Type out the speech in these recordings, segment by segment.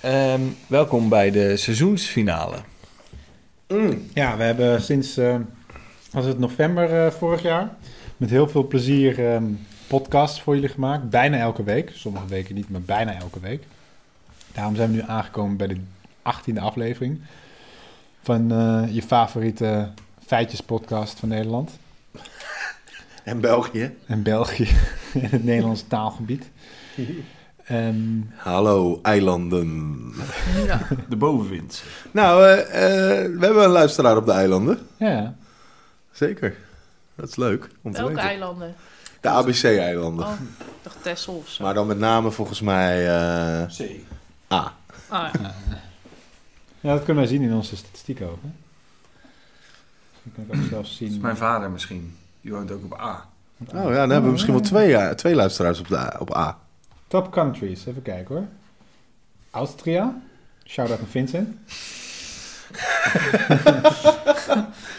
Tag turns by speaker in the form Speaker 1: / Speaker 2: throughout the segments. Speaker 1: Ehm, welkom bij de seizoensfinale.
Speaker 2: Ja, we hebben sinds, eh, was het november eh, vorig jaar, met heel veel plezier ehm, podcasts voor jullie gemaakt. Bijna elke week, sommige weken niet, maar bijna elke week. Daarom zijn we nu aangekomen bij de 18e aflevering van eh, je favoriete feitjespodcast van Nederland
Speaker 3: En België.
Speaker 2: en België en het Nederlandse taalgebied. Ehm,
Speaker 3: Hallo, eilanden.
Speaker 4: De bovenwind.
Speaker 3: Nou, eh, eh, we hebben een luisteraar op de eilanden.
Speaker 2: ja,
Speaker 3: Zeker. Dat is leuk. Om te
Speaker 5: Welke
Speaker 3: weten.
Speaker 5: eilanden?
Speaker 3: De ABC-eilanden.
Speaker 5: Oh, ik dacht Texel of zo.
Speaker 3: Maar dan met name volgens mij eh
Speaker 4: C.
Speaker 3: A.
Speaker 5: Ah, ja.
Speaker 2: ja, dat kunnen wij zien in onze statistiek ook. Hè? Dat kan ik ook zelfs
Speaker 4: Dat is
Speaker 2: zien.
Speaker 4: mijn vader misschien. Die woont ook op A.
Speaker 3: Oh ja, dan hebben we misschien wel twee, eh, twee luisteraars op, de, A- op A.
Speaker 2: Top countries, even kijken hoor. Austria. Shout out naar Vincent.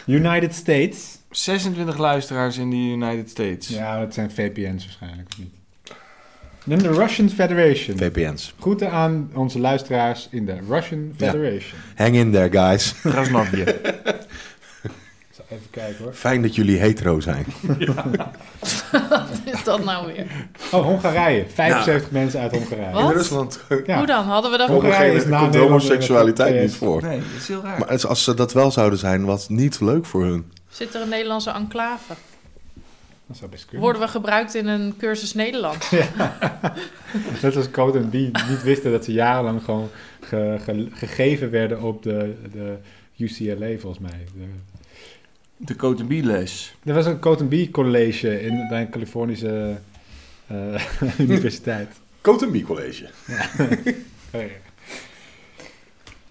Speaker 2: United States.
Speaker 1: 26 luisteraars in de United States.
Speaker 2: Ja, dat zijn VPN's waarschijnlijk of niet. Dan de Russian Federation.
Speaker 3: VPN's.
Speaker 2: Groeten aan onze luisteraars in de Russian
Speaker 3: Ja.
Speaker 2: Federation.
Speaker 3: Hang in there, guys.
Speaker 1: Krasnavje.
Speaker 2: Ik zal even kijken hoor.
Speaker 3: Fijn dat jullie hetero zijn.
Speaker 5: Wat is dat nou weer?
Speaker 2: Oh, Hongarije. 75 mensen uit Hongarije.
Speaker 5: Wat?
Speaker 3: In Rusland
Speaker 2: Ja.
Speaker 5: Hoe dan? Hadden we dat...
Speaker 2: Hongarije
Speaker 3: Hongarije
Speaker 2: is na
Speaker 3: komt
Speaker 2: Nederland
Speaker 3: homoseksualiteit
Speaker 2: en-
Speaker 3: niet voor.
Speaker 4: Nee, dat is heel raar.
Speaker 1: eh,
Speaker 3: Maar als- als ze dat wel zouden zijn, was het niet leuk voor hun.
Speaker 5: Zit er een Nederlandse enclave?
Speaker 2: Dat zou best kunnen.
Speaker 5: Worden we gebruikt in een cursus Nederlands?
Speaker 2: Dus Net als Code en die niet wisten dat ze jarenlang gewoon ge- ge- gegeven werden op de, de UCLA volgens mij. De-
Speaker 1: De Cote les
Speaker 2: Er was een Cotton Bee college in, bij een Californische eh, universiteit. Oh,
Speaker 3: Cotonbee College.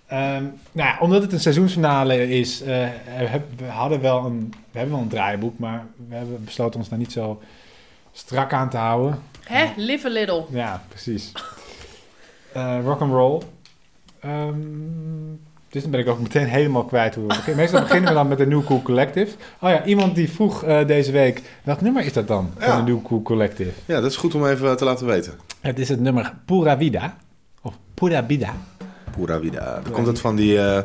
Speaker 2: Ehm, nou ja, omdat het een seizoensfinale is, eh, heb- we, hadden wel een, we hebben wel een draaiboek, maar we hebben besloten ons daar niet zo strak aan te houden.
Speaker 5: Hè? Live a little.
Speaker 2: Ja, precies. Eh rock and roll. Ehm, dus dan ben ik ook meteen helemaal kwijt hoe we beginnen. Meestal beginnen we dan met de New Cool Collective. Oh ja, iemand die vroeg eh, deze week, welk nummer is dat dan van
Speaker 3: Ja.
Speaker 2: de New Cool Collective?
Speaker 3: Ja, dat is goed om even te laten weten.
Speaker 2: Het is het nummer Pura Vida. Of Pura Vida.
Speaker 3: Pura vida. Dan komt het van die, eh,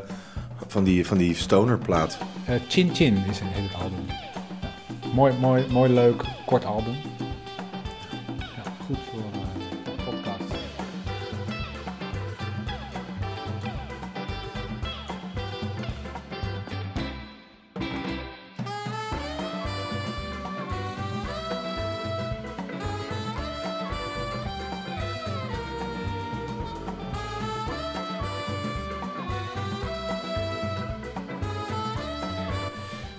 Speaker 3: van die, van die stonerplaat.
Speaker 2: Eh, Chin Chin is het, heet het album. Ja. Mooi, mooi, mooi, leuk, kort album. Ja, goed voor eh, een podcast.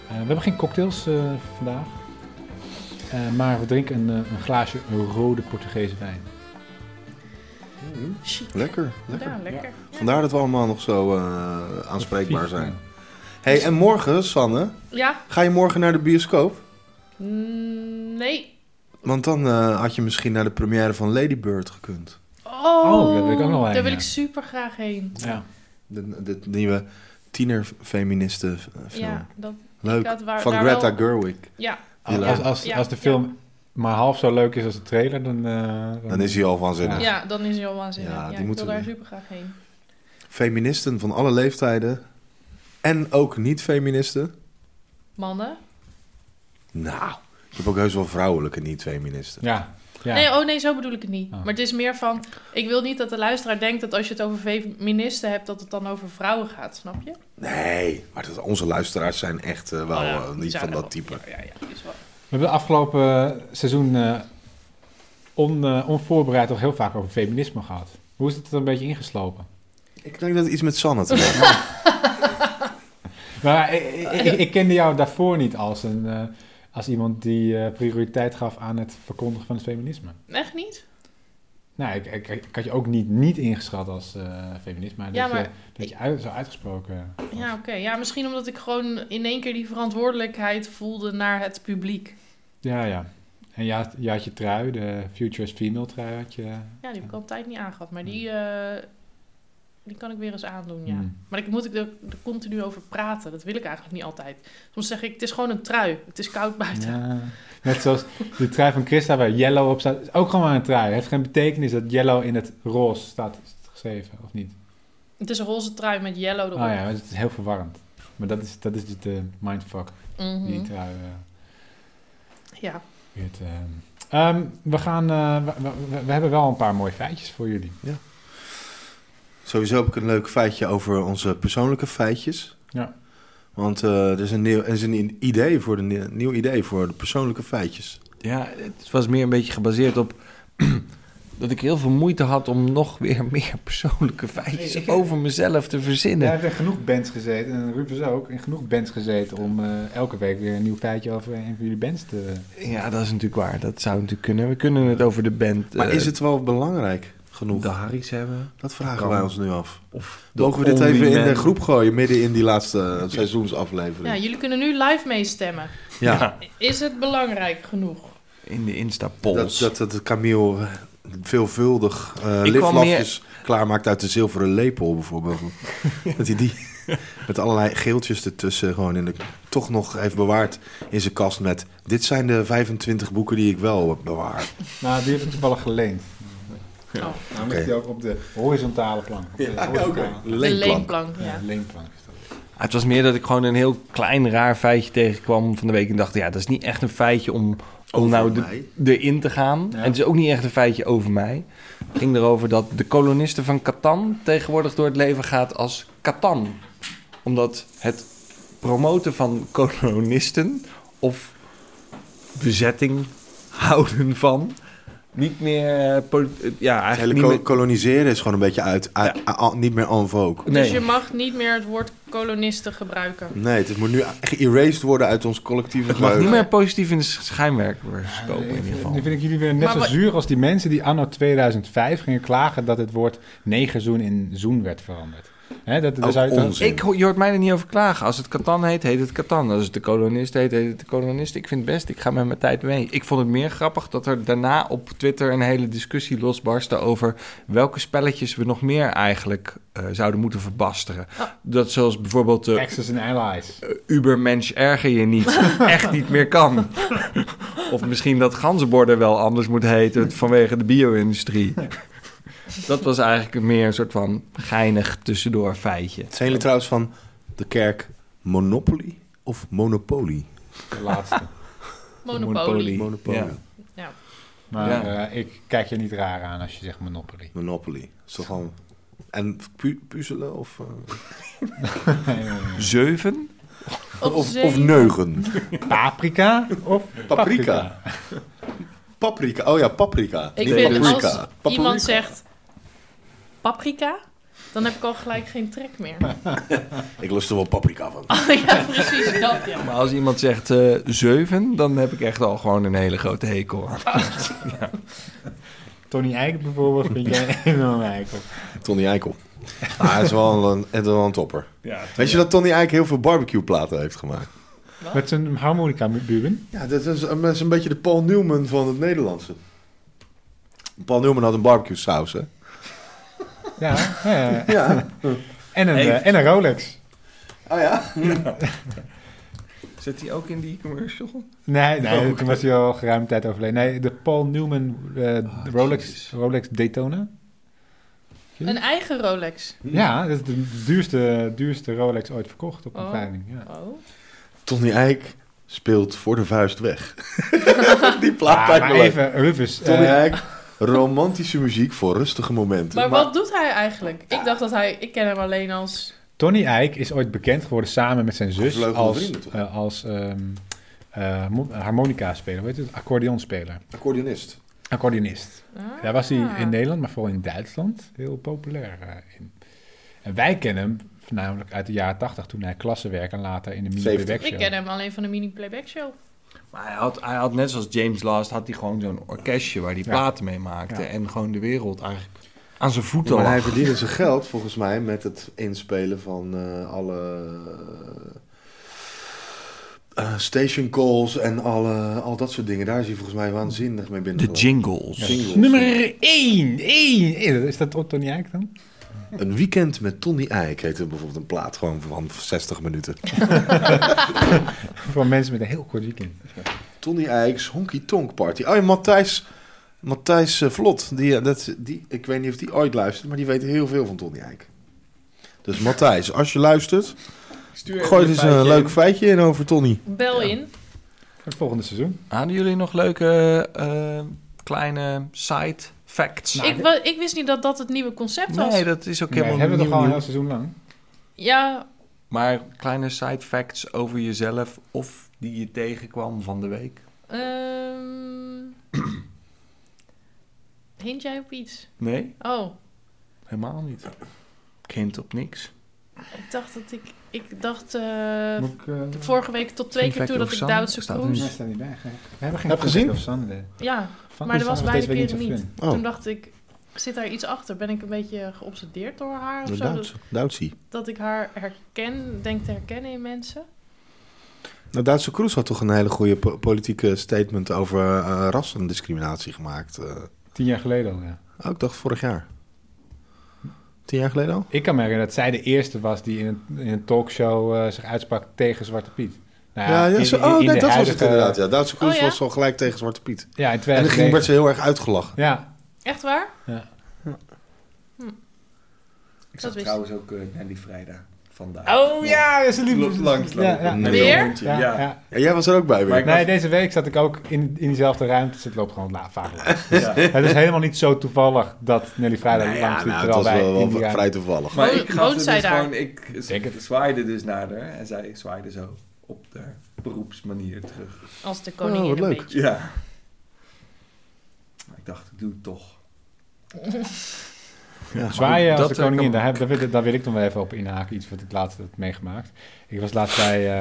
Speaker 2: Eh, we hebben geen cocktails eh, vandaag. Eh, maar we drinken een, eh, een glaasje rode Portugese wijn.
Speaker 5: Chic.
Speaker 3: Lekker, lekker.
Speaker 5: Ja, lekker.
Speaker 3: Vandaar dat we allemaal nog zo eh, aanspreekbaar
Speaker 2: Vies,
Speaker 3: zijn. hey, en morgen, Sanne,
Speaker 5: Ja?
Speaker 3: ga je morgen naar de bioscoop?
Speaker 5: Mm, Nee.
Speaker 3: Want dan eh, had je misschien naar de première van Lady Bird gekund.
Speaker 5: Oh,
Speaker 2: Oh, daar wil ik ook nog wel heen,
Speaker 5: Daar wil
Speaker 2: ja.
Speaker 5: ik super graag heen.
Speaker 2: eh. Ja.
Speaker 3: De, de nieuwe tienerfeministen eh, film.
Speaker 5: Ja, dat,
Speaker 3: Leuk.
Speaker 5: ik had waar-
Speaker 3: van
Speaker 5: daar
Speaker 3: Greta
Speaker 5: wel-
Speaker 3: Gerwig.
Speaker 5: ja,
Speaker 2: Als,
Speaker 3: leuk.
Speaker 2: als, als,
Speaker 5: Ja,
Speaker 2: als de
Speaker 5: ja.
Speaker 2: film maar half zo leuk is als de trailer, dan... eh,
Speaker 3: Dan is hij al
Speaker 2: Ja.
Speaker 3: waanzinnig.
Speaker 5: ja, dan is hij al waanzinnig.
Speaker 3: Ja,
Speaker 5: Ja,
Speaker 3: die
Speaker 5: ik
Speaker 3: moeten
Speaker 5: wil
Speaker 3: we
Speaker 5: daar
Speaker 3: weer.
Speaker 5: super graag heen.
Speaker 3: Feministen van alle leeftijden. En ook niet-feministen.
Speaker 5: Mannen?
Speaker 3: Nou, je hebt ook heus wel vrouwelijke niet-feministen.
Speaker 2: Ja. ja.
Speaker 5: Nee, oh nee, zo bedoel ik het niet.
Speaker 2: Oh.
Speaker 5: Maar het is meer van, ik wil niet dat de luisteraar denkt dat als je het over feministen hebt, dat het dan over vrouwen gaat, snap je?
Speaker 3: Nee, maar dat, onze luisteraars zijn echt eh, wel
Speaker 5: Oh ja,
Speaker 3: eh,
Speaker 5: die
Speaker 3: niet
Speaker 5: zijn
Speaker 3: van
Speaker 5: er
Speaker 3: dat
Speaker 5: wel.
Speaker 3: type.
Speaker 5: Ja, ja, ja, is wel.
Speaker 2: We hebben de afgelopen eh, seizoen eh, on, eh, onvoorbereid toch heel vaak over feminisme gehad. Hoe is het er een beetje ingeslopen?
Speaker 3: Ik denk dat het iets met Sanne te maken heeft.
Speaker 2: Maar ik, ik, ik- ik kende jou daarvoor niet als, een, eh, als iemand die eh, prioriteit gaf aan het verkondigen van het feminisme.
Speaker 5: Echt niet?
Speaker 2: Nou, ik, ik, ik had je ook niet, niet ingeschat als eh, feminist, maar dat
Speaker 5: Ja,
Speaker 2: je,
Speaker 5: maar
Speaker 2: dat je uit- zo uitgesproken was.
Speaker 5: Ja, oké. Ja, misschien omdat ik gewoon in één keer die verantwoordelijkheid voelde naar het publiek.
Speaker 2: Ja, ja. En je had, je had je trui, de Future is Female trui had je.
Speaker 5: Ja, die heb ik al een tijd niet aangehad, maar die, eh, die kan ik weer eens aandoen, ja.
Speaker 2: Hmm.
Speaker 5: Maar ik moet ik er, er continu over praten. Dat wil ik eigenlijk niet altijd. Soms zeg ik, het is gewoon een trui. Het is koud buiten.
Speaker 2: Ja. Net zoals de trui van Christa waar yellow op staat, is ook gewoon maar een trui. Het heeft geen betekenis dat yellow in het roze staat. Het is geschreven, of niet?
Speaker 5: Het is een roze trui met yellow erop.
Speaker 2: Ah ja, het is heel verwarrend. Maar dat is, dat is dus de mindfuck
Speaker 5: Mhm.
Speaker 2: die trui eh,
Speaker 5: ja.
Speaker 2: weert, eh. Ehm, we gaan, eh, we, we- we hebben wel een paar mooie feitjes voor jullie.
Speaker 3: Sowieso heb ik een leuk feitje over onze persoonlijke feitjes.
Speaker 2: Ja.
Speaker 3: Want eh, er is een, nieuw, er is een idee voor de, nieuw nieuw idee voor de persoonlijke feitjes.
Speaker 1: Ja, het was meer een beetje gebaseerd op dat ik heel veel moeite had om nog weer meer persoonlijke feitjes
Speaker 2: Nee, ik-
Speaker 1: over mezelf te verzinnen.
Speaker 2: Jij hebt in genoeg bands gezeten, en Rufus ook, in genoeg bands gezeten om eh, elke week weer een nieuw feitje over een van jullie bands te...
Speaker 1: Ja, dat is natuurlijk waar. Dat zou natuurlijk kunnen. We kunnen het over de band.
Speaker 3: Maar
Speaker 1: eh,
Speaker 3: is het wel belangrijk genoeg?
Speaker 1: de Harry's hebben?
Speaker 3: Dat vragen
Speaker 1: Kan.
Speaker 3: wij ons nu af.
Speaker 1: Of de
Speaker 3: Mogen we dit
Speaker 1: Only
Speaker 3: even in
Speaker 1: Man?
Speaker 3: de groep gooien, midden in die laatste eh, seizoensaflevering?
Speaker 5: ja, jullie kunnen nu live meestemmen.
Speaker 3: Ja,
Speaker 5: Is het belangrijk genoeg?
Speaker 1: In de
Speaker 3: dat,
Speaker 1: Instapols.
Speaker 3: dat, dat Camille veelvuldig eh
Speaker 1: Ik kwam
Speaker 3: liflafjes klaarmaakt uit de zilveren lepel bijvoorbeeld. dat hij die met allerlei geeltjes ertussen gewoon in de, toch nog heeft bewaard in zijn kast met... Dit zijn de 25 boeken die ik wel heb bewaard.
Speaker 2: Nou, die heb ik toevallig geleend.
Speaker 5: Ja.
Speaker 2: Nou, dan
Speaker 3: Oké.
Speaker 2: ligt die ook op de horizontale plank. Op de horizontale-
Speaker 5: De leenplank, ja.
Speaker 2: Ja, leenplank is dat.
Speaker 1: Ah, Het was meer dat ik gewoon een heel klein raar feitje tegenkwam van de week. En dacht, ja, dat is niet echt een feitje om, om
Speaker 3: Over
Speaker 1: nou
Speaker 3: mij?
Speaker 1: de, erin te gaan. En het is ook niet echt een feitje over mij. Het ging erover dat de kolonisten van Catan tegenwoordig door het leven gaat als Catan. Omdat het promoten van kolonisten of bezetting houden van niet meer... eh, poli- eh, Ja,
Speaker 3: Het
Speaker 1: eigenlijk
Speaker 3: hele
Speaker 1: niet
Speaker 3: ko-
Speaker 1: meer...
Speaker 3: koloniseren is gewoon een beetje uit, a- a- a- niet meer en vogue.
Speaker 5: Dus je mag niet meer het woord kolonisten gebruiken.
Speaker 3: Nee, het moet nu geërased worden uit ons collectieve
Speaker 1: Het mag niet
Speaker 3: geheugen.
Speaker 1: meer positief in de schijnwerkers
Speaker 2: Ja,
Speaker 1: komen in
Speaker 2: ik-
Speaker 1: ieder geval.
Speaker 2: Nu vind ik jullie weer net
Speaker 5: Maar
Speaker 2: zo
Speaker 5: wat-
Speaker 2: zuur als die mensen die anno 2005 gingen klagen dat het woord negerzoen in zoen werd veranderd. Hè, dat, daar
Speaker 3: Ook
Speaker 2: zou je toch-
Speaker 3: onzin.
Speaker 1: Ik, hoor- je hoort mij er niet over klagen. Als het Katan heet, heet het Katan. Als het de kolonist heet, heet het de kolonist. Ik vind het best. Ik ga met mijn tijd mee. Ik vond het meer grappig dat er daarna op Twitter een hele discussie losbarstte over welke spelletjes we nog meer eigenlijk eh, zouden moeten verbasteren.
Speaker 5: Ah.
Speaker 1: Dat zoals bijvoorbeeld de
Speaker 2: Access and Allies.
Speaker 1: Ubermensch erger je niet. Echt niet meer kan. of misschien dat ganzenborden wel anders moet heten vanwege de bio-industrie. Dat was eigenlijk meer een soort van geinig tussendoor feitje.
Speaker 3: Zijn jullie trouwens van de kerk Monopoly of Monopoly?
Speaker 2: De laatste.
Speaker 5: Monopolie.
Speaker 1: Monopolie.
Speaker 3: Monopoly.
Speaker 1: Ja.
Speaker 5: Ja.
Speaker 2: Maar
Speaker 1: Ja.
Speaker 2: eh, ik kijk je niet raar aan als je zegt Monopoly.
Speaker 3: Monopoly. Is toch gewoon... En pu- puzzelen of, eh,
Speaker 1: Zeven?
Speaker 5: Op
Speaker 3: of,
Speaker 5: zee-
Speaker 3: of neugen?
Speaker 2: Paprika of
Speaker 3: Paprika. Paprika. Oh ja, paprika.
Speaker 5: Ik
Speaker 3: Niet
Speaker 5: vind
Speaker 3: paprika.
Speaker 5: als
Speaker 3: Paprika.
Speaker 5: iemand zegt paprika, dan heb ik al gelijk geen trek meer.
Speaker 3: Ik lust er wel paprika van.
Speaker 5: ja, precies dat ja.
Speaker 1: Maar als iemand zegt eh, zeven, dan heb ik echt al gewoon een hele grote hekel aan.
Speaker 2: Tony Eijk bijvoorbeeld vind jij enorm eikel.
Speaker 3: Tony Eikel. Ah, hij is wel een, het is wel een topper.
Speaker 1: Ja,
Speaker 3: Weet je dat Tony Eijk heel veel barbecueplaten heeft gemaakt?
Speaker 2: Met zijn harmonica buben.
Speaker 3: Ja, dat is, eh, dat is een beetje de Paul Newman van het Nederlandse. Paul Newman had een barbecue saus, hè?
Speaker 2: Ja. ja.
Speaker 3: Ja.
Speaker 2: En, een,
Speaker 1: Heeft-
Speaker 2: eh, en een Rolex.
Speaker 3: Oh ja?
Speaker 1: Zit hij ook in die commercial?
Speaker 3: Oh,
Speaker 2: Nee, nee toen was hij al geruime tijd overleden. Nee, de Paul Newman eh,
Speaker 3: Oh,
Speaker 2: Rolex, Rolex Daytona.
Speaker 5: Een eigen Rolex.
Speaker 3: Hmm.
Speaker 2: Ja, dat is de duurste, duurste Rolex ooit verkocht op een
Speaker 5: Oh.
Speaker 2: veiling. Ja.
Speaker 5: Oh.
Speaker 3: Tony Eijk speelt voor de vuist weg. Die plaat
Speaker 2: Ah, maar
Speaker 3: lijkt me leuk.
Speaker 2: even, Rufus.
Speaker 3: Tony
Speaker 2: eh,
Speaker 3: Eijk, romantische muziek voor rustige momenten.
Speaker 5: Maar wat doet hij eigenlijk? Ik dacht dat hij, ik ken hem alleen als
Speaker 2: Tony Eijk is ooit bekend geworden samen met zijn zus
Speaker 3: Vleugelde
Speaker 2: als,
Speaker 3: vrienden, toch?
Speaker 2: eh, als ehm, eh, mo- harmonica-speler, weet je het? Accordeonspeler,
Speaker 3: Accordeonist.
Speaker 2: accordeonist.
Speaker 5: Ah.
Speaker 2: Daar was hij in Nederland, maar vooral in Duitsland, heel populair eh, in. En wij kennen hem voornamelijk uit de jaren tachtig, toen hij klassenwerk en later in de mini
Speaker 3: 70.
Speaker 2: Playback
Speaker 5: Ik
Speaker 2: Show.
Speaker 5: ken hem alleen van de mini playback show.
Speaker 1: Maar hij had, hij had net zoals James Last, had hij gewoon zo'n orkestje waar hij
Speaker 2: Ja.
Speaker 1: platen mee maakte.
Speaker 2: Ja.
Speaker 1: En gewoon de wereld eigenlijk aan zijn voeten
Speaker 3: maar
Speaker 1: lag.
Speaker 3: hij verdiende zijn geld volgens mij met het inspelen van eh, alle eh, eh, station calls en alle, al dat soort dingen. Daar is hij volgens mij waanzinnig mee binnen.
Speaker 1: De jingles.
Speaker 3: Ja. Singles.
Speaker 2: Nummer 1, 1. Is dat op Tony Eijk dan?
Speaker 3: Een weekend met Tony Eijk heette bijvoorbeeld een plaat gewoon van 60 minuten.
Speaker 2: Voor mensen met een heel kort weekend.
Speaker 3: Tony Eijks Honky Tonk Party. Oh ja, Matthijs Matthijs eh, Vlot, die, eh, dat, die, ik weet niet of die ooit luistert, maar die weet heel veel van Tony Eijk. Dus Matthijs, als je luistert,
Speaker 4: Stuur
Speaker 3: gooi eens een
Speaker 4: feitje
Speaker 3: leuk
Speaker 4: in.
Speaker 3: feitje in over Tony.
Speaker 5: Bel in.
Speaker 2: Nou, Voor het volgende seizoen.
Speaker 1: Hadden jullie nog leuke eh, kleine side facts?
Speaker 5: Nou, ik, wa- ik wist niet dat dat het nieuwe concept was.
Speaker 1: nee, dat is ook
Speaker 2: Nee,
Speaker 1: helemaal
Speaker 2: hebben we
Speaker 1: nieuw
Speaker 2: toch al een heel
Speaker 1: nieuws.
Speaker 2: seizoen lang?
Speaker 5: Ja,
Speaker 1: Maar kleine side facts over jezelf of die je tegenkwam van de week?
Speaker 5: ehm Hint jij op iets?
Speaker 1: Nee,
Speaker 5: Oh,
Speaker 1: helemaal niet. Ik hint op niks.
Speaker 5: ik dacht dat ik... Ik dacht eh,
Speaker 2: Moet ik, eh,
Speaker 5: vorige week tot
Speaker 1: Fun
Speaker 5: twee keer
Speaker 1: fact
Speaker 5: toe dat
Speaker 1: over
Speaker 5: ik
Speaker 1: Sander
Speaker 5: Duitse
Speaker 1: staat er
Speaker 5: cruise...
Speaker 2: Nee, staat niet bij. We hebben geen
Speaker 3: Heb gezien?
Speaker 2: Of Sunday.
Speaker 5: Ja,
Speaker 2: Van-
Speaker 5: Maar er
Speaker 2: die
Speaker 5: was
Speaker 2: staan nog steeds
Speaker 5: beide
Speaker 2: weet ik
Speaker 5: keren
Speaker 2: of Flynn.
Speaker 3: Oh,
Speaker 5: toen dacht ik... Zit daar iets achter? Ben ik een beetje geobsedeerd door haar of
Speaker 3: de
Speaker 5: zo?
Speaker 3: Duits, Duitsie.
Speaker 5: Dat, dat ik haar herken, denk te herkennen in mensen?
Speaker 3: Nou, Duitse Kroes had toch een hele goede po- politieke statement over eh, rassendiscriminatie gemaakt. eh.
Speaker 2: Tien jaar geleden al, ja.
Speaker 3: oh, ik dacht vorig jaar. Tien jaar geleden al?
Speaker 2: Ik kan merken dat zij de eerste was die in een, in een talkshow eh, zich uitsprak tegen Zwarte Piet. Nou
Speaker 3: Ja, ja,
Speaker 2: in-
Speaker 3: zo-
Speaker 2: in-
Speaker 3: oh
Speaker 2: in
Speaker 3: nee,
Speaker 2: de
Speaker 3: dat was het
Speaker 2: huidige-
Speaker 3: inderdaad. Ja. Duitse Kroes
Speaker 5: Oh, ja.
Speaker 3: was al gelijk tegen Zwarte Piet.
Speaker 2: Ja, in
Speaker 3: En dan ging-
Speaker 2: 2009.
Speaker 3: werd ze heel erg uitgelachen.
Speaker 2: Ja,
Speaker 5: Echt waar?
Speaker 4: Ik zag
Speaker 5: Dat wist
Speaker 4: trouwens ook eh, Nelly Vrijda vandaag.
Speaker 2: Oh ja, ja, ze liep
Speaker 4: Langs, langs.
Speaker 2: Ja, ja.
Speaker 4: Met een
Speaker 5: Weer?
Speaker 4: hondje,
Speaker 2: Ja,
Speaker 4: Ja.
Speaker 2: ja.
Speaker 3: Ja, jij was er ook bij weer.
Speaker 4: Maar ik-
Speaker 2: Nee, deze week zat ik ook in, in diezelfde ruimte. Dus het loopt gewoon nou, vaak. langs.
Speaker 4: Ja.
Speaker 2: het is helemaal niet zo toevallig dat Nelly Vrijdag
Speaker 3: Nou ja,
Speaker 2: langs liep.
Speaker 3: nou, het
Speaker 2: terwijl
Speaker 3: was
Speaker 2: wij
Speaker 3: wel,
Speaker 2: in
Speaker 3: wel
Speaker 2: die ruimte-
Speaker 3: vrij toevallig.
Speaker 4: Maar
Speaker 5: Woont-
Speaker 4: ik gaf
Speaker 5: woont
Speaker 4: ze
Speaker 5: zij
Speaker 4: dus
Speaker 5: daar?
Speaker 4: gewoon, ik z-
Speaker 2: Denk het.
Speaker 4: zwaaide dus naar haar en zij zwaaide zo op de beroepsmanier terug.
Speaker 5: Als de
Speaker 3: Oh,
Speaker 5: koningin
Speaker 3: wat
Speaker 5: een
Speaker 3: leuk.
Speaker 5: beetje.
Speaker 4: Ja. Maar Ik dacht, ik doe het toch.
Speaker 3: Ja.
Speaker 2: Zwaaien als
Speaker 1: Dat,
Speaker 2: de
Speaker 1: eh,
Speaker 2: koningin,
Speaker 1: kan-
Speaker 2: daar, heb- daar, wil, ik- daar wil ik dan wel even op inhaken. Iets wat ik laatst heb meegemaakt. Ik was laatst bij eh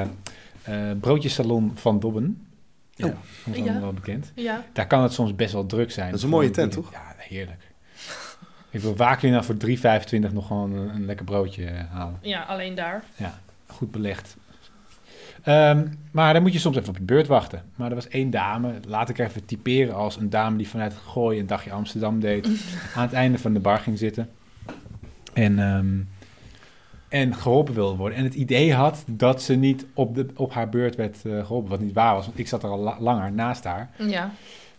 Speaker 2: eh Broodjesalon van Dobben.
Speaker 1: Ja.
Speaker 2: Oh, Dat is
Speaker 5: Ja.
Speaker 2: wel bekend.
Speaker 5: Ja.
Speaker 2: Daar kan het soms best wel druk zijn.
Speaker 3: Dat is een mooie
Speaker 2: Gewoon-
Speaker 3: tent, toch?
Speaker 2: Ja, heerlijk. Ik wil waar kun je nou voor 3,25 nog gewoon een, een lekker broodje eh, halen?
Speaker 5: ja, alleen daar.
Speaker 2: Goed belegd. Ehm, maar dan moet je soms even op je beurt wachten. Maar er was één dame, laat ik haar even typeren als een dame die vanuit Gooi een dagje Amsterdam deed. aan het einde van de bar ging zitten. En, ehm, en geholpen wilde worden. En het idee had dat ze niet op, de, op haar beurt werd eh, geholpen. Wat niet waar was, want ik zat er al la- langer naast haar.
Speaker 5: Ja.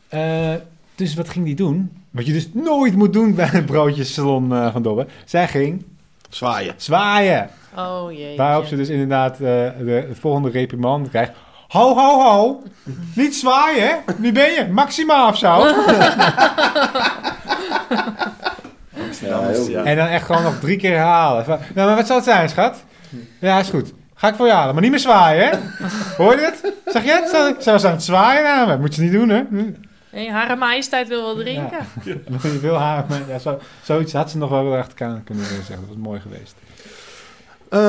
Speaker 2: Eh, dus wat ging die doen? Wat je dus nooit moet doen bij een broodjesalon eh, van Dobbe. Zij ging
Speaker 3: Zwaaien.
Speaker 2: zwaaien.
Speaker 5: Oh jee.
Speaker 2: Waarop ze dus inderdaad eh, de, de volgende reprimand krijgt. Ho, ho, ho. Niet zwaaien. Wie ben je? Maxima of zo.
Speaker 4: Ja, heel goed.
Speaker 2: En dan echt gewoon nog drie keer herhalen. Van, nou, maar wat zal het zijn, schat? Ja, is goed. Ga ik voor je halen, maar niet meer zwaaien, hè? Hoor je het? Zeg je het? Zou- Zou ze aan het zwaaien aan me? Moet je niet doen, hè? Hm.
Speaker 5: Hey, Hare Majesteit wil wel drinken.
Speaker 2: Je wil haar, maar ja, zo, zoiets had ze nog wel achter elkaar kunnen zeggen. Dat was mooi geweest.
Speaker 3: Eh,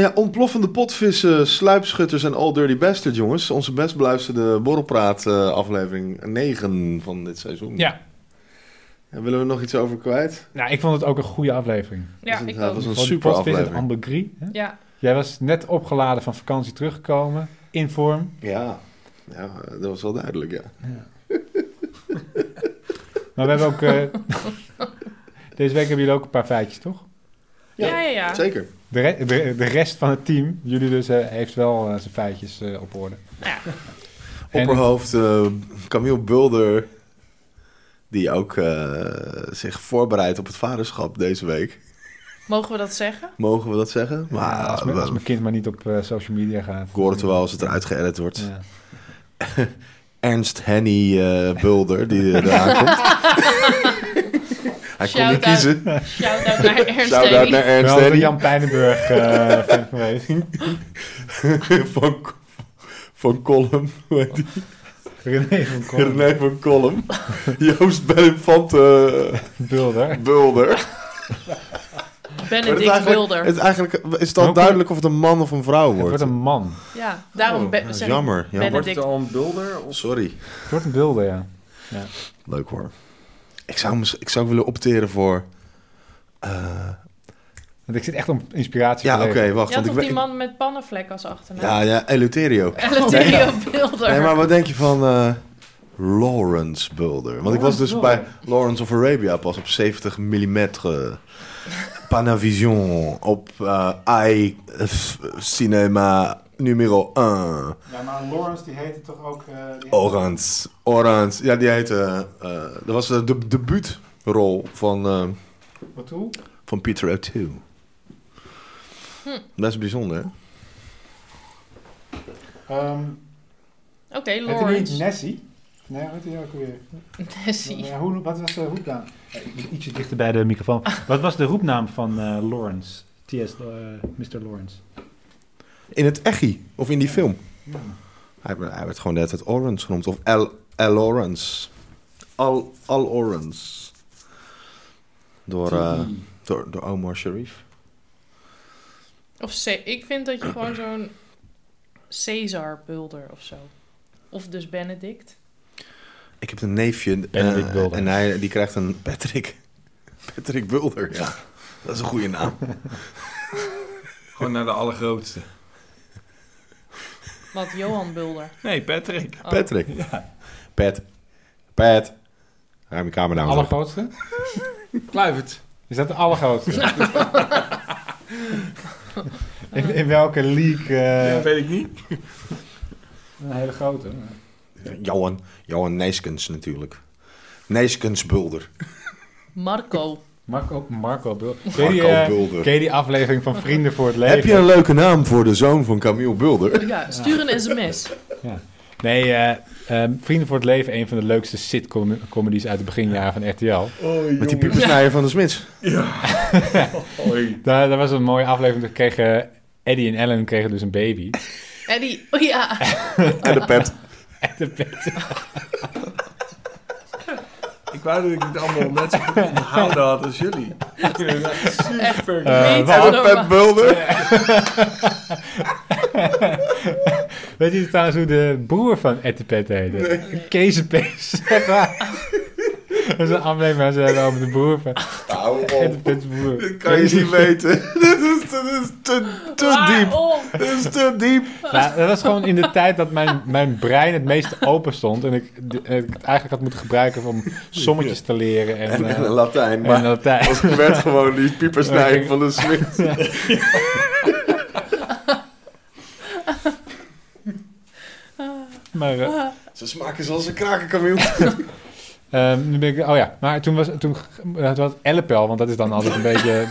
Speaker 3: ja, ontploffende potvissen, sluipschutters en all dirty bastard, jongens. Onze best beluisterde borrelpraat eh, aflevering 9 van dit seizoen.
Speaker 2: Ja.
Speaker 3: En willen we nog iets over kwijt?
Speaker 2: Nou, ik vond het ook een goede aflevering.
Speaker 5: Ja,
Speaker 3: dat is
Speaker 5: ik
Speaker 3: een- dat
Speaker 5: ook.
Speaker 3: is een
Speaker 2: Voor de
Speaker 3: super
Speaker 2: postvis uit
Speaker 3: aflevering.
Speaker 2: Ambergris, hè?
Speaker 5: Ja.
Speaker 2: Jij was net opgeladen van vakantie teruggekomen. In vorm.
Speaker 3: Ja. ja, dat was wel duidelijk, ja.
Speaker 2: Maar we hebben ook... eh, deze week hebben jullie ook een paar feitjes, toch?
Speaker 5: Ja,
Speaker 3: Ja.
Speaker 5: ja, ja.
Speaker 3: Zeker.
Speaker 2: De, re- de, de rest van het team, jullie dus, eh, heeft wel eh, zijn feitjes eh, op orde.
Speaker 5: Ja.
Speaker 2: En-
Speaker 3: Opperhoofd eh, Camille Bulder, die ook eh, zich voorbereidt op het vaderschap deze week.
Speaker 5: Mogen we dat zeggen?
Speaker 3: Mogen we dat zeggen? Maar
Speaker 2: Ja, als, mijn, als mijn kind maar niet op eh, social media gaat.
Speaker 3: ik hoor het wel als het eruit geëdit wordt.
Speaker 2: Ja.
Speaker 3: Ernst Henny eh, Bulder, die er eraan komt. Hij kon
Speaker 5: Shout-out.
Speaker 3: niet kiezen.
Speaker 5: Shout-out naar Ernst
Speaker 3: Shout-out
Speaker 5: Henny.
Speaker 3: naar Ernst
Speaker 2: Wel de Jan
Speaker 3: Henny.
Speaker 2: Pijnenburg eh, fan geweest.
Speaker 3: Van, van Colum. Hoe heet die?
Speaker 2: René van Kolm.
Speaker 3: René van Colum. Joost Bellefante
Speaker 2: Bulder.
Speaker 3: Bulder. Maar het is
Speaker 5: Benedict
Speaker 3: eigenlijk-
Speaker 5: Wilder.
Speaker 3: Het is, eigenlijk, is het al
Speaker 2: Ook-
Speaker 3: duidelijk of het een man of een vrouw
Speaker 2: Het
Speaker 3: wordt?
Speaker 2: wordt een man.
Speaker 5: Ja, daarom
Speaker 3: Oh,
Speaker 5: be-
Speaker 3: ja,
Speaker 5: zeg ik-
Speaker 3: jammer. jammer.
Speaker 4: Wordt het al een bulder? Of...
Speaker 3: Sorry.
Speaker 2: Het wordt een Bulder, ja.
Speaker 3: Leuk hoor. Ik zou, mis- ik zou willen opteren voor... eh,
Speaker 2: Want ik zit echt om inspiratie
Speaker 3: ja,
Speaker 2: te
Speaker 3: oké,
Speaker 2: leven.
Speaker 3: wacht.
Speaker 5: Je had
Speaker 3: Want ik
Speaker 5: toch
Speaker 3: ben,
Speaker 5: die
Speaker 3: ik-
Speaker 5: man met pannenvlek als achternaam?
Speaker 3: ja, ja, Eleuterio.
Speaker 5: Eleuterio Wilder.
Speaker 3: Nee, maar wat denk je van eh, Lawrence Bulder? Want ik was dus bij Lawrence of Arabia pas op 70 mm. eh, Panavision op eh i eh, f- Cinema nummer 1.
Speaker 2: Ja, maar Lawrence die heette toch ook... eh, die-
Speaker 3: Orans. Orans. Ja, die heette... eh, eh, dat was eh, de debuutrol van, eh,
Speaker 2: Wat toe?
Speaker 3: van Peter O'Toole. Dat is bijzonder, hè?
Speaker 2: Ehm
Speaker 5: Oké,
Speaker 2: heette die
Speaker 5: Lawrence.
Speaker 2: niet Nessie? Nee, hoe heette die ook weer?
Speaker 5: Nessie.
Speaker 2: Ja, hoe, wat was de roepnaam? Eh, ik moet Ietsje dichter bij de microfoon. Wat was de roepnaam van eh, Lawrence? T.S. eh, Mr. Lawrence.
Speaker 3: In het Echi. Of in die film.
Speaker 2: Ja.
Speaker 3: Hij, werd- hij werd gewoon de hele tijd Orans genoemd. Of Al, Al Orans. Al, Al Orans. Door, eh,
Speaker 2: T.E..
Speaker 3: door, door Omar Sharif.
Speaker 5: Of Ce- ik vind dat je gewoon zo'n Caesar bulder of zo. Of dus Benedict.
Speaker 3: Ik heb een neefje.
Speaker 2: Benedict
Speaker 3: eh,
Speaker 2: Bulder.
Speaker 3: en hij, die krijgt een Patrick. Patrick Bulder, ja. Dat is een goede naam.
Speaker 2: Oh.
Speaker 4: Gewoon naar de allergrootste.
Speaker 5: Wat Johan bulder.
Speaker 4: Nee, Patrick.
Speaker 5: Oh.
Speaker 3: Patrick. Pat. Pat. Ruim je kamer nou eens op.
Speaker 2: Allergrootste?
Speaker 1: Kluivert.
Speaker 2: Is dat de allergrootste? in, in welke league? eh,
Speaker 4: Dat weet ik niet.
Speaker 2: een hele grote.
Speaker 3: Johan. Johan Nijskens natuurlijk. Nijskens Bulder.
Speaker 5: Marco.
Speaker 2: Marco, Marco Bulder. Ken je die,
Speaker 3: Marco
Speaker 2: eh,
Speaker 3: Bulder.
Speaker 2: ken je die aflevering van Vrienden voor het Leven?
Speaker 3: Heb je een leuke naam voor de zoon van Camille Bulder?
Speaker 5: Ja, stuur een sms.
Speaker 2: Nee, eh, eh, Vrienden voor het Leven, een van de leukste sitcom-comedies uit de beginjaren van RTL.
Speaker 3: Met die piepersnijer van de Smits.
Speaker 2: Daar, daar was een mooie aflevering, toen kregen Eddie en Ellen kregen dus een baby.
Speaker 5: Eddie. Oh ja.
Speaker 3: Eh, En de pet.
Speaker 2: En de pet-
Speaker 4: Ik wou dat ik het allemaal net zo goed onthouden had als jullie. Super.
Speaker 2: Eh,
Speaker 5: niet
Speaker 2: wat?
Speaker 5: normaal.
Speaker 3: Pet Bulder.
Speaker 2: Weet je trouwens hoe de broer van Ettepet heette? Nee. Kezenpees. Echt waar. Dat is een aflevering waar ze hebben over de broer van
Speaker 3: Nou, op.
Speaker 2: Ettepets broer.
Speaker 3: Dit kan je niet weten. dit is, dit is te, te diep.
Speaker 5: Waarom?
Speaker 3: Dit is te diep.
Speaker 2: Nou, dat was gewoon in de tijd dat mijn, mijn brein het meest open stond. En ik, de- ik het eigenlijk had moeten gebruiken om sommetjes te leren. En,
Speaker 3: En,
Speaker 2: eh,
Speaker 3: en een Latijn.
Speaker 2: en
Speaker 3: Maar
Speaker 2: Latijn.
Speaker 3: het werd gewoon die piepersnijer van de Smits.
Speaker 2: Maar, eh,
Speaker 3: Ze smaken zoals een kraken, Camille.
Speaker 2: ehm, nu ben ik, oh ja, maar toen was toen, eh, het was Ellepel, want dat is dan altijd een beetje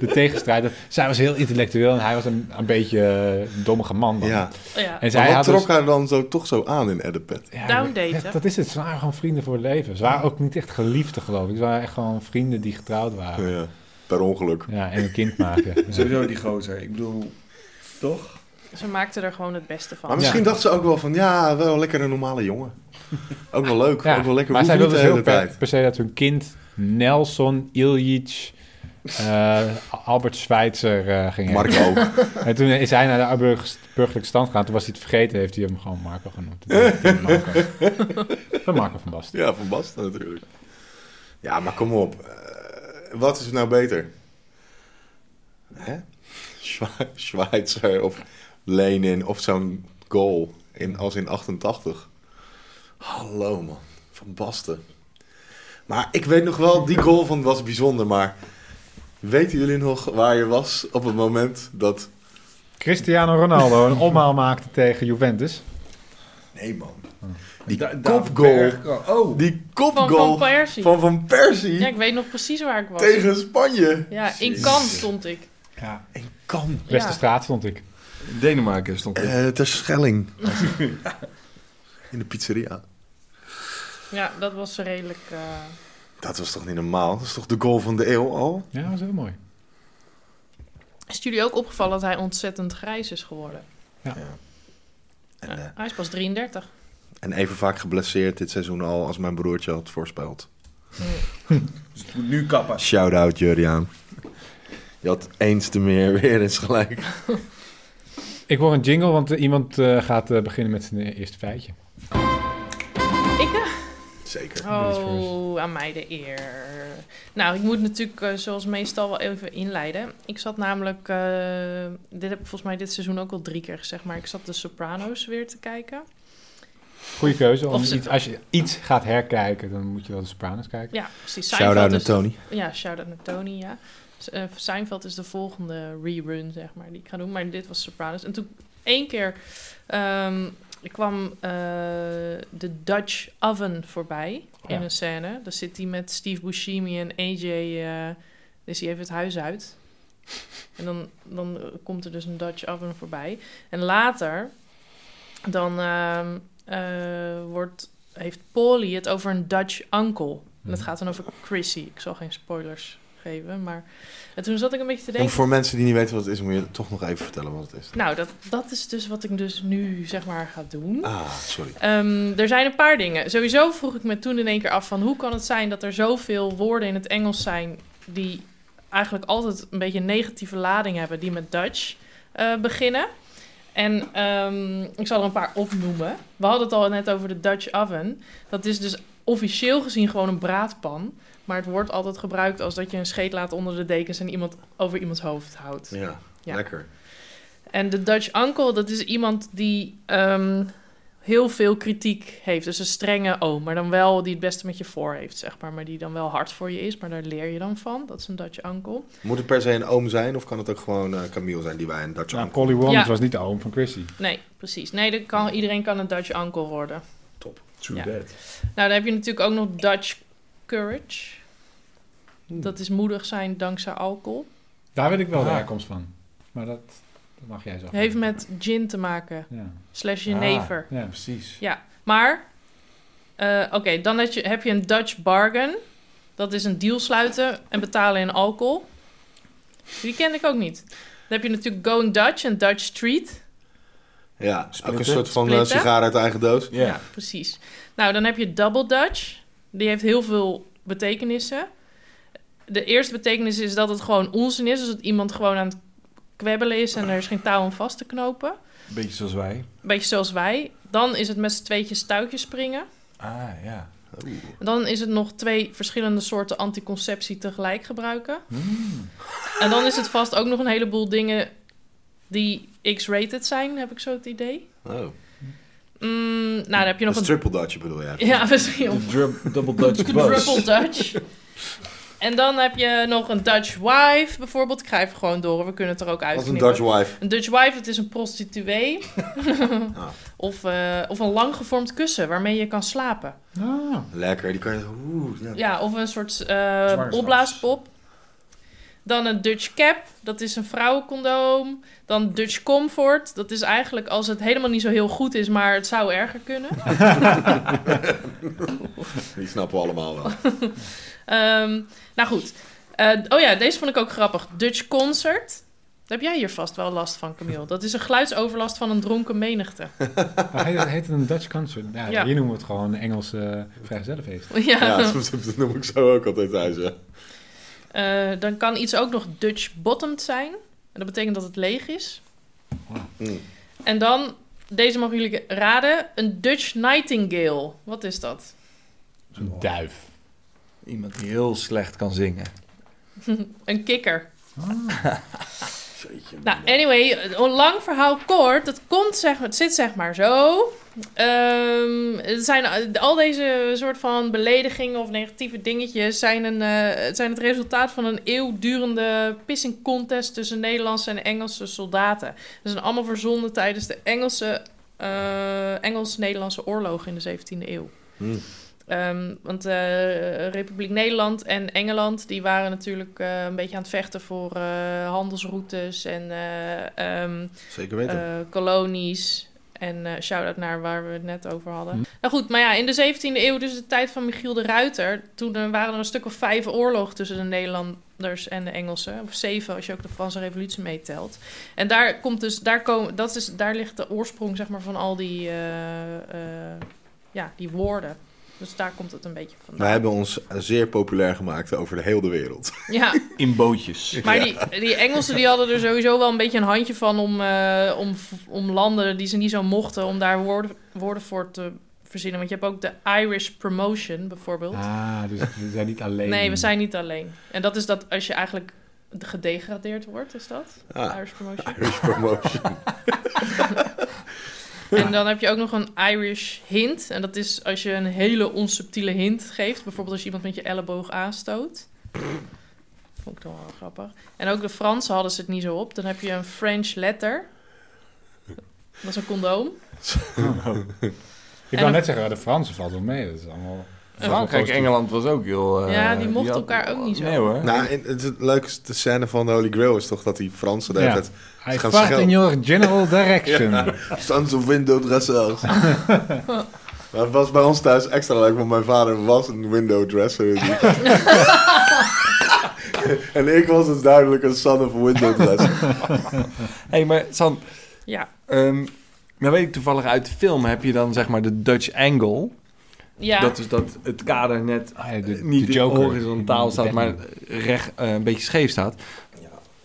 Speaker 2: de, tegenstrijd. Dat- Zij was heel intellectueel en hij was een, een beetje eh, dommige man. dan.
Speaker 3: Ja.
Speaker 5: Ja.
Speaker 2: En zij
Speaker 3: Maar wat
Speaker 2: had
Speaker 3: trok
Speaker 2: dus-
Speaker 3: haar dan zo, toch zo aan in Edipet?
Speaker 2: ja,
Speaker 5: Downdaten.
Speaker 2: dat- Dat is het. Ze waren gewoon vrienden voor het leven. Ze waren ook niet echt geliefden, geloof ik. Ze waren echt gewoon vrienden die getrouwd waren.
Speaker 3: Ja. Eh, Per ongeluk.
Speaker 2: Ja, en een kind maken. Ja.
Speaker 4: Sowieso die gozer. Ik bedoel, toch?
Speaker 5: Ze maakten er gewoon het beste van.
Speaker 3: Maar misschien
Speaker 2: Ja.
Speaker 3: dacht ze ook wel van, ja, wel lekker een normale jongen. Ook wel leuk,
Speaker 2: Ja,
Speaker 3: ook wel lekker.
Speaker 2: Maar zij
Speaker 3: hoeven
Speaker 2: wilde
Speaker 3: niet de
Speaker 2: heel
Speaker 3: hele
Speaker 2: per,
Speaker 3: tijd.
Speaker 2: per se dat hun kind Nelson, Iljic, eh, Albert Schweitzer eh ging
Speaker 3: Marco ook.
Speaker 2: heten. En toen is hij naar de burg- burgerlijke stand gegaan. Toen was hij het vergeten, heeft hij hem gewoon Marco genoemd. Toen heette hij Marco. Van Marco van Basten.
Speaker 3: Ja, van Basten natuurlijk. Ja, maar kom op. Eh, wat is nou beter? Hè? Schwe- Schweizer of Lenin of zo'n goal in, als in 88. Hallo man, van Basten. Maar ik weet nog wel, die goal van was bijzonder, maar... Weten jullie nog waar je was op het moment dat...
Speaker 2: Cristiano Ronaldo een omhaal maakte tegen Juventus.
Speaker 3: Nee man, die
Speaker 4: Da- David
Speaker 3: kopgoal,
Speaker 4: Bergkamp. Oh,
Speaker 3: die
Speaker 5: Van
Speaker 3: kopgoal van
Speaker 5: Van Persie.
Speaker 3: Van, van Persie
Speaker 5: Ja, ik weet nog precies waar ik was.
Speaker 3: tegen Spanje.
Speaker 5: Ja, in Cannes stond ik.
Speaker 2: Ja.
Speaker 3: En kan.
Speaker 2: Beste
Speaker 5: Ja.
Speaker 2: straat stond ik.
Speaker 4: Denemarken stond er.
Speaker 3: Eh, ter Schelling. In de pizzeria.
Speaker 5: Ja, dat was redelijk... eh,
Speaker 3: Dat was toch niet normaal? Dat is toch de goal van de eeuw al?
Speaker 2: Ja, dat was heel mooi.
Speaker 5: Is het jullie ook opgevallen dat hij ontzettend grijs is geworden?
Speaker 3: En, eh,
Speaker 5: Hij is pas 33.
Speaker 3: en even vaak geblesseerd dit seizoen al als mijn broertje had voorspeld.
Speaker 4: Dus het moet nu kappen.
Speaker 3: Shout-out, Juriaan. Je had eens te meer, weer eens gelijk.
Speaker 2: Ik hoor een jingle, want eh, iemand eh, gaat eh, beginnen met zijn eh, eerste feitje.
Speaker 5: Ik eh,
Speaker 3: Zeker.
Speaker 5: Oh, aan mij de eer. Nou, ik moet natuurlijk eh, zoals meestal wel even inleiden. Ik zat namelijk, eh, dit heb ik volgens mij dit seizoen ook al drie keer gezegd, maar ik zat de Soprano's weer te kijken.
Speaker 2: Goeie keuze. Om
Speaker 5: Of ze-
Speaker 2: iets, als je iets gaat herkijken, dan moet je wel de Sopranos kijken.
Speaker 5: Ja, precies.
Speaker 3: Shout-out
Speaker 5: Seinfeld
Speaker 3: naar
Speaker 5: is de-
Speaker 3: Tony.
Speaker 5: Ja, shout-out naar Tony, ja. S- eh, Seinfeld is de volgende rerun, zeg maar, die ik ga doen. Maar dit was Sopranos. En toen één keer ehm, er kwam eh, de Dutch Oven voorbij
Speaker 2: Oh,
Speaker 5: in
Speaker 2: ja.
Speaker 5: een scène. Daar zit hij met Steve Buscemi en AJ. eh, dus die even het huis uit. En dan, dan eh, komt er dus een Dutch Oven voorbij. En later, dan ehm, eh, wordt, heeft Polly het over een Dutch uncle. En dat
Speaker 2: Mhm.
Speaker 5: gaat dan over Chrissy. Ik zal geen spoilers geven, maar... En toen zat ik een beetje te
Speaker 3: En
Speaker 5: denken...
Speaker 3: voor mensen die niet weten wat het is, moet je toch nog even vertellen wat het is.
Speaker 5: Nou, dat, dat is dus wat ik dus nu zeg maar ga doen.
Speaker 3: Ah, sorry.
Speaker 5: Ehm, er zijn een paar dingen. Sowieso vroeg ik me toen in één keer af van hoe kan het zijn dat er zoveel woorden in het Engels zijn die eigenlijk altijd een beetje een negatieve lading hebben, die met Dutch eh, beginnen. En ehm, ik zal er een paar opnoemen. We hadden het al net over de Dutch oven. Dat is dus officieel gezien gewoon een braadpan. Maar het wordt altijd gebruikt als dat je een scheet laat onder de dekens en iemand over iemands hoofd houdt.
Speaker 3: Ja,
Speaker 5: Ja.
Speaker 3: lekker.
Speaker 5: En de Dutch uncle, dat is iemand die ehm, heel veel kritiek heeft. Dus een strenge oom, maar dan wel die het beste met je voor heeft, zeg maar. Maar die dan wel hard voor je is, maar daar leer je dan van. Dat is een Dutch uncle.
Speaker 3: Moet het per se een oom zijn of kan het ook gewoon eh Camille zijn die wij een Dutch
Speaker 2: Nou,
Speaker 3: uncle-
Speaker 2: Collie Wong
Speaker 5: Ja.
Speaker 2: was niet de oom van Chrissy.
Speaker 5: Nee, precies. Nee, dat kan, iedereen kan een Dutch uncle worden.
Speaker 4: True
Speaker 5: Ja.
Speaker 4: that.
Speaker 5: Nou, dan heb je natuurlijk ook nog Dutch courage. Dat is moedig zijn dankzij alcohol.
Speaker 2: Daar weet ik wel de
Speaker 4: Ah.
Speaker 2: herkomst van. Maar dat, dat mag jij zo.
Speaker 5: Heeft met gin te maken,
Speaker 2: Ja.
Speaker 5: slash jenever.
Speaker 2: ja.
Speaker 4: Precies.
Speaker 5: Maar, eh, oké, dan heb je, heb je een Dutch bargain. Dat is een deal sluiten en betalen in alcohol. Die kende ik ook niet. Dan heb je natuurlijk Going Dutch en Dutch Street.
Speaker 3: Ja, ook een
Speaker 4: Splitten.
Speaker 3: soort van eh,
Speaker 5: Splitten.
Speaker 3: sigaar uit de eigen doos.
Speaker 4: Ja.
Speaker 5: Precies. Nou, dan heb je Double Dutch. Die heeft heel veel betekenissen. De eerste betekenis is dat het gewoon onzin is. Dus dat iemand gewoon aan het kwebbelen is en er is geen touw om vast te knopen.
Speaker 1: Beetje zoals wij.
Speaker 5: Beetje zoals wij. Dan is het met z'n tweetjes stuitjes springen.
Speaker 1: Ah, ja.
Speaker 3: Oeh.
Speaker 5: Dan is het nog twee verschillende soorten anticonceptie tegelijk gebruiken.
Speaker 2: Hmm.
Speaker 5: En dan is het vast ook nog een heleboel dingen die X-rated zijn, heb ik zo het idee.
Speaker 3: Oh.
Speaker 5: Mm, nou, dan heb je nog
Speaker 3: dat is
Speaker 5: een...
Speaker 3: triple Dutch bedoel jij?
Speaker 5: Ja, misschien.
Speaker 4: De
Speaker 5: Of
Speaker 4: drub- double Dutch
Speaker 5: Triple
Speaker 4: bus.
Speaker 5: Dutch. En dan heb je nog een Dutch wife bijvoorbeeld. Ik ga even gewoon door, we kunnen het er ook uit.
Speaker 3: Wat een Dutch wife.
Speaker 5: Een Dutch wife, dat is een prostituee.
Speaker 3: Ah.
Speaker 5: Of, eh, of een langgevormd kussen waarmee je kan slapen.
Speaker 2: Ah,
Speaker 3: Lekker, die kan je... Oeh, ja.
Speaker 5: Ja, of een soort eh,
Speaker 2: Zwangerschap.
Speaker 5: opblaaspop. Dan een Dutch cap, dat is een vrouwencondoom. Dan Dutch comfort, dat is eigenlijk als het helemaal niet zo heel goed is, maar het zou erger kunnen.
Speaker 3: Die snappen we allemaal wel.
Speaker 5: Ehm, nou goed. Eh, oh ja, deze vond ik ook grappig. Dutch concert. Daar heb jij hier vast wel last van, Camille. Dat is een geluidsoverlast van een dronken menigte.
Speaker 2: maar Ah, heet, heet het een Dutch concert? Ja,
Speaker 5: Ja.
Speaker 2: Hier noemen we het gewoon een Engelse vrijgezellenfeest.
Speaker 3: Ja,
Speaker 5: ja.
Speaker 3: dat noem ik zo ook altijd thuis. hè.
Speaker 5: Eh, dan kan iets ook nog Dutch bottomed zijn. En dat betekent dat het leeg is.
Speaker 3: Mm.
Speaker 5: En dan, deze mogen jullie raden, een Dutch Nightingale. Wat is dat?
Speaker 2: Een
Speaker 1: Oh.
Speaker 2: duif.
Speaker 1: Iemand die heel slecht kan zingen.
Speaker 5: Een kikker. Nou, anyway, een lang verhaal kort. Dat komt zeg, het zit zeg maar zo. Ehm, het zijn al deze soort van beledigingen of negatieve dingetjes zijn, een, eh, het zijn het resultaat van een eeuwdurende pissing contest tussen Nederlandse en Engelse soldaten. Dat zijn allemaal verzonnen tijdens de Engelse, eh, Engels-Nederlandse oorlog in de 17e eeuw.
Speaker 3: Mm.
Speaker 5: Ehm, want eh, Republiek Nederland en Engeland die waren natuurlijk eh, een beetje aan het vechten voor eh, handelsroutes en eh, ehm,
Speaker 3: Zeker weten.
Speaker 5: eh, kolonies. En eh shout-out naar waar we het net over hadden.
Speaker 2: Hm.
Speaker 5: Nou goed, maar ja, in de 17e eeuw, dus de tijd van Michiel de Ruiter... toen er waren er een stuk of vijf oorlogen tussen de Nederlanders en de Engelsen. Of zeven, als je ook de Franse revolutie meetelt. En daar, komt dus, daar, komen, dat is, daar ligt de oorsprong zeg maar, van al die, eh, eh, ja, die woorden. Dus daar komt het een beetje vandaan.
Speaker 3: Wij hebben ons zeer populair gemaakt over de hele wereld.
Speaker 5: Ja,
Speaker 1: In bootjes.
Speaker 5: Maar die, die Engelsen die hadden er sowieso wel een beetje een handje van om, eh, om, om landen die ze niet zo mochten, om daar woorden, woorden voor te verzinnen. Want je hebt ook de Irish Promotion bijvoorbeeld.
Speaker 2: Ah, dus we zijn niet alleen.
Speaker 5: nee, we zijn niet alleen. En dat is dat als je eigenlijk gedegradeerd wordt, is dat?
Speaker 3: Ah.
Speaker 5: Irish Promotion.
Speaker 3: Irish promotion.
Speaker 5: En dan heb je ook nog een Irish hint. En dat is als je een hele onsubtiele hint geeft. Bijvoorbeeld als je iemand met je elleboog aanstoot. Vond ik dan wel grappig. En ook de Fransen hadden ze het niet zo op. Dan heb je een French letter. Dat is een condoom.
Speaker 2: Oh.
Speaker 1: Oh.
Speaker 2: Ik
Speaker 5: En-
Speaker 2: wou net zeggen, de Fransen valt wel mee. Dat is allemaal...
Speaker 1: Frankrijk, Engeland was ook heel... eh,
Speaker 5: Ja, die mochten
Speaker 1: had-
Speaker 5: elkaar ook niet zo.
Speaker 1: Nee hoor.
Speaker 3: Nou, en het, het leukste scène van de Holy Grail is toch dat die Fransen daar
Speaker 2: Ja.
Speaker 3: het
Speaker 2: Hij
Speaker 3: gaan
Speaker 2: vaart
Speaker 3: schelden.
Speaker 2: in your general direction.
Speaker 3: Sons of window dressers. Maar het was bij ons thuis extra leuk, want mijn vader was een window dresser. en ik was dus duidelijk een son of a window dresser.
Speaker 1: hey, maar San,
Speaker 5: Ja.
Speaker 1: ehm nou weet ik toevallig uit de film heb je dan zeg maar de Dutch angle.
Speaker 5: Ja.
Speaker 1: Dat is dat het kader net
Speaker 2: Ah, ja,
Speaker 1: eh, niet
Speaker 2: Joker.
Speaker 1: horizontaal staat, maar recht, eh, een beetje scheef staat.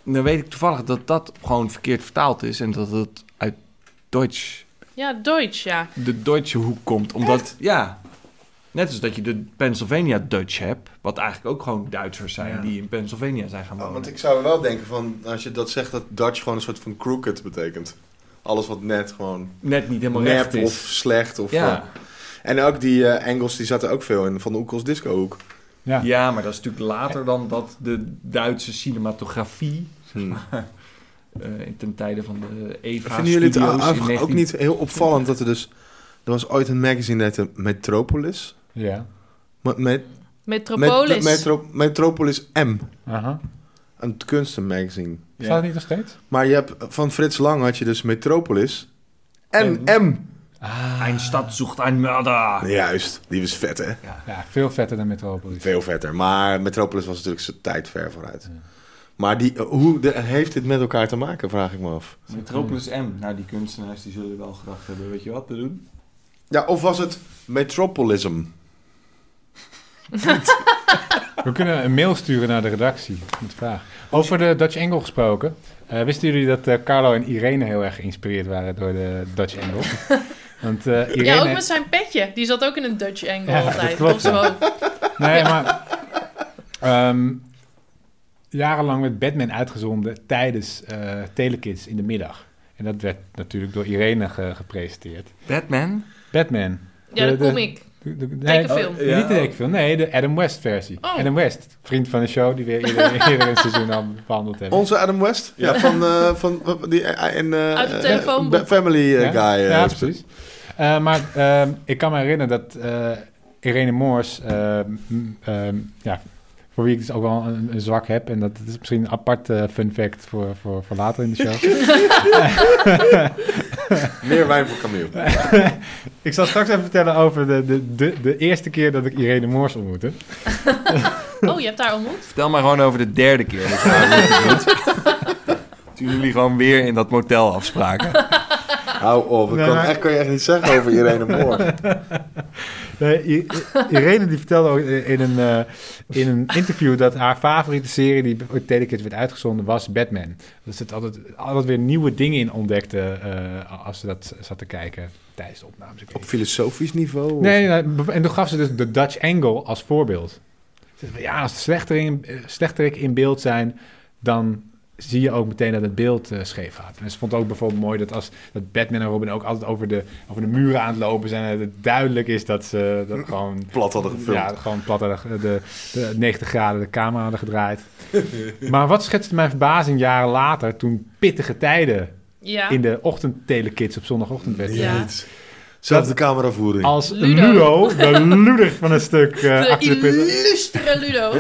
Speaker 1: Dan weet ik toevallig dat dat gewoon verkeerd vertaald is en dat het uit Duits
Speaker 5: ja, Deutsch, ja.
Speaker 1: de Duitse hoek komt. Omdat, ja, net als dat je de Pennsylvania Dutch hebt, wat eigenlijk ook gewoon Duitsers zijn
Speaker 2: Ja.
Speaker 1: die in Pennsylvania zijn gaan wonen.
Speaker 3: Oh, want ik zou wel denken van, als je dat zegt, dat Dutch gewoon een soort van crooked betekent. Alles wat net gewoon
Speaker 1: Net niet helemaal recht
Speaker 3: nep
Speaker 1: is.
Speaker 3: of slecht. Of, eh,
Speaker 1: ja.
Speaker 3: en ook die eh Engels, die zaten ook veel in Van de Oekels Disco Hoek.
Speaker 2: Ja.
Speaker 1: ja, maar dat is natuurlijk later dan dat de Duitse cinematografie... eh, ten tijde van de Eva
Speaker 3: Vinden jullie het
Speaker 1: Studios in
Speaker 3: ook
Speaker 1: 19
Speaker 3: niet heel opvallend dat er dus... Er was ooit een magazine dat heette Metropolis.
Speaker 2: Ja.
Speaker 3: Met, met,
Speaker 5: Metropolis.
Speaker 3: met- metro- Metropolis M.
Speaker 2: Aha.
Speaker 3: Een kunstenmagazine.
Speaker 2: Staat het niet nog steeds?
Speaker 3: Maar je hebt, van Frits Lang had je dus Metropolis en M. Ah,
Speaker 1: Een stad zoekt een mörder.
Speaker 3: Juist, die was vet hè.
Speaker 2: Ja, veel vetter dan Metropolis.
Speaker 3: Veel vetter. Maar Metropolis was natuurlijk zijn tijd ver vooruit. Maar die, eh, hoe de- heeft dit met elkaar te maken, vraag ik me af.
Speaker 1: Metropolis M. Nou, die kunstenaars die zullen wel gedacht hebben, weet je wat, te doen.
Speaker 3: Ja, of was het Metropolism?
Speaker 2: We kunnen een mail sturen naar de redactie met vraag. Over de Dutch Angle gesproken. Eh, wisten jullie dat eh, Carlo en Irene heel erg geïnspireerd waren door de Dutch Angle? Want eh, Irene...
Speaker 5: Ja, ook met zijn petje. Die zat ook in een Dutch angle
Speaker 2: Ja, dat
Speaker 5: altijd.
Speaker 2: klopt,
Speaker 5: Op zijn
Speaker 2: ja.
Speaker 5: hoofd.
Speaker 2: Nee, maar... ehm, jarenlang werd Batman uitgezonden tijdens eh, Telekids in de middag. En dat werd natuurlijk door Irene ge- gepresenteerd.
Speaker 1: Batman?
Speaker 2: Batman.
Speaker 5: Ja,
Speaker 2: De-
Speaker 5: dat
Speaker 2: de-
Speaker 5: kom ik.
Speaker 2: De- de- nee,
Speaker 5: Tekenfilm.
Speaker 2: oh, Niet de tekenfilm, nee, de Adam West versie.
Speaker 5: Oh.
Speaker 2: Adam West, vriend van de show, die we eerder, eerder in het seizoen al behandeld hebben.
Speaker 3: Onze Adam West? Ja, van, eh, van eh, die, eh, in, eh,
Speaker 5: Uit het
Speaker 3: eh,
Speaker 5: telefoonboek.
Speaker 3: Ba- Family eh, Guy. eh,
Speaker 2: ja, precies. Eh, maar ehm, ik kan me herinneren dat eh, Irene Moors, ehm, mm, ehm, ja, voor wie ik dus ook wel een, een zwak heb, en dat is misschien een apart eh, fun fact voor, voor, voor later in de show.
Speaker 3: Meer wijn voor Camille.
Speaker 2: ik zal straks even vertellen over de, de, de, de eerste keer dat ik Irene Moors ontmoette.
Speaker 5: Oh, je hebt daar ontmoet?
Speaker 1: Vertel maar gewoon over de derde keer. Dat je doet. Toen jullie gewoon weer in dat motel afspraken.
Speaker 3: Hou op, dat
Speaker 2: Nee,
Speaker 3: kan,
Speaker 2: maar-
Speaker 3: echt, kan je echt niet zeggen over Irene Moor.
Speaker 2: Nee, I- I- Irene die vertelde ook in een, eh, in een interview dat haar favoriete serie die op Telekids werd uitgezonden was Batman. Dus het altijd, altijd weer nieuwe dingen in ontdekte eh, als ze dat zat te kijken tijdens de opnames. Ik weet
Speaker 3: Op
Speaker 2: niet.
Speaker 3: filosofisch niveau? of-
Speaker 2: Nee, nee, nee, en toen gaf ze dus de Dutch Angle als voorbeeld. Ze zei, Ja, als de slechterin- eh, slechterik in beeld zijn, dan zie je ook meteen dat het beeld eh, scheef gaat. En ze vond ook bijvoorbeeld mooi dat als dat Batman en Robin ook altijd over de, over de muren aan het lopen zijn... en dat het duidelijk is dat ze dat gewoon
Speaker 3: Plat hadden gefilmd.
Speaker 2: ja, gewoon plat hadden ge- de, de 90 graden de camera hadden gedraaid. maar wat schetste mijn verbazing jaren later toen pittige tijden
Speaker 5: Ja.
Speaker 2: in de ochtendtelekids op zondagochtend werden.
Speaker 5: Ja.
Speaker 3: Jeet. Zelfde cameravoering.
Speaker 2: Als
Speaker 5: Ludo.
Speaker 2: Ludo. de luder van een stuk eh
Speaker 5: De
Speaker 2: achter de pit
Speaker 5: illustre Ludo.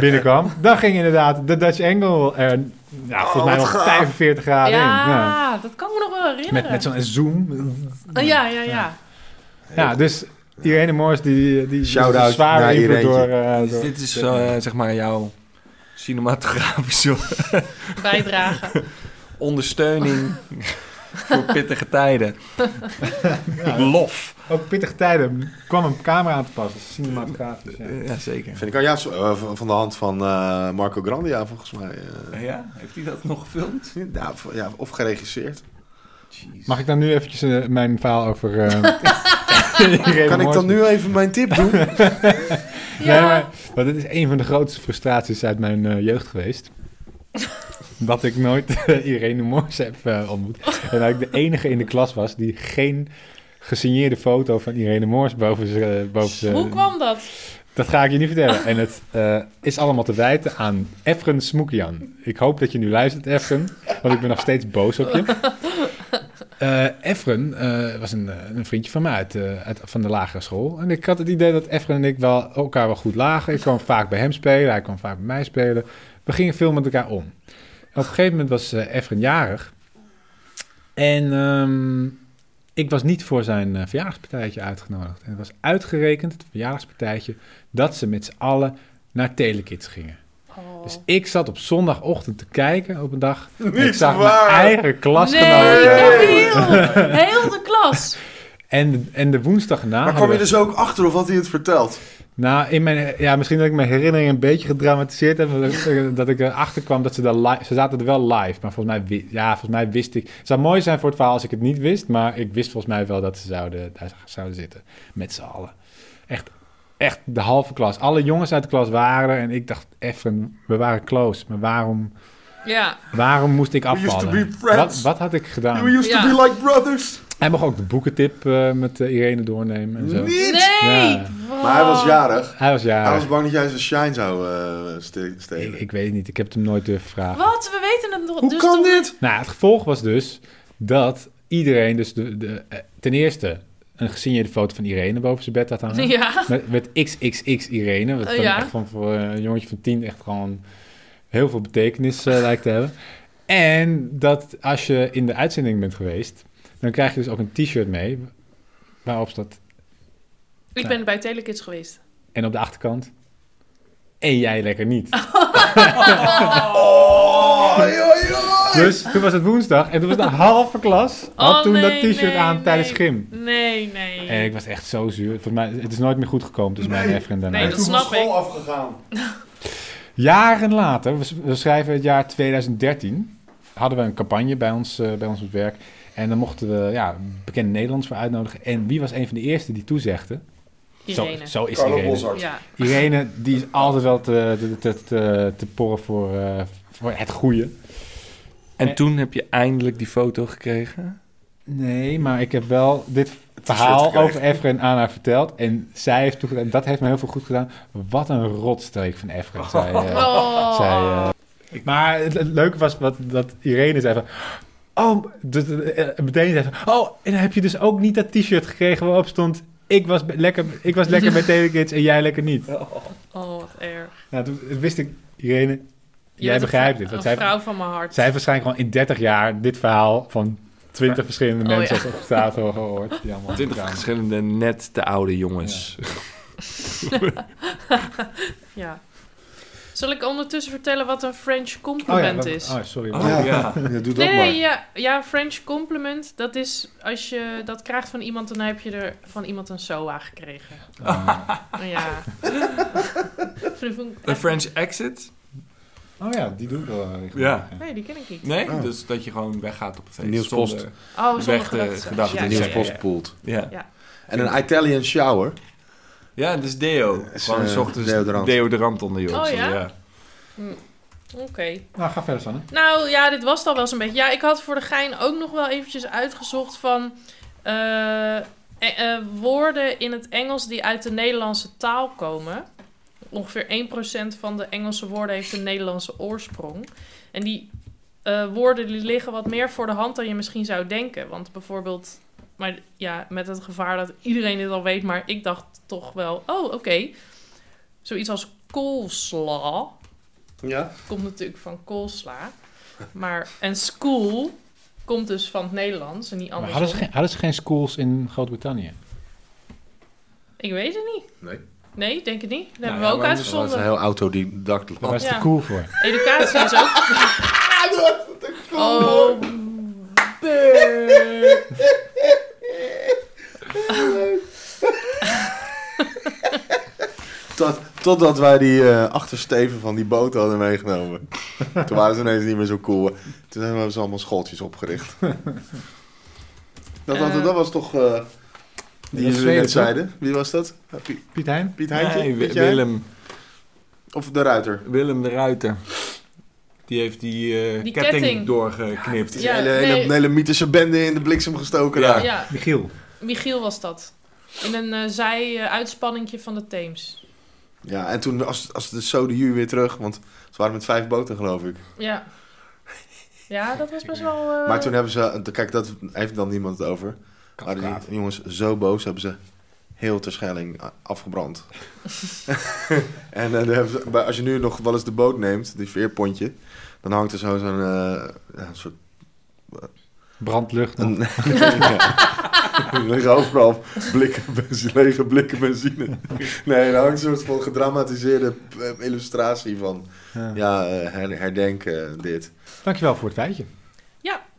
Speaker 2: binnenkwam, dan ging inderdaad de Dutch Angle er nou, volgens mij
Speaker 3: Oh, wat
Speaker 2: nog
Speaker 3: gaaf.
Speaker 2: 45 graden in. Ja.
Speaker 5: Ja, dat kan ik me nog wel herinneren.
Speaker 2: Met, met zo'n zoom.
Speaker 5: Oh, ja, ja, ja.
Speaker 2: Ja, dus Irene Moors die, die
Speaker 3: Shout-out
Speaker 2: was zwaar
Speaker 3: naar
Speaker 2: beïnvloed door,
Speaker 3: Irene.
Speaker 2: eh, door-
Speaker 1: dit is eh, zeg maar jouw cinematografische
Speaker 5: Bijdragen.
Speaker 1: ondersteuning voor pittige tijden. Lof.
Speaker 2: Ook pittige tijden kwam een camera aan te passen. Cinematografisch, ja.
Speaker 3: Eh,
Speaker 1: Ja, zeker.
Speaker 3: Vind ik al ja, zo- eh, van van de hand van eh, Marco Grandia volgens mij. eh.
Speaker 1: Ja, heeft hij dat nog gefilmd?
Speaker 3: ja, of- ja, of geregisseerd.
Speaker 2: Mag ik dan nu eventjes eh, mijn verhaal over... eh, Irene
Speaker 3: Kan ik
Speaker 2: Moors
Speaker 3: dan nu even mijn tip doen?
Speaker 2: Nee,
Speaker 5: Ja.
Speaker 2: maar, maar dit is een van de grootste frustraties uit mijn eh, jeugd geweest. dat ik nooit eh, Irene Moors heb eh, ontmoet. En dat ik de enige in de klas was die geen gesigneerde foto van Irene Moors boven ze... eh, boven ze-
Speaker 5: Hoe kwam dat?
Speaker 2: Dat ga ik je niet vertellen. En het eh, is allemaal te wijten aan Efren Smoekjan. Ik hoop dat je nu luistert, Efren. Want ik ben nog steeds boos op je. Eh, Efren eh, was een, eh, een vriendje van mij uit, eh, uit- van de lagere school. En ik had het idee dat Efren en ik wel elkaar wel goed lagen. Ik kwam vaak bij hem spelen, hij kwam vaak bij mij spelen. We gingen veel met elkaar om. En op een gegeven moment was eh Efren jarig. En ehm, ik was niet voor zijn eh, verjaardagspartijtje uitgenodigd. En het was uitgerekend, het verjaardagspartijtje, dat ze met z'n allen naar Telekids gingen.
Speaker 5: Oh.
Speaker 2: Dus ik zat op zondagochtend te kijken op een dag. en ik
Speaker 4: Niet
Speaker 2: zag
Speaker 4: waar.
Speaker 2: mijn eigen klasgenoten.
Speaker 5: Nee,
Speaker 2: eh,
Speaker 5: Camille! Heel de klas!
Speaker 2: En de, en de woensdag na.
Speaker 3: Maar kwam
Speaker 2: hadden
Speaker 3: je
Speaker 2: we-
Speaker 3: dus ook achter of had hij het verteld?
Speaker 2: Nou, in mijn, ja, misschien dat ik mijn herinnering een beetje gedramatiseerd heb. maar Dat, dat ik erachter kwam dat ze daar live. Ze zaten er wel live. Maar volgens mij, wi- ja, volgens mij wist ik. Het zou mooi zijn voor het verhaal als ik het niet wist. Maar ik wist volgens mij wel dat ze zouden, daar zouden zitten. Met z'n allen. Echt, echt de halve klas. Alle jongens uit de klas waren er. En ik dacht, even, we waren close. Maar waarom,
Speaker 5: Ja,
Speaker 2: waarom moest ik
Speaker 3: used to
Speaker 2: afvallen?
Speaker 3: be friends.
Speaker 2: Wat, wat had ik gedaan?
Speaker 3: We used to
Speaker 5: Ja.
Speaker 3: be like brothers.
Speaker 2: Hij mocht ook de boekentip eh, met eh, Irene doornemen. En zo.
Speaker 3: Niet!
Speaker 5: Nee!
Speaker 2: Ja.
Speaker 5: Wow.
Speaker 3: Maar hij was jarig.
Speaker 2: Hij was ja.
Speaker 3: Hij was bang dat jij zijn shine zou eh, ste-
Speaker 2: Ik,
Speaker 3: stelen.
Speaker 2: ik weet het niet. Ik heb het hem nooit durven vragen.
Speaker 5: Wat? We weten het nog.
Speaker 3: Hoe
Speaker 5: dus
Speaker 3: kan
Speaker 5: toch-
Speaker 3: dit?
Speaker 2: Nou, het gevolg was dus dat iedereen, dus de, de, eh, ten eerste een gesigneerde foto van Irene boven zijn bed had hangen.
Speaker 5: Ja.
Speaker 2: Met, met XXX Irene, wat
Speaker 5: Eh,
Speaker 2: dan
Speaker 5: ja.
Speaker 2: echt van voor een jongetje van tien echt gewoon heel veel betekenis eh, lijkt te hebben. En dat als je in de uitzending bent geweest, dan krijg je dus ook een t-shirt mee waarop staat
Speaker 5: Ik ben bij Telekids geweest.
Speaker 2: en op de achterkant en jij lekker niet.
Speaker 3: Oh, joh, joh.
Speaker 2: Dus toen was het woensdag en toen was de halve klas had
Speaker 5: Oh,
Speaker 2: toen dat
Speaker 5: nee,
Speaker 2: t-shirt
Speaker 5: nee,
Speaker 2: aan tijdens
Speaker 5: nee.
Speaker 2: gym.
Speaker 5: Nee, nee.
Speaker 2: En Eh, ik was echt zo zuur. Volgens mij, het is nooit meer goed gekomen tussen mij en
Speaker 3: Nee.
Speaker 2: Efren daarna.
Speaker 5: Nee, dat
Speaker 3: Toen was
Speaker 5: snap ik.
Speaker 3: school afgegaan.
Speaker 2: Jaren later, we s- we schrijven het jaar 2013, hadden we een campagne bij ons, eh, bij ons op het werk. En dan mochten we ja, bekende Nederlands voor uitnodigen. En wie was een van de eerste die toezegde?
Speaker 5: Irene.
Speaker 2: Zo, zo is
Speaker 3: Carlo
Speaker 2: Irene.
Speaker 3: Boszart.
Speaker 5: Ja.
Speaker 2: Irene, die is altijd wel te, te, te, te, te porren voor, eh, voor het goede.
Speaker 1: En toen heb je eindelijk die foto gekregen.
Speaker 2: Nee, maar ik heb wel dit verhaal
Speaker 3: gekregen.
Speaker 2: over Efren aan haar verteld. En zij heeft toegedaan, en dat heeft me heel veel goed gedaan. Wat een rotstreek van Efren, zei, eh,
Speaker 5: Oh.
Speaker 2: zei, eh. Maar het, het leuke was wat, dat Irene zei van... Oh, dus, eh, meteen zei van... Oh, en dan heb je dus ook niet dat t-shirt gekregen waarop stond... Ik was, be- lekker, ik was lekker bij Telekids en jij lekker niet.
Speaker 5: oh, wat erg.
Speaker 2: Nou, toen wist ik, Irene,
Speaker 5: Je
Speaker 2: jij
Speaker 5: bent
Speaker 2: begrijpt
Speaker 5: een,
Speaker 2: dit. Want
Speaker 5: Een
Speaker 2: zij,
Speaker 5: vrouw van mijn hart.
Speaker 2: zij heeft waarschijnlijk gewoon in 30 jaar dit verhaal van 20 verschillende
Speaker 5: Oh,
Speaker 2: mensen
Speaker 5: ja.
Speaker 2: op straat gehoord. Die allemaal gedaan.
Speaker 1: verschillende net te oude jongens.
Speaker 5: Ja. Zal ik ondertussen vertellen wat een
Speaker 2: Oh
Speaker 5: French
Speaker 2: ja,
Speaker 5: compliment
Speaker 2: dat-
Speaker 5: is?
Speaker 2: oh, sorry.
Speaker 1: Oh,
Speaker 3: Ja.
Speaker 1: ja.
Speaker 3: Ja, doe dat
Speaker 5: Nee,
Speaker 3: maar.
Speaker 5: nee, ja, ja, French compliment, dat is als je dat krijgt van iemand, dan heb je er van iemand een SOA gekregen. Ja.
Speaker 1: Een French exit?
Speaker 2: Oh ja, die doe ik wel. regelmatig,
Speaker 1: Ja.
Speaker 5: Nee, die ken ik niet.
Speaker 1: Nee,
Speaker 3: Oh.
Speaker 1: dus dat je gewoon weggaat op de feest.
Speaker 3: Niels
Speaker 1: zonder-
Speaker 3: Post.
Speaker 5: Oh,
Speaker 1: Weg,
Speaker 5: zonder
Speaker 1: eh,
Speaker 5: gedachten.
Speaker 1: gedachten.
Speaker 5: Ja,
Speaker 3: De
Speaker 5: ja,
Speaker 1: Nieuws-
Speaker 5: ja.
Speaker 3: nieuwspost poelt.
Speaker 1: Ja.
Speaker 3: En een Italian shower.
Speaker 1: ja, dat is deo.
Speaker 3: Is,
Speaker 1: Gewoon
Speaker 3: eh,
Speaker 1: s ochtends
Speaker 3: deodorant.
Speaker 1: deodorant, onder je
Speaker 5: Oh,
Speaker 1: oksel,
Speaker 5: ja? Oké.
Speaker 2: Nou, ga verder, Sanne.
Speaker 5: Nou ja, dit was het al wel zo'n beetje. Ja, ik had voor de gein ook nog wel eventjes uitgezocht van eh, eh, eh, woorden in het Engels die uit de Nederlandse taal komen. Ongeveer 1% van de Engelse woorden heeft een Nederlandse oorsprong. En die eh, woorden die liggen wat meer voor de hand dan je misschien zou denken. Want bijvoorbeeld, maar ja, met het gevaar dat iedereen dit al weet, maar ik dacht toch wel, oh oké. Zoiets als coleslaw
Speaker 3: Ja.
Speaker 5: komt natuurlijk van koolsla. Maar, en school komt dus van het Nederlands en niet
Speaker 2: Maar
Speaker 5: anders.
Speaker 2: hadden, ze geen, hadden ze geen schools in Groot-Brittannië?
Speaker 5: Ik weet het niet.
Speaker 3: Nee. Nou
Speaker 5: Nee, ik denk het niet. Dat hebben we
Speaker 1: ja,
Speaker 5: ook
Speaker 1: maar
Speaker 3: Dat is een
Speaker 5: uitgezonden.
Speaker 3: heel autodidact. Ah,
Speaker 2: Daar was het
Speaker 5: Ja.
Speaker 2: te cool voor.
Speaker 5: Educatie is ook... Oh,
Speaker 3: Tot, totdat wij die eh, achtersteven van die boot hadden meegenomen. Toen waren ze ineens niet meer zo cool. Toen hebben ze allemaal schooltjes opgericht. Dat, dat,
Speaker 5: Eh.
Speaker 3: dat was toch... eh, die
Speaker 2: was
Speaker 3: jullie
Speaker 2: Zweden,
Speaker 3: net
Speaker 2: toch?
Speaker 3: zeiden. Wie was dat? Eh, Piet,
Speaker 2: Piet Hein?
Speaker 3: Piet Heintje?
Speaker 1: Nee,
Speaker 3: Piet
Speaker 1: Wi-
Speaker 3: jij?
Speaker 1: Willem,
Speaker 3: Of de Ruiter?
Speaker 1: Willem de Ruiter. Die heeft die, eh,
Speaker 5: Die
Speaker 1: ketting,
Speaker 5: ketting.
Speaker 1: doorgeknipt.
Speaker 3: Die
Speaker 5: Ja,
Speaker 3: hele,
Speaker 5: nee.
Speaker 3: hele, hele mythische bende in de bliksem gestoken daar.
Speaker 5: ja.
Speaker 2: Michiel.
Speaker 5: Michiel was dat. In een eh zij-uitspanningje van de Theems.
Speaker 3: Ja, en toen als, als de Sode Ju weer terug, want ze waren met vijf boten geloof ik.
Speaker 5: Ja. Ja, dat was best wel... eh,
Speaker 3: Maar toen hebben ze... Kijk, dat heeft dan niemand het over. Maar die
Speaker 2: Kaskaat.
Speaker 3: jongens, zo boos hebben ze heel Terschelling a- afgebrand. en eh, daar hebben ze- maar als je nu nog wel eens de boot neemt, die veerpontje... dan hangt er zo zo'n eh, ja, een soort...
Speaker 2: Brandlucht.
Speaker 3: Een, ja. Er liggen overal blikken benzine, lege blikken benzine. Nee, daar hangt een soort van gedramatiseerde eh, illustratie van...
Speaker 2: Ja.
Speaker 3: ja, eh, her- herdenken eh, dit.
Speaker 2: Dankjewel voor het feitje.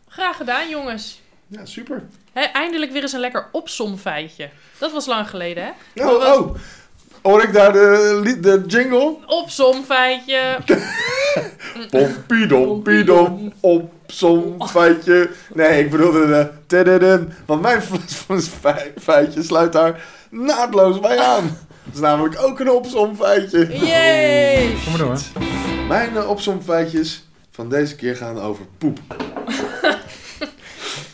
Speaker 5: Graag gedaan, jongens.
Speaker 3: Ja, super.
Speaker 5: Hè, eindelijk weer eens een lekker opsomfeitje. Dat was lang geleden, hè?
Speaker 3: Oh, oh, hoor ik daar de, lied- de jingle?
Speaker 5: Opsomfeitje.
Speaker 3: Oh. Pompidom, pidom, op zo'n feitje. Nee, ik bedoelde de tadadam. Want mijn fles van fei- feitje sluit daar naadloos bij aan. Dat is namelijk ook een opzomfeitje.
Speaker 5: Yay!
Speaker 2: Kom maar door. hè.
Speaker 3: Mijn eh, opzomfeitjes van deze keer gaan over poep.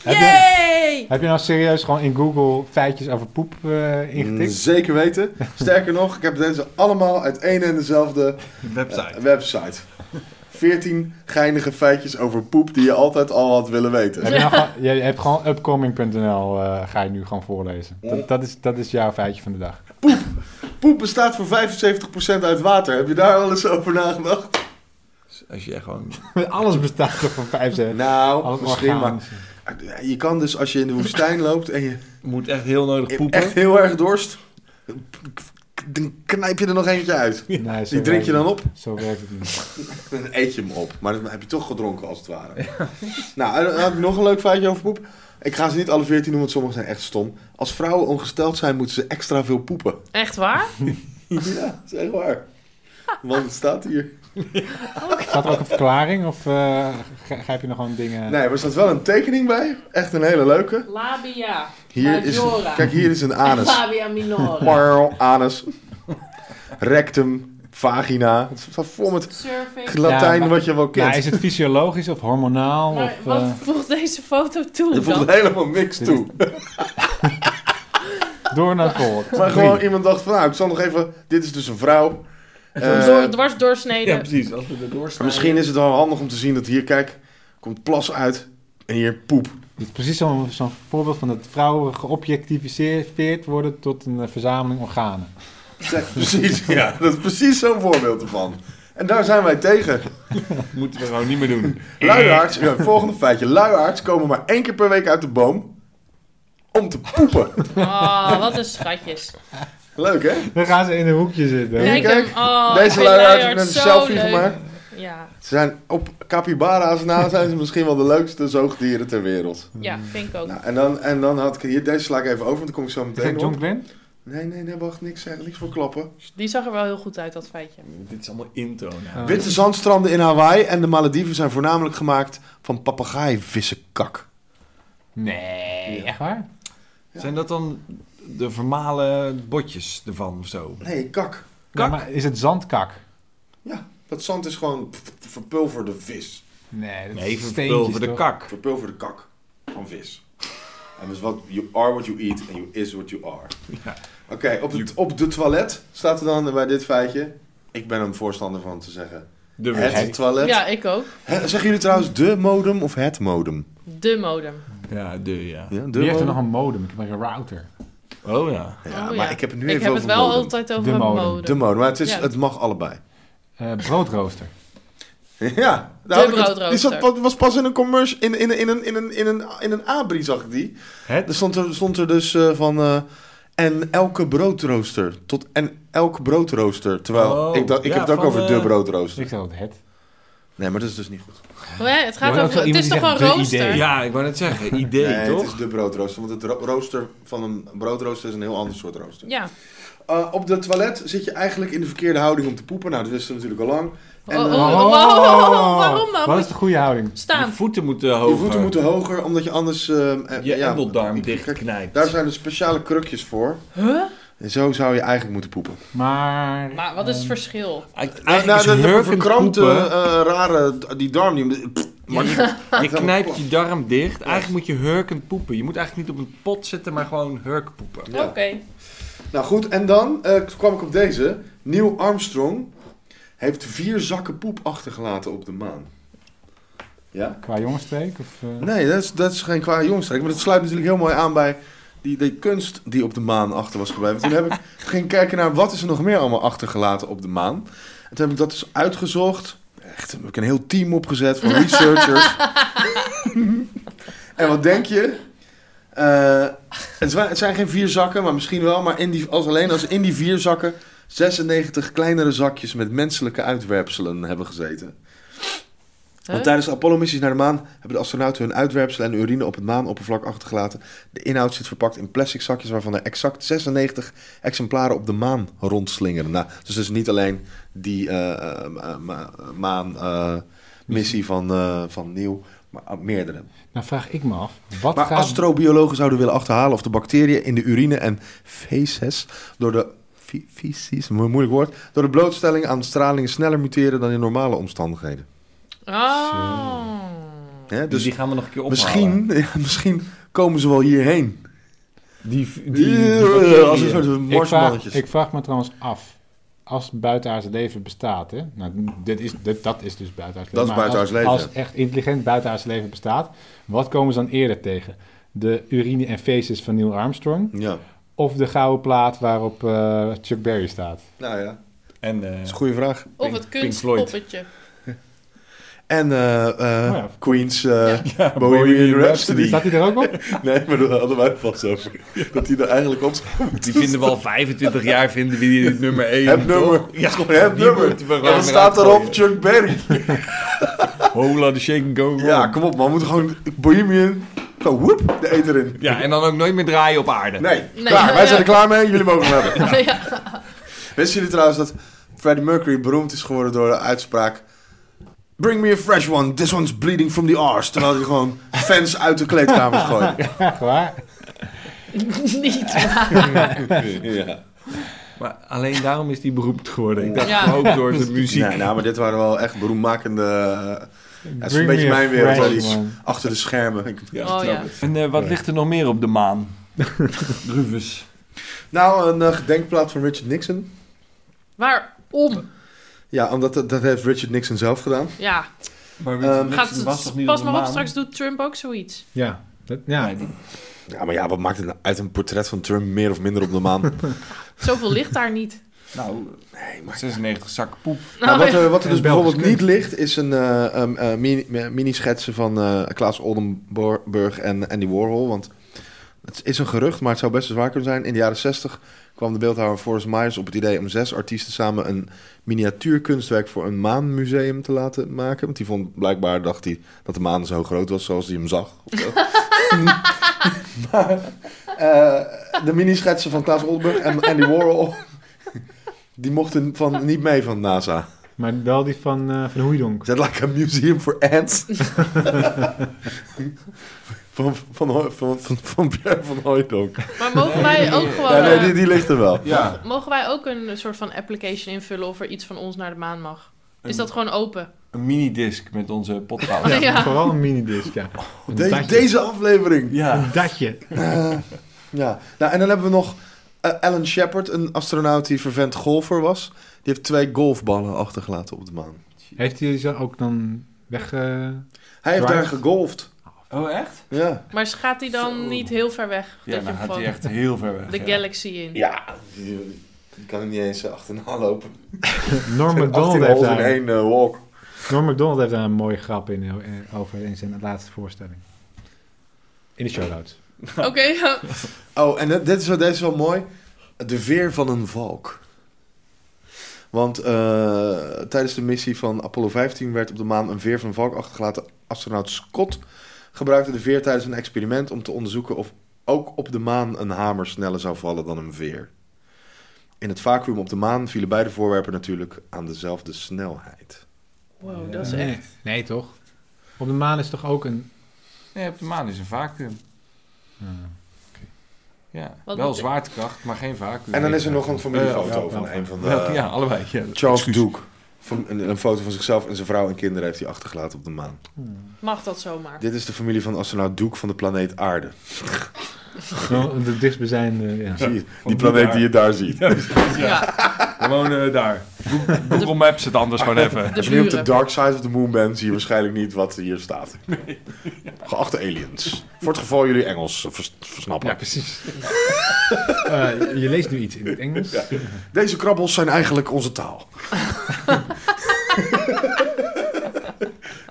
Speaker 2: Heb je,
Speaker 5: Yay!
Speaker 2: heb je nou serieus gewoon in Google feitjes over poep eh, ingetikt?
Speaker 3: Mm, Zeker weten. Sterker nog, ik heb deze allemaal uit één en dezelfde eh,
Speaker 4: Website.
Speaker 3: website. 14 geinige feitjes over poep die je altijd al had willen
Speaker 1: Mm.
Speaker 3: weten.
Speaker 2: Heb je, nou gewoon, je hebt gewoon upcoming.nl eh, ga je nu gewoon voorlezen. Dat, dat, is, dat is jouw feitje van de dag.
Speaker 3: Poep bestaat voor 75% uit water. Heb je daar wel eens over nagedacht?
Speaker 4: Als jij gewoon...
Speaker 2: Alles bestaat toch van vijf zetten.
Speaker 3: Nou,
Speaker 2: Alles
Speaker 3: misschien, maar
Speaker 2: organisch.
Speaker 3: je kan dus als je in de woestijn loopt en je
Speaker 1: Moet echt heel nodig
Speaker 3: hebt
Speaker 1: poepen.
Speaker 3: echt heel erg dorst, dan knijp je er nog eentje uit.
Speaker 2: Nee, zo
Speaker 3: Die drink je
Speaker 2: werkt
Speaker 3: dan op
Speaker 2: het- Zo werkt het niet.
Speaker 3: en dan eet je hem op. Maar dan heb je toch gedronken als het ware. Nou, dan heb ik nog een leuk feitje over poep. Ik ga ze niet alle 14 noemen, want sommige zijn echt stom. Als vrouwen ongesteld zijn, moeten ze extra veel poepen.
Speaker 5: Echt waar?
Speaker 3: Ja, dat is echt waar. Want het staat hier.
Speaker 2: Staat er ook een verklaring of eh, ge- grijp je nog gewoon dingen...
Speaker 3: Nee, maar er staat wel een tekening bij. Echt een hele leuke.
Speaker 5: Labia.
Speaker 3: Hier is,
Speaker 5: Majora.
Speaker 3: kijk, hier is een anus.
Speaker 5: Labia minora.
Speaker 3: Marl, anus, rectum, vagina. Het staat vol met
Speaker 5: Surfing.
Speaker 3: Latijn
Speaker 2: Ja, maar- Nou,
Speaker 3: wat je wel kent.
Speaker 2: Maar is het fysiologisch of hormonaal?
Speaker 5: Maar
Speaker 2: of,
Speaker 5: wat
Speaker 2: eh,
Speaker 5: voegt deze foto toe
Speaker 3: Er voelt
Speaker 5: dan?
Speaker 3: helemaal niks toe.
Speaker 2: door naar het volgende.
Speaker 3: Maar
Speaker 2: Drie.
Speaker 3: gewoon iemand dacht van, nou, ik zal nog even... Dit is dus een vrouw. Eh,
Speaker 5: Door, dwars
Speaker 1: Ja,
Speaker 5: doorsneden.
Speaker 1: precies. Als we erdoor
Speaker 3: maar misschien is het wel handig om te zien dat hier, kijk, komt plas uit en hier poep.
Speaker 2: Dit is precies zo'n zo'n voorbeeld van dat vrouwen geobjectiviseerd worden tot een eh, verzameling organen.
Speaker 3: Zeg, precies, ja, dat is precies zo'n voorbeeld ervan. En daar zijn wij tegen.
Speaker 1: moeten we gewoon niet meer doen.
Speaker 3: Luiaards, ja, volgende feitje. Luiaards komen maar één keer per week uit de boom om te poepen.
Speaker 5: Oh, wat een schatjes.
Speaker 3: Leuk, hè?
Speaker 2: Dan gaan ze in een hoekje zitten. hoor.
Speaker 3: Ja.
Speaker 5: Kijk
Speaker 3: kijk,
Speaker 5: hem. Oh, ik
Speaker 3: Deze
Speaker 5: vind
Speaker 3: luiaards
Speaker 5: Luiaard
Speaker 3: hebben een
Speaker 5: zo
Speaker 3: selfie
Speaker 5: leuk.
Speaker 3: gemaakt.
Speaker 5: Ja,
Speaker 3: Ze zijn op capybara's na zijn ze misschien wel de leukste zoogdieren ter wereld.
Speaker 5: ja, vind ik ook.
Speaker 3: Nou, en, dan, en dan had ik hier, deze sla ik even over, want dan kom ik zo
Speaker 2: Is dat
Speaker 3: meteen
Speaker 2: John
Speaker 3: op.
Speaker 2: Glenn?
Speaker 3: Nee, nee, nee, wacht, niks zeggen, niks voor klappen.
Speaker 5: Die zag er wel heel goed uit, dat feitje.
Speaker 1: Dit is allemaal intro nou.
Speaker 2: Ja.
Speaker 3: Witte zandstranden in Hawaii en de Malediven zijn voornamelijk gemaakt van papegaaivissenkak.
Speaker 2: Nee, echt waar?
Speaker 1: Zijn dat dan de vermalen botjes ervan of zo?
Speaker 3: Nee, kak.
Speaker 2: Ja, maar is het zandkak?
Speaker 3: Ja, dat zand is gewoon v- verpulverde vis.
Speaker 2: Nee, dat
Speaker 1: Nee,
Speaker 2: is
Speaker 1: verpul
Speaker 2: steentjes
Speaker 1: voor de
Speaker 2: toch?
Speaker 1: kak.
Speaker 3: Verpulverde kak van vis. En dus wat, you are what you eat and you is what you are.
Speaker 1: Ja.
Speaker 3: Oké, op, het- op de toilet staat er dan bij dit feitje. Ik ben een voorstander van te zeggen.
Speaker 1: De
Speaker 3: Het
Speaker 1: wc.
Speaker 3: toilet.
Speaker 5: Ja, ik ook.
Speaker 3: Hè, zeggen jullie trouwens de modem of het modem?
Speaker 5: De modem.
Speaker 1: Ja, de ja.
Speaker 3: Ja, de
Speaker 2: Wie heeft er nog
Speaker 3: modem?
Speaker 2: een modem? Ik heb maar een router.
Speaker 1: Oh ja.
Speaker 3: Ja,
Speaker 5: Oh,
Speaker 3: maar
Speaker 5: ja.
Speaker 3: ik heb het nu
Speaker 5: ik
Speaker 3: even
Speaker 5: heb
Speaker 3: over
Speaker 5: het wel
Speaker 3: modem.
Speaker 5: altijd over
Speaker 2: De
Speaker 5: een
Speaker 2: modem.
Speaker 5: modem.
Speaker 3: De modem, maar het, is,
Speaker 5: Ja.
Speaker 3: het mag allebei.
Speaker 2: Eh, broodrooster.
Speaker 3: ja,
Speaker 5: De
Speaker 3: had ik het-
Speaker 5: broodrooster.
Speaker 3: die zat, pas- was pas in een commerce, in, in, in, een- in, een in, een, in een abri zag ik die. Er
Speaker 1: Het?
Speaker 3: stond er, stond er dus eh, van, eh, en elke broodrooster, tot en elk broodrooster. Terwijl,
Speaker 1: Oh,
Speaker 3: ik, dacht, ik
Speaker 1: ja,
Speaker 3: heb het ook
Speaker 1: van,
Speaker 3: over
Speaker 1: eh,
Speaker 3: de broodrooster.
Speaker 2: Ik zei altijd het.
Speaker 3: Nee, maar dat is dus niet goed.
Speaker 5: Oh, hè, het gaat
Speaker 2: Je hoort ook
Speaker 5: over,
Speaker 2: wel
Speaker 5: het
Speaker 2: iemand
Speaker 5: is
Speaker 2: die
Speaker 5: toch een
Speaker 2: zegt de
Speaker 5: rooster?
Speaker 2: idee.
Speaker 1: Ja, ik wou net zeggen. Idee,
Speaker 3: nee, het
Speaker 1: toch?
Speaker 3: is de broodrooster, want het ro- rooster van een broodrooster is een heel ander soort rooster.
Speaker 5: Ja.
Speaker 3: Eh, op de toilet zit je eigenlijk in de verkeerde houding om te poepen. Nou, dat wisten we natuurlijk al lang. En,
Speaker 5: Oh,
Speaker 3: eh,
Speaker 5: oh. wow, waarom dan?
Speaker 2: Wat is de goede houding?
Speaker 1: Je
Speaker 5: Staan.
Speaker 1: voeten moeten hoger.
Speaker 3: Je voeten moeten hoger, omdat je anders... ehm, eh,
Speaker 1: Je endeldarm
Speaker 3: ik-
Speaker 1: dichtknijpt.
Speaker 3: Daar zijn er speciale krukjes voor.
Speaker 5: Huh?
Speaker 3: En zo zou je eigenlijk moeten poepen.
Speaker 2: Maar...
Speaker 5: Maar wat is het
Speaker 2: ehm,
Speaker 5: verschil?
Speaker 1: Eigenlijk
Speaker 3: nou,
Speaker 1: is
Speaker 3: dat- dat
Speaker 1: hurkend
Speaker 3: verkrampte,
Speaker 1: poepen-
Speaker 3: eh, rare... d- Die darm die... pff, maar die-
Speaker 1: Je
Speaker 3: helemaal
Speaker 1: knijpt
Speaker 3: plat.
Speaker 1: je darm dicht. Eigenlijk moet je hurkend poepen. Je moet eigenlijk niet op een pot zitten, maar gewoon hurk poepen.
Speaker 3: Ja.
Speaker 5: Oké.
Speaker 3: Nou goed, en dan eh, kwam ik op deze. Neil Armstrong heeft vier zakken poep achtergelaten op de maan. Ja?
Speaker 2: Qua jongensstreek? Of, eh?
Speaker 3: Nee, dat is, dat is geen qua jongstrijk. Maar dat sluit natuurlijk heel mooi aan bij die, die kunst die op de maan achter was gebleven. Toen heb ik ging kijken naar wat is er nog meer allemaal achtergelaten op de maan. En toen heb ik dat dus uitgezocht. Echt, heb ik een heel team opgezet van researchers. en wat denk je? Eh, het, zwa- het zijn geen vier zakken, maar misschien wel. Maar in die, als alleen als in die vier zakken 96 kleinere zakjes met menselijke uitwerpselen hebben gezeten.
Speaker 5: Huh?
Speaker 3: Want tijdens de Apollo-missies naar de maan hebben de astronauten hun uitwerpselen en urine op het maanoppervlak achtergelaten. De inhoud zit verpakt in plastic zakjes waarvan er exact 96 exemplaren op de maan rondslingeren. Nou, dus het is niet alleen die eh, maan-missie van, eh, van Nieuw, maar eh, meerdere.
Speaker 2: Nou vraag ik me af, wat
Speaker 3: Maar
Speaker 2: gaat...
Speaker 3: astrobiologen zouden willen achterhalen of de bacteriën in de urine en feces door de fe- feces, mo- moeilijk woord, door de blootstelling aan straling sneller muteren dan in normale omstandigheden.
Speaker 5: Oh.
Speaker 3: Hè,
Speaker 1: Dus
Speaker 3: dus
Speaker 1: die gaan we nog een keer ophalen.
Speaker 3: misschien, ja, misschien komen ze wel hierheen.
Speaker 1: Die, die,
Speaker 3: Eh, als een soort
Speaker 2: ik, vraag,
Speaker 3: marsmannetjes.
Speaker 2: ik vraag me trouwens af, als buitenaards leven bestaat, hè? Nou, dit is, dit, dat is dus buitenaards
Speaker 3: Dat
Speaker 2: leven.
Speaker 3: is
Speaker 2: maar
Speaker 3: buitenaards leven,
Speaker 2: Als,
Speaker 3: ja.
Speaker 2: als echt intelligent buitenaards leven bestaat, wat komen ze dan eerder tegen? De urine en feces van Neil Armstrong
Speaker 3: Ja.
Speaker 2: of de gouden plaat waarop eh, Chuck Berry staat?
Speaker 3: Nou ja, dat
Speaker 1: En eh,
Speaker 3: is een goede vraag.
Speaker 5: Of
Speaker 1: Pink-
Speaker 5: het
Speaker 1: Pink Floyd.
Speaker 5: kunstpoppetje.
Speaker 3: En eh, eh,
Speaker 2: Oh ja.
Speaker 3: Queen's eh,
Speaker 1: ja,
Speaker 3: Bohemian Rhapsody.
Speaker 2: Staat hij er ook op?
Speaker 3: Nee, maar daar hadden wij het pas over. Dat die er eigenlijk op
Speaker 1: Die vinden we al 25 jaar, vinden we die nummer 1.
Speaker 3: Het nummer.
Speaker 1: Ja,
Speaker 3: Gewoon het nummer. En dan staat erop Chuck Berry.
Speaker 1: Hola, the shake and go roll.
Speaker 3: Ja, kom op man. We moeten gewoon Bohemian... Gewoon woep, de eten erin.
Speaker 1: Ja, en dan ook nooit meer draaien op aarde.
Speaker 3: Nee,
Speaker 5: Nee,
Speaker 3: klaar.
Speaker 5: ja,
Speaker 3: Wij zijn
Speaker 5: ja.
Speaker 3: er klaar mee. Jullie mogen hem hebben.
Speaker 5: Ja.
Speaker 3: Wisten jullie trouwens dat Freddie Mercury beroemd is geworden door de uitspraak... Bring me a fresh one. This one's bleeding from the arse. Terwijl hij gewoon fans uit de kleedkamer gooit.
Speaker 2: Echt waar?
Speaker 5: Niet waar.
Speaker 3: ja.
Speaker 1: Maar alleen daarom is die beroemd geworden. Ik dacht
Speaker 5: Ja.
Speaker 1: ook door de muziek.
Speaker 3: Nee, nou, maar dit waren wel echt beroemdmakende... eh, het is een
Speaker 2: Bring
Speaker 3: beetje
Speaker 2: me a
Speaker 3: mijn wereld.
Speaker 2: fresh
Speaker 3: wel iets
Speaker 2: one.
Speaker 3: achter de schermen. Ik-
Speaker 5: Oh ja.
Speaker 1: En eh, wat ligt er nog meer op de maan? Rufus.
Speaker 3: Nou, een eh, gedenkplaat van Richard Nixon.
Speaker 5: Waarom?
Speaker 3: Ja, omdat dat, dat heeft Richard Nixon zelf gedaan.
Speaker 5: Ja.
Speaker 1: Maar
Speaker 3: Richard Ehm,
Speaker 5: Gaat het, pas maar op, straks doet Trump ook zoiets.
Speaker 2: Ja. Dat, ja.
Speaker 3: Ja, maar ja, wat maakt het nou uit een portret van Trump meer of minder op de maan?
Speaker 5: Zoveel ligt daar niet.
Speaker 1: Nou, nee, maar 96 zakken poep.
Speaker 3: Nou, wat, er, wat er
Speaker 2: En Belgisch
Speaker 3: dus bijvoorbeeld
Speaker 2: kunst.
Speaker 3: niet ligt, is een eh, um, eh, mini- eh, mini-schetsen van eh, Klaas Oldenburg en Andy Warhol. Want het is een gerucht, maar het zou best eens waar kunnen zijn. In de jaren 60 kwam de beeldhouwer Forrest Myers op het idee om zes artiesten samen een miniatuurkunstwerk voor een maanmuseum te laten maken. Want die vond blijkbaar, dacht hij, dat de maan zo groot was zoals hij hem zag. of zo. maar eh, de mini-schetsen van Klaas Oldenburg en Andy Warhol, die mochten van, niet mee van NASA.
Speaker 2: Maar wel die van, eh van Hoeidonk.
Speaker 3: Is that like a museum for ants? van, van, Hooy- van, van, van Pierre van Hooydonk.
Speaker 5: Maar mogen wij ook gewoon...
Speaker 3: Ja, nee, die,
Speaker 5: eh,
Speaker 3: die ligt er wel.
Speaker 4: Ja.
Speaker 5: Mogen wij ook een soort van application invullen of er iets van ons naar de maan mag? Is dat gewoon open?
Speaker 1: Een minidisc met onze podcast.
Speaker 5: Ja.
Speaker 2: Vooral een minidisc, ja. Een
Speaker 3: De-
Speaker 2: datje.
Speaker 3: deze aflevering.
Speaker 1: Ja.
Speaker 2: Een datje.
Speaker 3: Eh, ja. Nou, en dan hebben we nog eh, Alan Shepard, een astronaut die vervent golfer was. Die heeft twee golfballen achtergelaten op de maan.
Speaker 2: Heeft hij ze ook dan weg... eh,
Speaker 3: Hij heeft
Speaker 2: Right.
Speaker 3: daar gegolfd.
Speaker 1: Oh, echt?
Speaker 3: Ja.
Speaker 5: Maar gaat hij dan
Speaker 1: Zo.
Speaker 5: niet heel ver weg?
Speaker 1: Ja,
Speaker 5: dat
Speaker 1: dan
Speaker 5: je hem
Speaker 1: gaat hij
Speaker 5: gewoon
Speaker 1: echt heel ver weg.
Speaker 5: de
Speaker 1: ja.
Speaker 5: galaxy in.
Speaker 3: Ja. die- die kan er niet eens eh, achterna lopen.
Speaker 2: Norm
Speaker 3: 18
Speaker 2: MacDonald Oh, heeft,
Speaker 3: holes in
Speaker 2: daar,
Speaker 3: één eh, walk.
Speaker 2: Norm MacDonald heeft daar een mooie grap in, eh, over in zijn laatste voorstelling. In de show notes.
Speaker 5: Oké, ja.
Speaker 3: Oh, en dit- dit is, wel- deze is wel mooi. De veer van een valk. Want eh, tijdens de missie van Apollo 15 werd op de maan een veer van een valk achtergelaten. Astronaut Scott gebruikte de veer tijdens een experiment om te onderzoeken of ook op de maan een hamer sneller zou vallen dan een veer. In het vacuüm op de maan vielen beide voorwerpen natuurlijk aan dezelfde snelheid.
Speaker 5: Wow, dat is
Speaker 2: nee.
Speaker 5: echt...
Speaker 2: Nee, toch? Op de maan is toch ook een...
Speaker 1: Nee, op de maan is een vacuüm.
Speaker 4: Ah,
Speaker 2: eh,
Speaker 1: Ja.
Speaker 5: Wat
Speaker 1: Wel
Speaker 5: moet-
Speaker 1: zwaartekracht, maar geen vacuüm.
Speaker 3: En dan is er nog een
Speaker 1: Eh,
Speaker 3: familiefoto
Speaker 1: wel-
Speaker 3: van een van de...
Speaker 1: wel- Ja, allebei. Ja.
Speaker 3: Charles
Speaker 1: Excuus.
Speaker 3: Duke. Van een, een foto van zichzelf en zijn vrouw en kinderen heeft hij achtergelaten op de maan.
Speaker 5: Mag dat zomaar?
Speaker 3: Dit is de familie van astronaut Duke van de planeet Aarde.
Speaker 2: gewoon de dichtstbijzijnde... Ja.
Speaker 3: Zie je,
Speaker 1: van
Speaker 3: die planeet
Speaker 1: Duke.
Speaker 3: die je daar ziet.
Speaker 5: Ja.
Speaker 4: Gewoon eh, daar. Go- Google Maps het anders gewoon even.
Speaker 5: De
Speaker 3: Ik weet niet of de
Speaker 5: buren.
Speaker 3: Dark Side of the Moon bent, zie je waarschijnlijk niet wat hier staat. Geachte aliens. Voor het geval jullie Engels vers- versnappen.
Speaker 2: precies. Eh, je leest nu iets in het Engels.
Speaker 3: Deze krabbels zijn eigenlijk onze taal.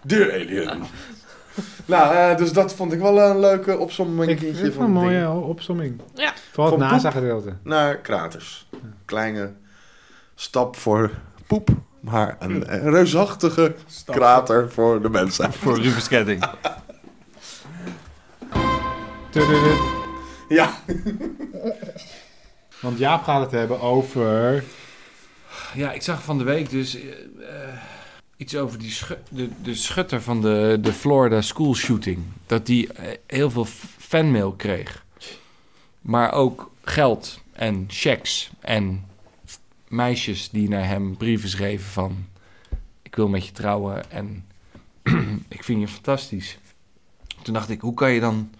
Speaker 3: Dear alien. Nou, eh, dus dat vond ik wel een leuke
Speaker 2: Ik
Speaker 3: opzomming
Speaker 2: vind het wel een
Speaker 3: van
Speaker 2: mooie
Speaker 3: dingen.
Speaker 2: opsomming.
Speaker 5: Ja.
Speaker 2: Vooral
Speaker 3: Van
Speaker 2: het NASA-gedeelte.
Speaker 3: naar kraters. Kleine stap voor poep, maar een eh, reusachtige krater voor de mensen.
Speaker 4: Voor Rufus Ketting.
Speaker 2: Tududud.
Speaker 3: Ja.
Speaker 2: Want Jaap gaat het hebben over...
Speaker 1: Ja, ik zag van de week dus eh, eh, iets over die schu- de, de schutter van de, de Florida school shooting. Dat die eh, heel veel f- fanmail kreeg. Maar ook geld en checks en f- meisjes die naar hem brieven schreven van... Ik wil met je trouwen en ik vind je fantastisch. Toen dacht ik, hoe kan je dan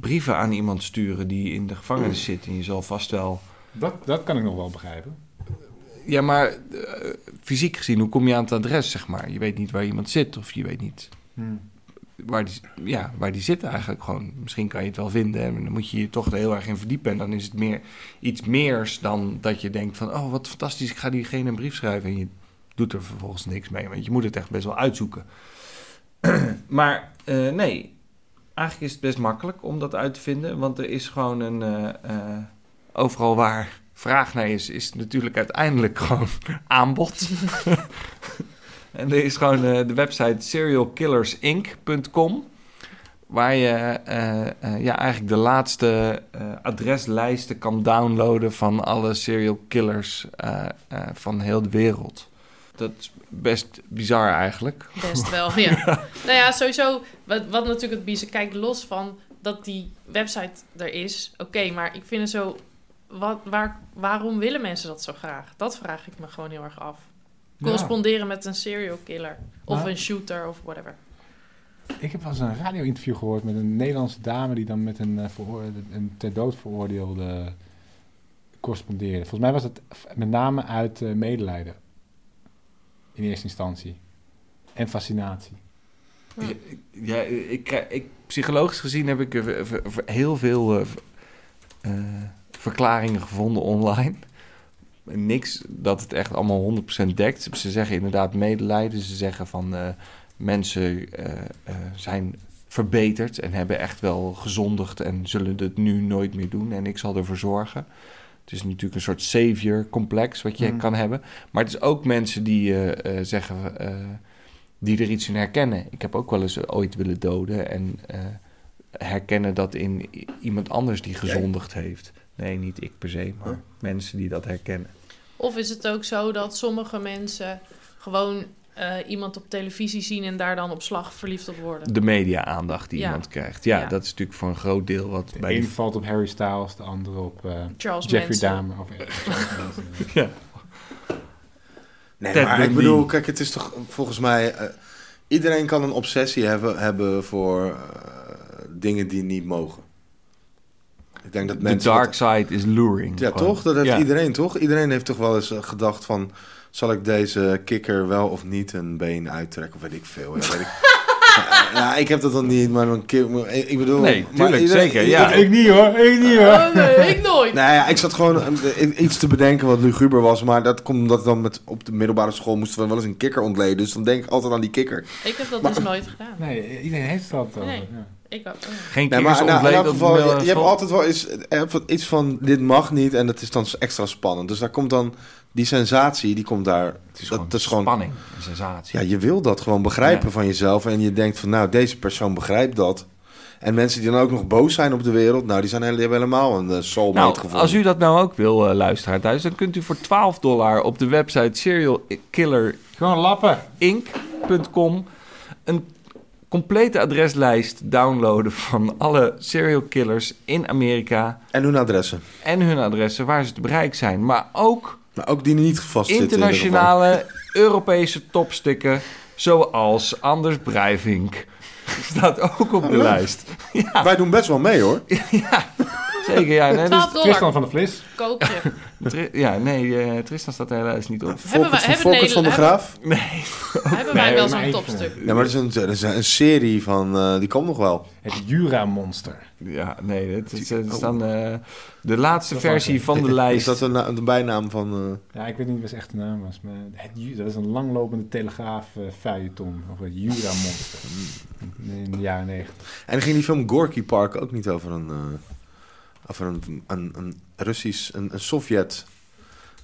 Speaker 1: brieven aan iemand sturen die in de gevangenis zit? En je zal vast wel
Speaker 2: Dat, dat kan ik nog wel begrijpen.
Speaker 1: ja, maar eh, fysiek gezien, hoe kom je aan het adres, zeg maar? Je weet niet waar iemand zit of je weet niet
Speaker 2: Hmm.
Speaker 1: waar die, ja, waar die zit eigenlijk gewoon. Misschien kan je het wel vinden, hè, maar dan moet je je toch er heel erg in verdiepen. En dan is het meer iets meers dan dat je denkt van... oh, wat fantastisch, ik ga diegene een brief schrijven. En je doet er vervolgens niks mee, want je moet het echt best wel uitzoeken. maar eh, nee, eigenlijk is het best makkelijk om dat uit te vinden... want er is gewoon een... eh, eh, overal waar vraag naar is, is natuurlijk uiteindelijk gewoon aanbod... En er is gewoon eh, de website serialkillersinc.com. Waar je eh, eh, ja, eigenlijk de laatste eh, adreslijsten kan downloaden van alle serial killers eh, eh, van heel de wereld. Dat is best bizar eigenlijk.
Speaker 5: Best wel, ja. Nou ja, sowieso, wat, wat natuurlijk het bizar... Kijk, los van dat die website er is, oké, maar ik vind het zo... Wat, waar, waarom willen mensen dat zo graag? Dat vraag ik me gewoon heel erg af. Corresponderen met een serial killer. Of
Speaker 2: Nou.
Speaker 5: een shooter, of whatever.
Speaker 2: Ik heb wel eens een radio-interview gehoord met een Nederlandse dame... die dan met een, eh, veroorde- een ter dood veroordeelde correspondeerde. Volgens mij was het f- met name uit eh, medelijden. In eerste instantie. En fascinatie.
Speaker 5: Ja.
Speaker 1: Ja, ik, krijg- ik, psychologisch gezien heb ik eh, ver- ver- ver- heel veel eh, ver- eh, verklaringen gevonden online. Niks dat het echt allemaal 100% dekt. Ze zeggen inderdaad medelijden. Ze zeggen van eh, mensen eh, eh, zijn verbeterd en hebben echt wel gezondigd en zullen het nu nooit meer doen. En ik zal ervoor zorgen. Het is natuurlijk een soort savior-complex wat je
Speaker 2: Mm.
Speaker 1: kan hebben. Maar het is ook mensen die eh, eh, zeggen. eh, die er iets in herkennen. Ik heb ook wel eens eh, ooit willen doden en eh, herkennen dat in i- iemand anders die gezondigd heeft. Nee, niet ik per se, maar mensen die dat herkennen.
Speaker 5: Of is het ook zo dat sommige mensen gewoon eh, iemand op televisie zien... en daar dan op slag verliefd op worden?
Speaker 1: De media-aandacht die
Speaker 5: Ja.
Speaker 1: iemand krijgt. Ja,
Speaker 5: Ja.
Speaker 1: dat is natuurlijk voor een groot deel wat
Speaker 2: De
Speaker 1: bij
Speaker 2: een
Speaker 1: die...
Speaker 2: valt op Harry Styles, de andere op eh,
Speaker 5: Charles
Speaker 2: Jeffrey
Speaker 5: Manson.
Speaker 2: Dahmer. Of,
Speaker 1: Ja.
Speaker 3: Nee,
Speaker 1: Ted
Speaker 3: maar ik
Speaker 1: Bundy.
Speaker 3: bedoel, kijk, het is toch volgens mij... eh, iedereen kan een obsessie hebben, hebben voor eh, dingen die niet mogen. Ik denk dat
Speaker 1: De
Speaker 3: mensen...
Speaker 1: dark side is luring.
Speaker 3: Ja,
Speaker 1: gewoon.
Speaker 3: toch? Dat heeft
Speaker 1: Ja.
Speaker 3: iedereen, toch? Iedereen heeft toch wel eens eh, gedacht van... zal ik deze kikker wel of niet een been uittrekken? Of weet ik veel. Ja, weet ik. Ja, ja, ik heb dat dan niet, maar een keer... Ik ik bedoel...
Speaker 1: Nee,
Speaker 3: maar
Speaker 1: tuurlijk,
Speaker 3: iedereen-
Speaker 1: zeker, ja.
Speaker 2: ik niet hoor, ik niet hoor.
Speaker 5: Oh, nee, ik nooit!
Speaker 3: Nou ja, ik zat gewoon eh, i- iets te bedenken wat luguber was. Maar dat komt omdat dan met, op de middelbare school moesten we wel eens een kikker ontleden. Dus dan denk ik altijd aan die kikker.
Speaker 5: Ik heb dat
Speaker 3: Maar-
Speaker 5: dus nooit gedaan.
Speaker 2: Nee, iedereen heeft het altijd
Speaker 5: Nee.
Speaker 2: over. Ja.
Speaker 5: Ik ook. oh.
Speaker 1: Geen
Speaker 3: Nee,
Speaker 1: nee,
Speaker 3: maar nou, in elk
Speaker 1: ontleden op de
Speaker 3: geval, je,
Speaker 1: middelbare
Speaker 3: je hebt
Speaker 1: school?
Speaker 3: altijd wel eens, eh, van- iets van dit mag niet. En dat is dan extra spannend. Dus daar komt dan die sensatie, die komt daar.
Speaker 1: Het is
Speaker 3: dat-
Speaker 1: gewoon
Speaker 3: dat is gewoon-
Speaker 1: spanning en sensatie.
Speaker 3: Ja, je wil dat gewoon begrijpen
Speaker 1: Ja.
Speaker 3: van jezelf. En je denkt van, nou, deze persoon begrijpt dat. En mensen die dan ook nog boos zijn op de wereld, nou, die zijn hele- die hebben helemaal een eh, soulmate
Speaker 1: Nou,
Speaker 3: gevonden.
Speaker 1: als u dat nou ook wil, eh, luisteraar thuis... dan kunt u voor 12 dollar op de website Serial Killer
Speaker 2: Gewoon lappen.
Speaker 1: inc.com een complete adreslijst downloaden van alle serial killers in Amerika
Speaker 3: En hun adressen.
Speaker 1: en hun adressen waar ze te bereik zijn, maar ook
Speaker 3: Maar ook die niet vastzitten. in ieder geval.
Speaker 1: internationale Europese topstukken zoals Anders Breivik staat ook op de lijst.
Speaker 3: Nou, Wij doen best wel mee, hoor.
Speaker 1: Zeker, ja. Nee, dus,
Speaker 5: 12
Speaker 2: Tristan
Speaker 5: dollar,
Speaker 2: van de Vlis.
Speaker 5: koop je.
Speaker 1: Tri- ja, nee, eh, Tristan staat er helaas niet op.
Speaker 5: Hebben we-
Speaker 3: Volkert van
Speaker 5: hebben
Speaker 3: Volkert van de
Speaker 5: Nederland-
Speaker 3: Graaf.
Speaker 1: Nee.
Speaker 5: Hebben wij wel zo'n
Speaker 2: maar-
Speaker 5: topstuk.
Speaker 3: Ja, maar dat is een, dat is een serie van... eh, die komt nog wel.
Speaker 2: Het Jura-monster.
Speaker 1: Ja, nee, het is, eh,
Speaker 3: Oh.
Speaker 1: staan, eh, de laatste
Speaker 2: Dat
Speaker 1: versie
Speaker 2: was
Speaker 1: van de
Speaker 3: Is
Speaker 1: lijst.
Speaker 3: dat een, na- een bijnaam van... eh,
Speaker 2: Ja, ik weet niet wat zijn echte naam was, maar het, Ju- dat is een langlopende telegraaf eh feuilleton. Of het Jura-monster. In de jaren negentig.
Speaker 3: En dan ging die film Gorky Park ook niet over een... eh, over een, een, een Russisch... Een, een Sovjet...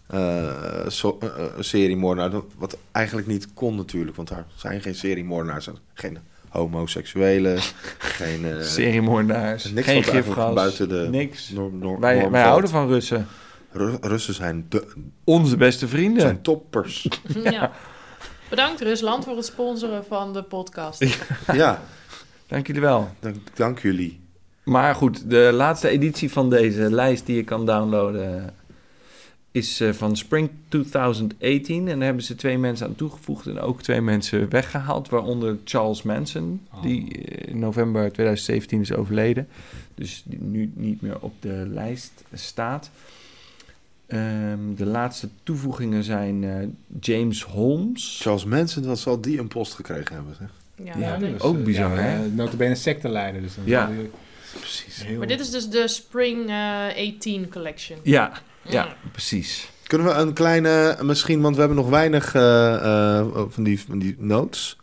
Speaker 3: eh, so- eh, eh, seriemoordenaar. Dat- Wat eigenlijk niet kon natuurlijk. Want daar zijn geen seriemoordenaars. en Geen homoseksuelen. geen... eh,
Speaker 1: Seriemoordenaars.
Speaker 3: niks
Speaker 1: Geen
Speaker 3: wat eigenlijk
Speaker 1: gifgas.
Speaker 3: buiten de
Speaker 1: Niks.
Speaker 3: norm- norm-
Speaker 1: Wij,
Speaker 3: norm
Speaker 1: wij
Speaker 3: valt.
Speaker 1: houden van Russen.
Speaker 3: Ru- Russen zijn, de,
Speaker 1: Onze beste
Speaker 3: zijn
Speaker 1: vrienden.
Speaker 3: toppers.
Speaker 5: Ja. Bedankt Rusland voor het sponsoren van de podcast.
Speaker 3: ja,
Speaker 1: Dank jullie wel.
Speaker 3: dank, dank jullie.
Speaker 1: Maar goed, de laatste editie van deze lijst die je kan downloaden is eh, van Spring 2018. En daar hebben ze twee mensen aan toegevoegd en ook twee mensen weggehaald. Waaronder Charles Manson,
Speaker 2: Oh.
Speaker 1: die eh, in november 2017 is overleden. Dus die nu niet meer op de lijst staat. Ehm, de laatste toevoegingen zijn eh, James Holmes.
Speaker 3: Charles Manson, dat zal die een post gekregen hebben. Zeg.
Speaker 5: Ja,
Speaker 1: Ja.
Speaker 5: leuk.
Speaker 1: Ook bizar, hè?
Speaker 2: dus, eh, Notabene secteleider. Dus dan
Speaker 1: Ja.
Speaker 2: zal die-
Speaker 3: Precies.
Speaker 2: heel-
Speaker 5: Maar dit is dus de Spring eh, 18 Collection.
Speaker 1: Ja,
Speaker 5: Mm.
Speaker 1: ja, precies.
Speaker 3: Kunnen we een kleine, misschien, want we hebben nog weinig eh, eh, van, die, van die notes.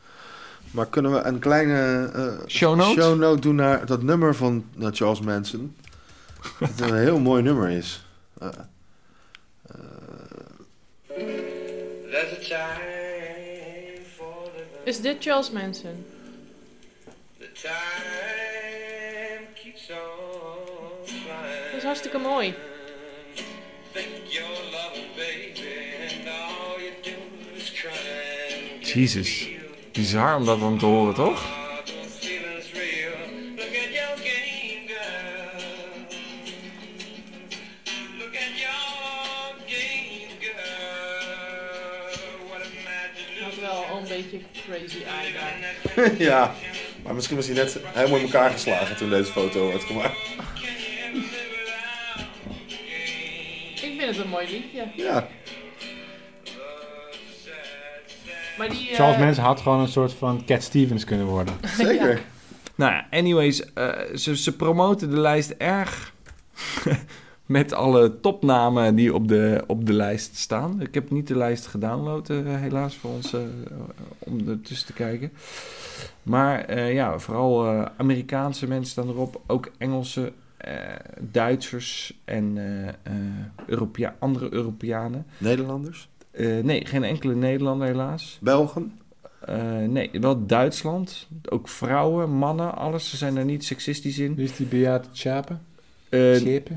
Speaker 3: Maar kunnen we een kleine eh,
Speaker 1: Show notes?
Speaker 3: note doen naar dat nummer van naar Charles Manson? dat het een heel mooi nummer is. Eh, eh,
Speaker 6: There's a time for living.
Speaker 5: Is dit Charles Manson?
Speaker 6: The time keeps on flying.
Speaker 5: Dat is hartstikke mooi.
Speaker 6: Think you're loving, baby, and all you do is crying.
Speaker 1: Jezus. Bizar om dat dan te horen, toch?
Speaker 6: Are those feelings real? Look at your game, girl. Look at your game, girl. What a
Speaker 5: Dat is
Speaker 6: magic
Speaker 5: wel een beetje crazy eye daar.
Speaker 3: ja, maar misschien was hij net helemaal in elkaar geslagen toen deze foto werd gemaakt.
Speaker 5: Ik vind het een mooi liedje.
Speaker 3: Ja.
Speaker 5: Maar die, eh,
Speaker 2: Charles Manson had gewoon een soort van Cat Stevens kunnen worden.
Speaker 3: Zeker.
Speaker 5: Ja.
Speaker 1: Nou ja, anyways, eh, ze, ze promoten de lijst erg met alle topnamen die op de, op de lijst staan. Ik heb niet de lijst gedownload, eh, helaas, voor ons eh, om ertussen te kijken. Maar eh, ja, vooral eh, Amerikaanse mensen staan erop, ook Engelsen, eh, Duitsers en eh, eh, Europea- andere Europeanen.
Speaker 3: Nederlanders?
Speaker 1: Eh, nee, geen enkele Nederlander helaas.
Speaker 3: Belgen?
Speaker 1: Eh, nee, wel Duitsland. Ook vrouwen, mannen, alles. Ze zijn er niet seksistisch in.
Speaker 2: Wie is die Beate Chape?
Speaker 1: Eh
Speaker 2: Chape?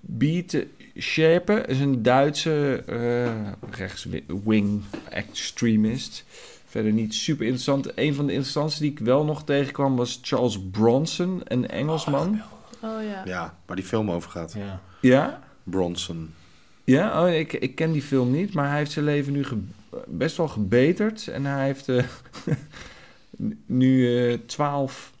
Speaker 1: Biete Scherpe is een Duitse eh, rechtswing extremist. Verder niet super interessant. Een van de instanties die ik wel nog tegenkwam was Charles Bronson, een Engelsman.
Speaker 5: Oh ja.
Speaker 3: Ja, waar die film over gaat.
Speaker 2: Ja.
Speaker 1: Ja?
Speaker 3: Bronson.
Speaker 1: Ja, oh, ik, ik ken die film niet, maar hij heeft zijn leven nu ge- best wel gebeterd. En hij heeft eh, nu eh, twaalf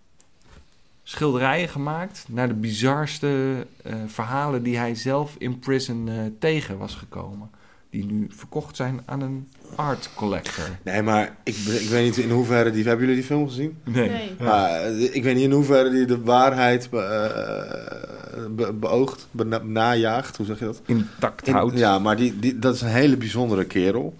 Speaker 1: schilderijen gemaakt naar de bizarste eh, verhalen die hij zelf in prison eh, tegen was gekomen. Die nu verkocht zijn aan een art collector.
Speaker 3: Nee, maar ik, be- ik weet niet in hoeverre die... Hebben jullie die film gezien?
Speaker 1: Nee.
Speaker 5: Nee.
Speaker 3: Maar, eh, ik weet niet in hoeverre die de waarheid be- eh, be- beoogt, bena- benajaagt. Hoe zeg je dat?
Speaker 1: Intact
Speaker 3: In-
Speaker 1: hout.
Speaker 3: ja, maar die, die, dat is een hele bijzondere kerel.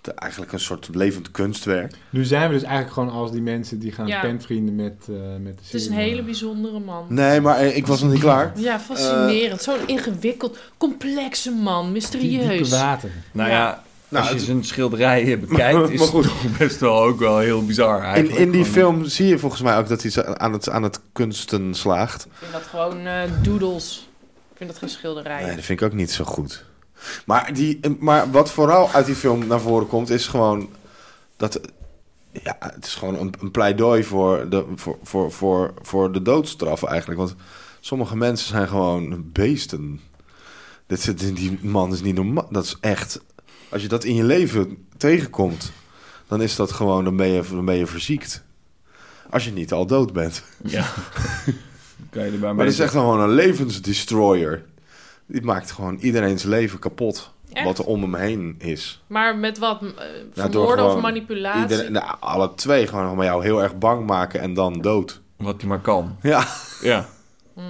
Speaker 3: Te- Eigenlijk een soort levend kunstwerk.
Speaker 2: Nu zijn we dus eigenlijk gewoon als die mensen die gaan
Speaker 5: Ja.
Speaker 2: penvrienden met, eh, met de
Speaker 5: Het is een hele bijzondere man.
Speaker 3: Nee, maar eh, ik was nog niet klaar.
Speaker 5: Ja, fascinerend. Zo'n ingewikkeld, complexe man.
Speaker 2: diepe
Speaker 5: Mysterieus.
Speaker 2: water.
Speaker 1: Nou
Speaker 5: Ja.
Speaker 1: ja,
Speaker 3: Nou,
Speaker 1: als je
Speaker 3: het-
Speaker 1: zijn schilderijen bekijkt, is
Speaker 3: maar
Speaker 1: het
Speaker 3: goed.
Speaker 1: toch best wel ook wel heel bizar
Speaker 3: In,
Speaker 1: eigenlijk.
Speaker 3: in die
Speaker 1: Gewoon-
Speaker 3: film zie je volgens mij ook dat hij zo- aan het, aan het kunsten slaagt.
Speaker 5: Ik vind dat gewoon eh, doodles. Ik vind dat geen schilderij.
Speaker 3: Nee, dat vind ik ook niet zo goed. Maar, die, eh, maar wat vooral uit die film naar voren komt, is gewoon dat. Ja, het is gewoon een, een pleidooi voor de, voor, voor, voor, voor de doodstraf eigenlijk. Want sommige mensen zijn gewoon beesten. Dit, zit in- die man is niet normaal. Dat is echt. Als je dat in je leven tegenkomt, dan is dat gewoon. Dan ben je, dan ben je verziekt. Als je niet al dood bent.
Speaker 1: Ja.
Speaker 4: Kan je erbij
Speaker 3: Maar dat
Speaker 4: mee
Speaker 3: is echt gewoon een levensdestroyer. Die maakt gewoon iedereen's leven kapot.
Speaker 5: Echt?
Speaker 3: Wat er om hem heen is.
Speaker 5: Maar met wat? eh,
Speaker 3: door
Speaker 5: Vermoorden of
Speaker 3: gewoon
Speaker 5: manipulatie?
Speaker 3: Iedereen- nou, alle twee gewoon allemaal jou heel erg bang maken en dan dood.
Speaker 1: Wat die maar kan.
Speaker 3: Ja.
Speaker 1: Ja.
Speaker 5: Mm.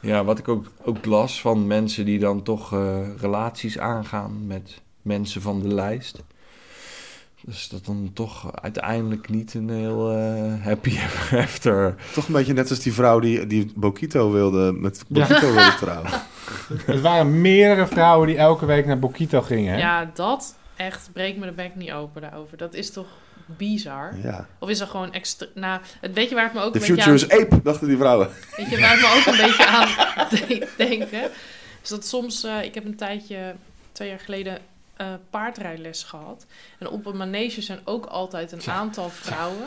Speaker 1: Ja, wat ik ook, ook las van mensen die dan toch eh, relaties aangaan met mensen van de lijst. Dus dat dan toch uiteindelijk niet een heel eh, happy ever after.
Speaker 3: Toch een beetje net als die vrouw die, die Bokito wilde, met Bokito wilde trouwen.
Speaker 2: Het waren meerdere vrouwen die elke week naar Bokito gingen. Hè?
Speaker 5: Ja, dat echt breekt me de bek niet open daarover. Dat is toch bizar?
Speaker 3: Ja.
Speaker 5: Of is dat gewoon extra... Nou, het weet je waar het me ook
Speaker 3: The
Speaker 5: een beetje
Speaker 3: future
Speaker 5: aan...
Speaker 3: is ape, dachten die vrouwen.
Speaker 5: Weet je waar het me ook een beetje aan deed denken? Is dat soms... eh, ik heb een tijdje, twee jaar geleden, eh, paardrijles gehad. En op een manege zijn ook altijd een aantal vrouwen...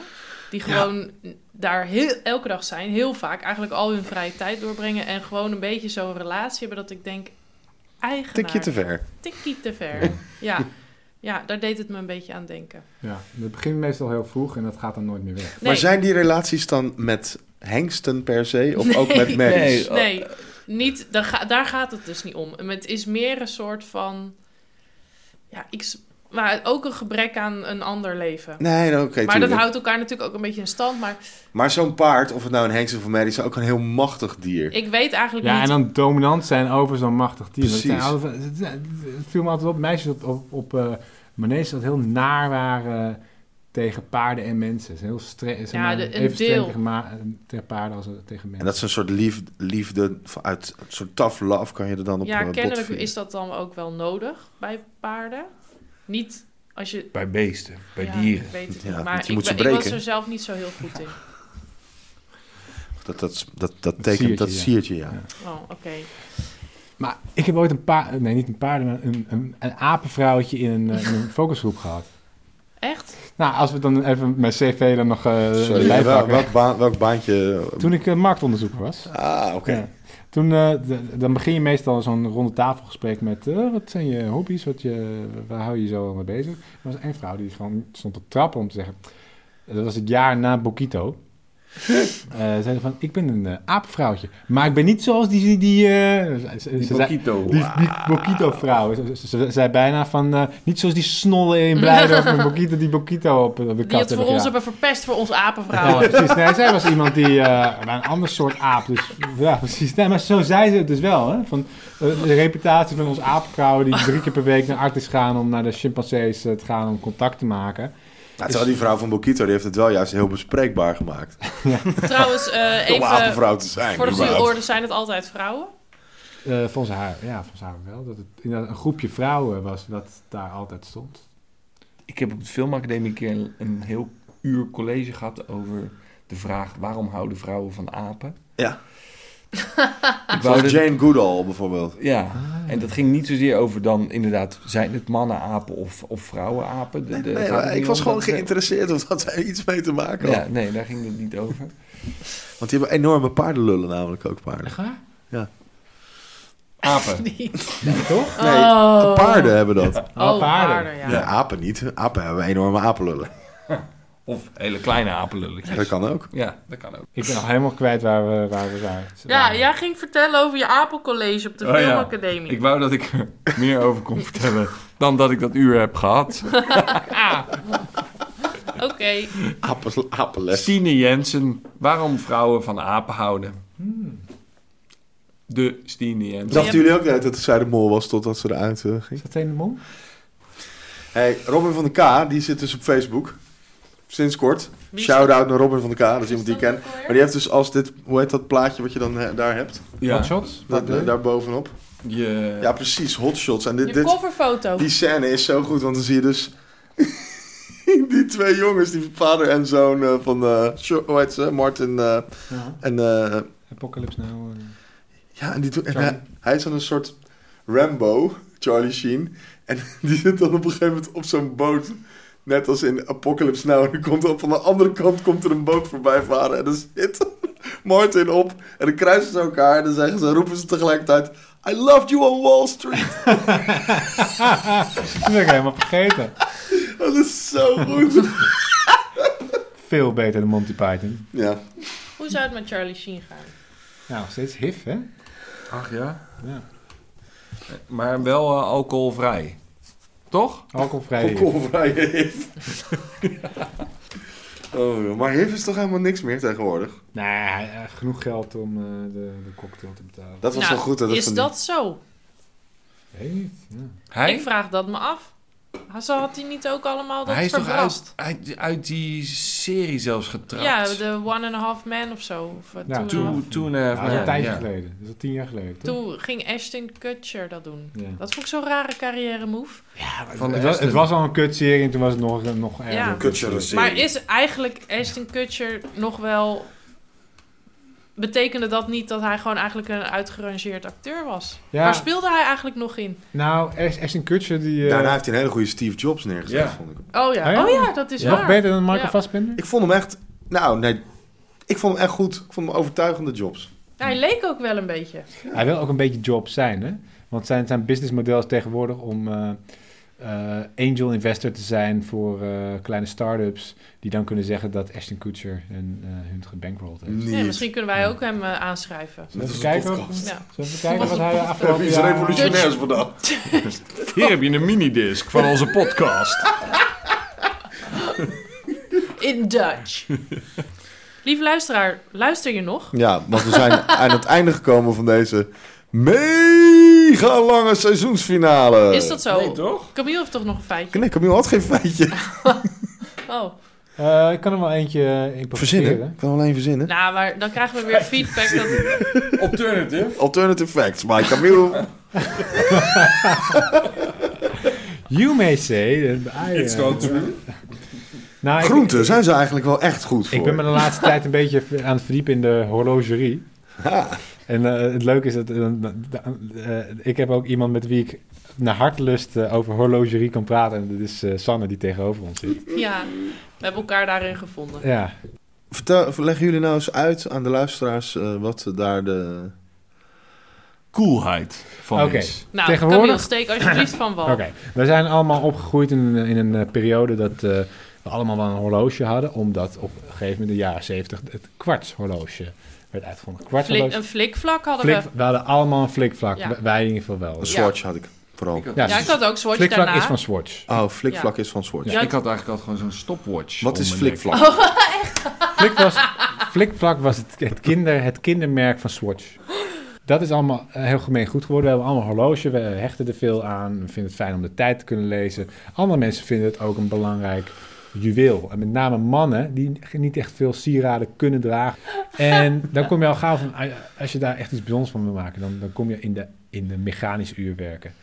Speaker 5: die gewoon daar heel, elke dag zijn. Heel vaak eigenlijk al hun vrije tijd doorbrengen. En gewoon een beetje zo'n relatie hebben dat ik denk... Eigenaar.
Speaker 3: Tikje te ver.
Speaker 5: tikkie te ver. Ja. ja, daar deed het me een beetje aan denken.
Speaker 2: Ja, dat begint meestal heel vroeg en dat gaat dan nooit meer weg.
Speaker 5: Nee,
Speaker 3: Maar zijn die relaties dan met hengsten per se? Of ook met
Speaker 1: Nee.
Speaker 3: merries?
Speaker 1: Oh.
Speaker 5: nee niet, daar, ga- daar gaat het dus niet om. Het is meer een soort van... Ja, ik, s- maar ook een gebrek aan een ander leven.
Speaker 3: Nee, nou, oké.
Speaker 5: maar dat
Speaker 3: tuurlijk.
Speaker 5: houdt elkaar natuurlijk ook een beetje in stand. Maar
Speaker 3: Maar zo'n paard, of het nou een hengst of een merrie, is ook een heel machtig dier.
Speaker 5: ik weet eigenlijk
Speaker 2: Ja, en
Speaker 5: niet...
Speaker 2: dan dominant zijn over zo'n machtig team.
Speaker 3: Precies.
Speaker 2: Het, zijn altijd- het- het- het viel me altijd op, meisjes op, op, op eh, manege dat heel naar waren eh, tegen paarden en mensen. Ze zijn heel stre- ze
Speaker 5: Ja,
Speaker 2: waren
Speaker 5: de- een
Speaker 2: even streng
Speaker 5: deel.
Speaker 2: tegen, ma- tegen paarden als eh, tegen
Speaker 3: En
Speaker 2: mensen.
Speaker 3: dat is een soort lief, liefde, van- uit een soort tough love kan je er dan op eh,
Speaker 5: ja,
Speaker 3: bot
Speaker 5: kennelijk
Speaker 3: vinden.
Speaker 5: is dat dan ook wel nodig bij paarden. Niet als je...
Speaker 1: Bij beesten, bij
Speaker 5: ja,
Speaker 1: dieren.
Speaker 5: Weet
Speaker 3: Ja,
Speaker 5: ik niet,
Speaker 3: want
Speaker 5: maar
Speaker 3: je
Speaker 5: ik,
Speaker 3: moet ze
Speaker 5: ben- ik was
Speaker 3: breken.
Speaker 5: er zelf niet zo heel goed in.
Speaker 3: Dat, dat, dat, dat tekent,
Speaker 2: siertje,
Speaker 3: dat
Speaker 2: ja.
Speaker 3: siertje, ja.
Speaker 2: Ja.
Speaker 5: Oh, oké.
Speaker 2: Maar ik heb ooit een paard, nee niet een paard, maar een, een, een apenvrouwtje in een, eh, in een focusgroep gehad.
Speaker 5: Echt?
Speaker 2: Nou, als we dan even mijn cv dan nog eh
Speaker 3: Sorry,
Speaker 2: bij
Speaker 3: wel-
Speaker 2: pakken.
Speaker 3: welk, baan, welk baantje?
Speaker 2: Toen ik eh, marktonderzoeker was.
Speaker 3: Ah, oké.
Speaker 2: Ja. Toen, eh, d- dan begin je meestal zo'n ronde tafelgesprek met... eh, wat zijn je hobby's? Wat je, waar hou je je zo mee bezig? Er was één vrouw die gewoon stond te trappen om te zeggen... Dat was het jaar na Bokito. Eh zei van, ik ben een eh, aapvrouwtje. Maar ik ben niet zoals die... die, die eh, ze- ze- ze-
Speaker 1: Die Bokito.
Speaker 2: die, die Bokito-vrouw. Ze, ze- ze zei bijna van... eh, niet zoals die snolle in Blijden... of een Bokito die Bokito op, op de
Speaker 5: Die
Speaker 2: kat
Speaker 5: het voor
Speaker 2: gedaan.
Speaker 5: ons hebben verpest voor ons apenvrouwen.
Speaker 2: Oh, Ja, precies. Nee, zij was iemand die eh, maar een ander soort aap. Dus ja, precies. Nee, maar zo zei ze het dus wel. Hè? Van, eh, de reputatie van ons apenvrouwen die drie keer per week naar Artis gaan om naar de chimpansees eh, te gaan om contact te maken.
Speaker 3: Nou, terwijl die vrouw van Bokito, die heeft het wel juist heel bespreekbaar gemaakt.
Speaker 5: Trouwens, eh,
Speaker 3: Om
Speaker 5: even
Speaker 3: apenvrouw te zijn.
Speaker 5: voor de goede
Speaker 3: überhaupt.
Speaker 5: orde zijn het altijd vrouwen.
Speaker 2: Eh volgens haar, ja, volgens haar wel. Dat het inderdaad een groepje vrouwen was dat daar altijd stond.
Speaker 1: Ik heb op de filmacademie een keer een, een heel uur college gehad over de vraag... waarom houden vrouwen van apen?
Speaker 3: Ja.
Speaker 1: Ik wou dus-
Speaker 3: Zoals
Speaker 1: dat-
Speaker 3: Jane Goodall bijvoorbeeld.
Speaker 1: Ah, Ja, en dat ging niet zozeer over dan inderdaad, zijn het mannenapen of, of vrouwenapen? De- de-
Speaker 3: Nee,
Speaker 1: gaat
Speaker 3: maar
Speaker 1: het
Speaker 3: ik
Speaker 1: niet
Speaker 3: was
Speaker 1: om
Speaker 3: gewoon
Speaker 1: dat-
Speaker 3: geïnteresseerd of dat er iets mee te maken had.
Speaker 1: Ja, nee, daar ging het niet over.
Speaker 3: Want die hebben enorme paardenlullen namelijk ook paarden.
Speaker 2: waar?
Speaker 1: Apen.
Speaker 2: toch?
Speaker 3: Nee,
Speaker 5: Oh.
Speaker 3: paarden hebben dat. Ja.
Speaker 5: Oh, paarden, ja.
Speaker 3: apen niet. Apen hebben enorme apenlullen.
Speaker 1: Of hele kleine apenlulletjes.
Speaker 3: Dat kan ook.
Speaker 1: Ja, dat kan ook.
Speaker 2: Ik ben nog helemaal kwijt waar we, waar we waren.
Speaker 5: Ja, jij ging vertellen over je apencollege op de
Speaker 1: Oh, ja.
Speaker 5: filmacademie.
Speaker 1: Ik wou dat ik er meer over kon vertellen dan dat ik dat uur heb gehad.
Speaker 5: Ah. Oké,
Speaker 3: Apen, apenles.
Speaker 1: Stine Jensen, waarom vrouwen van apen houden? Hmm. De Stine Jensen.
Speaker 3: Dachten jullie ook net dat zij de mol was totdat ze eruit eh, ging?
Speaker 2: Is dat een mom?
Speaker 3: Hey, Robin van de K, die zit dus op Facebook. Sinds kort.
Speaker 5: Wie is
Speaker 3: Shout-out naar Robin van de K, dat is iemand die ik
Speaker 5: dat
Speaker 3: ken.
Speaker 5: ook
Speaker 3: Maar
Speaker 5: alweer?
Speaker 3: die heeft dus als dit, hoe heet dat plaatje wat je dan eh, daar hebt?
Speaker 1: Ja,
Speaker 2: shots?
Speaker 3: Dat, eh, daarbovenop.
Speaker 1: je,
Speaker 3: Ja, precies, hotshots. En dit,
Speaker 5: je
Speaker 3: dit,
Speaker 5: coverfoto.
Speaker 3: die scène is zo goed, want dan zie je dus die twee jongens, die vader en zoon eh, van, eh, Sho- hoe heet ze, Martin eh, en... eh,
Speaker 2: Apocalypse nou.
Speaker 3: ja, en, die, doet- en
Speaker 2: Charlie.
Speaker 3: hij, hij is dan een soort Rambo, Charlie Sheen. En die zit dan op een gegeven moment op zo'n boot, net als in Apocalypse Now. En dan komt er van de andere kant komt er een boot voorbij varen en dan zit Martin op. En dan kruisen ze elkaar en dan zeggen ze, roepen ze tegelijkertijd... I loved you on Wall Street.
Speaker 2: Dat ben ik helemaal vergeten.
Speaker 3: Dat is zo goed.
Speaker 2: Veel beter dan Monty Python.
Speaker 3: Ja,
Speaker 5: hoe zou het met Charlie Sheen gaan?
Speaker 2: Ja, nog steeds hif, hè?
Speaker 1: Ach ja.
Speaker 2: Ja.
Speaker 1: Maar wel eh, alcoholvrij. Toch?
Speaker 2: Alcoholvrij hif.
Speaker 3: Alcoholvrije hif. oh, maar hif is toch helemaal niks meer tegenwoordig?
Speaker 2: Nou, eh, genoeg geld om eh, de, de cocktail te betalen.
Speaker 3: Dat was
Speaker 5: Nou,
Speaker 3: wel goed. Dat het
Speaker 5: is
Speaker 3: van-
Speaker 5: dat zo?
Speaker 2: Weet niet. Ja.
Speaker 1: Hij,
Speaker 5: Ik vraag dat me af. Hij zal- Had hij niet ook allemaal dat
Speaker 1: hij is toch uit,
Speaker 5: verbrast?
Speaker 1: uit, uit die serie zelfs getrapt?
Speaker 5: Ja, de One and a Half Man of zo. Of, eh,
Speaker 2: Ja,
Speaker 5: two and a
Speaker 2: Two-
Speaker 5: Half-
Speaker 1: Toen, toen, eh,
Speaker 2: dat is
Speaker 1: ja,
Speaker 2: een tijdje
Speaker 1: ja.
Speaker 2: geleden. Dat is al tien jaar geleden, toch?
Speaker 5: Toen ging Ashton Kutcher dat doen.
Speaker 2: Ja.
Speaker 5: Dat vond ik zo'n rare carrière move.
Speaker 1: Van
Speaker 2: het, was,
Speaker 1: Aston.
Speaker 2: het was al een kutserie en toen was het nog, eh, nog erger.
Speaker 5: Ja.
Speaker 3: Kutcher.
Speaker 5: Maar is eigenlijk Ashton Kutcher nog wel... Betekende dat niet dat hij gewoon eigenlijk een uitgerangeerd acteur was?
Speaker 2: Ja.
Speaker 5: Waar speelde hij eigenlijk nog in?
Speaker 2: Nou, Ash- Ashton Kutcher die... eh,
Speaker 3: Daarna heeft hij een hele goede Steve Jobs neergezet,
Speaker 1: Ja.
Speaker 3: vond ik.
Speaker 5: Oh ja,
Speaker 2: Oh ja?
Speaker 5: oh ja dat is
Speaker 1: Ja.
Speaker 2: Nog
Speaker 5: waar.
Speaker 2: beter dan Michael
Speaker 5: Ja.
Speaker 2: Fassbender?
Speaker 3: Ik vond hem echt... Nou, nee. Ik vond hem echt goed. Ik vond hem overtuigende Jobs.
Speaker 5: Ja, hij leek ook wel een beetje.
Speaker 2: Hij wil ook een beetje job zijn, hè? Want zijn, zijn businessmodel is tegenwoordig om eh, eh, angel investor te zijn voor eh, kleine start-ups... die dan kunnen zeggen dat Ashton Kutcher hun, eh hun gebankrolled heeft.
Speaker 5: Ja, misschien kunnen wij ook hem eh, aanschrijven.
Speaker 2: Zullen we
Speaker 3: Dat is
Speaker 2: even
Speaker 3: een
Speaker 2: kijken, of-
Speaker 3: podcast.
Speaker 5: Ja.
Speaker 2: zullen we even kijken wat hij de afgelopen
Speaker 3: Iets
Speaker 2: jaar-
Speaker 3: revolutionairs gedaan.
Speaker 1: Hier heb je een minidisc van onze podcast.
Speaker 5: In Dutch. Lieve luisteraar, luister je nog?
Speaker 3: Ja, want we zijn aan het einde gekomen van deze mega lange seizoensfinale.
Speaker 5: Is dat zo?
Speaker 1: Nee, toch?
Speaker 5: Camille heeft toch nog een feitje?
Speaker 3: Nee, Camille had geen feitje.
Speaker 5: Oh,
Speaker 2: Eh, ik kan er wel eentje eh,
Speaker 3: Verzinnen?
Speaker 2: improviseren.
Speaker 3: Ik kan alleen verzinnen.
Speaker 5: nou, maar dan krijgen we weer feedback. Dat... Nou.
Speaker 1: Alternative.
Speaker 3: Alternative facts, maar Camille...
Speaker 2: You may say that I... eh,
Speaker 1: true.
Speaker 2: nou, ik-
Speaker 3: Groenten zijn ze eigenlijk wel echt goed voor.
Speaker 2: Ik ben me de laatste tijd een beetje aan het verdiepen in de horlogerie.
Speaker 3: Ha.
Speaker 2: En eh, het leuke is dat eh, dan- dan- eh, ik heb ook iemand met wie ik naar hartlust eh, over horlogerie kan praten. En dat is eh, Sanne die tegenover ons zit.
Speaker 5: Ja, we hebben elkaar daarin gevonden.
Speaker 2: Ja,
Speaker 3: Vertel, leggen jullie nou eens uit aan de luisteraars eh, wat daar de...
Speaker 1: Coolheid van
Speaker 2: Oké.
Speaker 1: is.
Speaker 5: Nou,
Speaker 2: Tegenwoordig-
Speaker 5: Camille, steek alsjeblieft van wal.
Speaker 2: oké. We zijn allemaal opgegroeid in, een- in een eh, periode dat eh, we allemaal wel een horloge hadden. Omdat op een gegeven moment in de jaren zeventig het kwartshorloge werd uitgevonden.
Speaker 5: Flik-
Speaker 2: Kwartshorloge.
Speaker 5: een flikvlak hadden
Speaker 2: Flik,
Speaker 5: we.
Speaker 2: we hadden allemaal een flikvlak.
Speaker 5: Ja.
Speaker 2: W- Wij in ieder geval wel.
Speaker 3: Een Swatch had ik vooral.
Speaker 1: Ik had-
Speaker 5: Ja, ik had ook Swatch
Speaker 2: flikvlak
Speaker 5: daarna.
Speaker 2: is van Swatch.
Speaker 3: Oh, flikvlak is van Swatch.
Speaker 5: Ja. Oh.
Speaker 1: Ik had eigenlijk altijd gewoon zo'n stopwatch.
Speaker 3: Wat is
Speaker 1: flikvlak?
Speaker 3: flikvlak?
Speaker 2: Flik was, Flikvlak was het, het, kinder, het kindermerk van Swatch. Dat is allemaal eh, heel gemeen goed geworden. We hebben allemaal een horloge, we hechten er veel aan. We vinden het fijn om de tijd te kunnen lezen. Andere mensen vinden het ook een belangrijk juweel. En met name mannen die niet echt veel sieraden kunnen dragen. En dan kom je al gauw van, ah, als je daar echt iets bijzonders van wil maken, dan, dan kom je in de, in de mechanische uurwerken.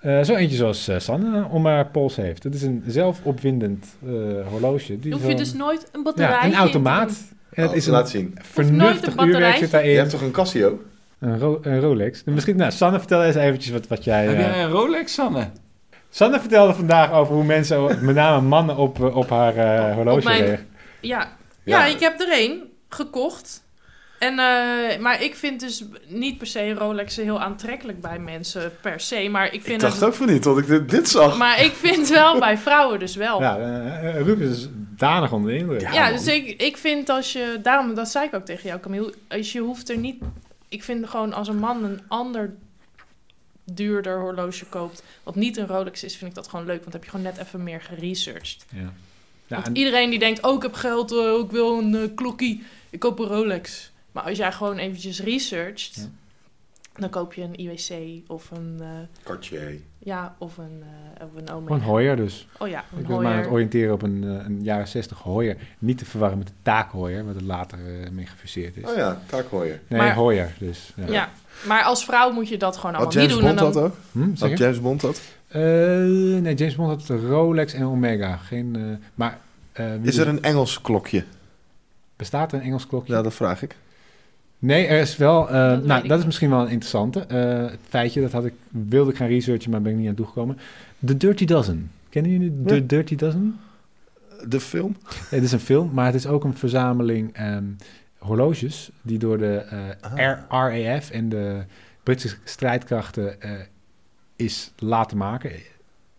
Speaker 2: Eh, zo eentje zoals eh, Sanne om haar pols heeft. Dat is een zelfopwindend eh, horloge. Die
Speaker 5: Dan hoef je
Speaker 2: wel-
Speaker 5: dus nooit een batterij
Speaker 2: eh, ja, een automaat. En het
Speaker 3: Oh,
Speaker 2: is
Speaker 3: Laat
Speaker 2: een
Speaker 3: zien.
Speaker 5: nooit
Speaker 2: vernuftig
Speaker 5: een
Speaker 2: uurwerk
Speaker 5: batterijtje.
Speaker 2: zit daarin.
Speaker 3: Je hebt toch een Casio?
Speaker 2: Een, Ro- een Rolex. Misschien, nou, Sanne, vertel eens eventjes wat, wat jij...
Speaker 1: Heb
Speaker 2: eh,
Speaker 1: jij een Rolex, Sanne?
Speaker 2: Sanne vertelde vandaag over hoe mensen, met name mannen, op, eh, op haar eh, horloge
Speaker 5: Op mijn-
Speaker 2: reageren.
Speaker 5: Ja. Ja,
Speaker 3: Ja.
Speaker 5: ik heb er één gekocht. En, eh, maar ik vind dus niet per se een Rolex heel aantrekkelijk bij mensen per se. Maar ik
Speaker 3: Ik
Speaker 5: vind
Speaker 3: dacht
Speaker 5: het,
Speaker 3: ook van niet, want ik dit, dit zag.
Speaker 5: Maar ik vind wel bij vrouwen dus wel. Ja,
Speaker 2: Ja, eh, eh, Ruud is danig onder de indruk.
Speaker 3: Ja,
Speaker 5: dus ik, ik vind als je... Daarom, dat zei ik ook tegen jou, Camille. Als je hoeft er niet... Ik vind gewoon als een man een ander duurder horloge koopt... wat niet een Rolex is, vind ik dat gewoon leuk. Want dan heb je gewoon net even meer geresearched.
Speaker 2: Ja. Ja,
Speaker 5: Want
Speaker 2: en-
Speaker 5: iedereen die denkt, oh, ik heb geld, eh, ik wil een eh, klokkie, ik koop een Rolex. Maar als jij gewoon eventjes researcht,
Speaker 2: Ja.
Speaker 5: dan koop je een IWC of een, eh,
Speaker 3: Cartier.
Speaker 5: ja, of een, eh, of een Omega.
Speaker 2: Gewoon Hoyer dus.
Speaker 5: Oh ja, een
Speaker 2: Ik ben me aan het
Speaker 5: Hoyer.
Speaker 2: oriënteren op een, eh, een jaren 60 Hoyer. Niet te verwarren met de taakhooier, wat er later eh, mee gefuseerd is.
Speaker 3: Oh ja, taakhooier.
Speaker 2: Nee,
Speaker 5: Maar-
Speaker 2: Hoyer dus. Ja.
Speaker 5: Ja, maar als vrouw moet je dat gewoon
Speaker 3: Had
Speaker 5: allemaal niet
Speaker 3: James
Speaker 5: doen. En
Speaker 3: Bond
Speaker 5: dan,
Speaker 3: dat ook?
Speaker 2: Hm, zeg
Speaker 3: Had
Speaker 2: je?
Speaker 3: James Bond dat?
Speaker 2: Eh, nee, James Bond had Rolex en Omega. Geen, eh, maar eh, wie
Speaker 3: Is er een Engels klokje?
Speaker 2: bestaat er een Engels klokje?
Speaker 3: Ja, dat vraag ik.
Speaker 2: Nee, er is wel. eh,
Speaker 5: weet
Speaker 2: nou, dat
Speaker 5: ik
Speaker 2: is
Speaker 5: niet.
Speaker 2: misschien wel een interessante. Eh, het feitje, dat had ik, wilde ik gaan researchen, maar ben ik niet aan toegekomen. The Dirty Dozen. Kennen jullie The
Speaker 3: Ja.
Speaker 2: Dirty Dozen?
Speaker 3: De film?
Speaker 2: Het is een film, maar het is ook een verzameling ehm, horloges die door de eh, R- RAF en de Britse strijdkrachten eh, is laten maken.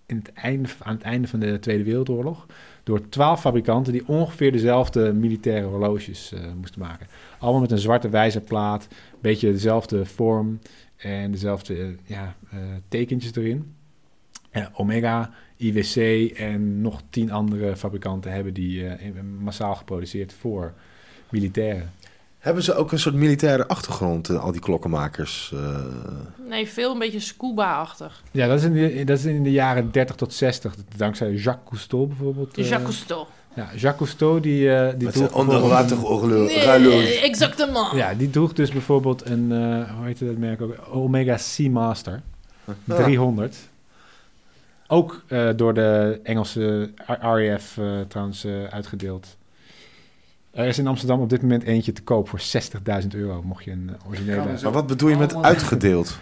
Speaker 2: in het einde, aan het einde van de Tweede Wereldoorlog door twaalf fabrikanten die ongeveer dezelfde militaire horloges eh, moesten maken. Allemaal met een zwarte wijzerplaat, een beetje dezelfde vorm en dezelfde eh, ja, eh, tekentjes erin. Eh, Omega, IWC en nog tien andere fabrikanten hebben die eh, massaal geproduceerd voor militairen.
Speaker 3: Hebben ze ook een soort militaire achtergrond, eh, al die klokkenmakers? eh?
Speaker 5: Nee, veel een beetje scuba-achtig.
Speaker 2: Ja, dat is in de, dat is in de jaren 30 tot 60. Dankzij Jacques Cousteau bijvoorbeeld. eh,
Speaker 5: Jacques Cousteau.
Speaker 2: ja, Jacques Cousteau die, eh die
Speaker 3: met zijn
Speaker 2: droeg bijvoorbeeld-
Speaker 3: Oh, onderwaterhorloge.
Speaker 5: Nee, exactement.
Speaker 2: Ja, die droeg dus bijvoorbeeld een, eh, hoe heet dat merk ook? Omega Seamaster
Speaker 3: Ah.
Speaker 2: 300. Ook eh, door de Engelse R- RAF eh, trouwens eh, uitgedeeld. Er is in Amsterdam op dit moment eentje te koop voor 60.000 euro, mocht je een eh,
Speaker 1: Kan
Speaker 2: originele...
Speaker 1: dus
Speaker 3: Maar wat bedoel je met
Speaker 1: Allemaal-
Speaker 3: uitgedeeld?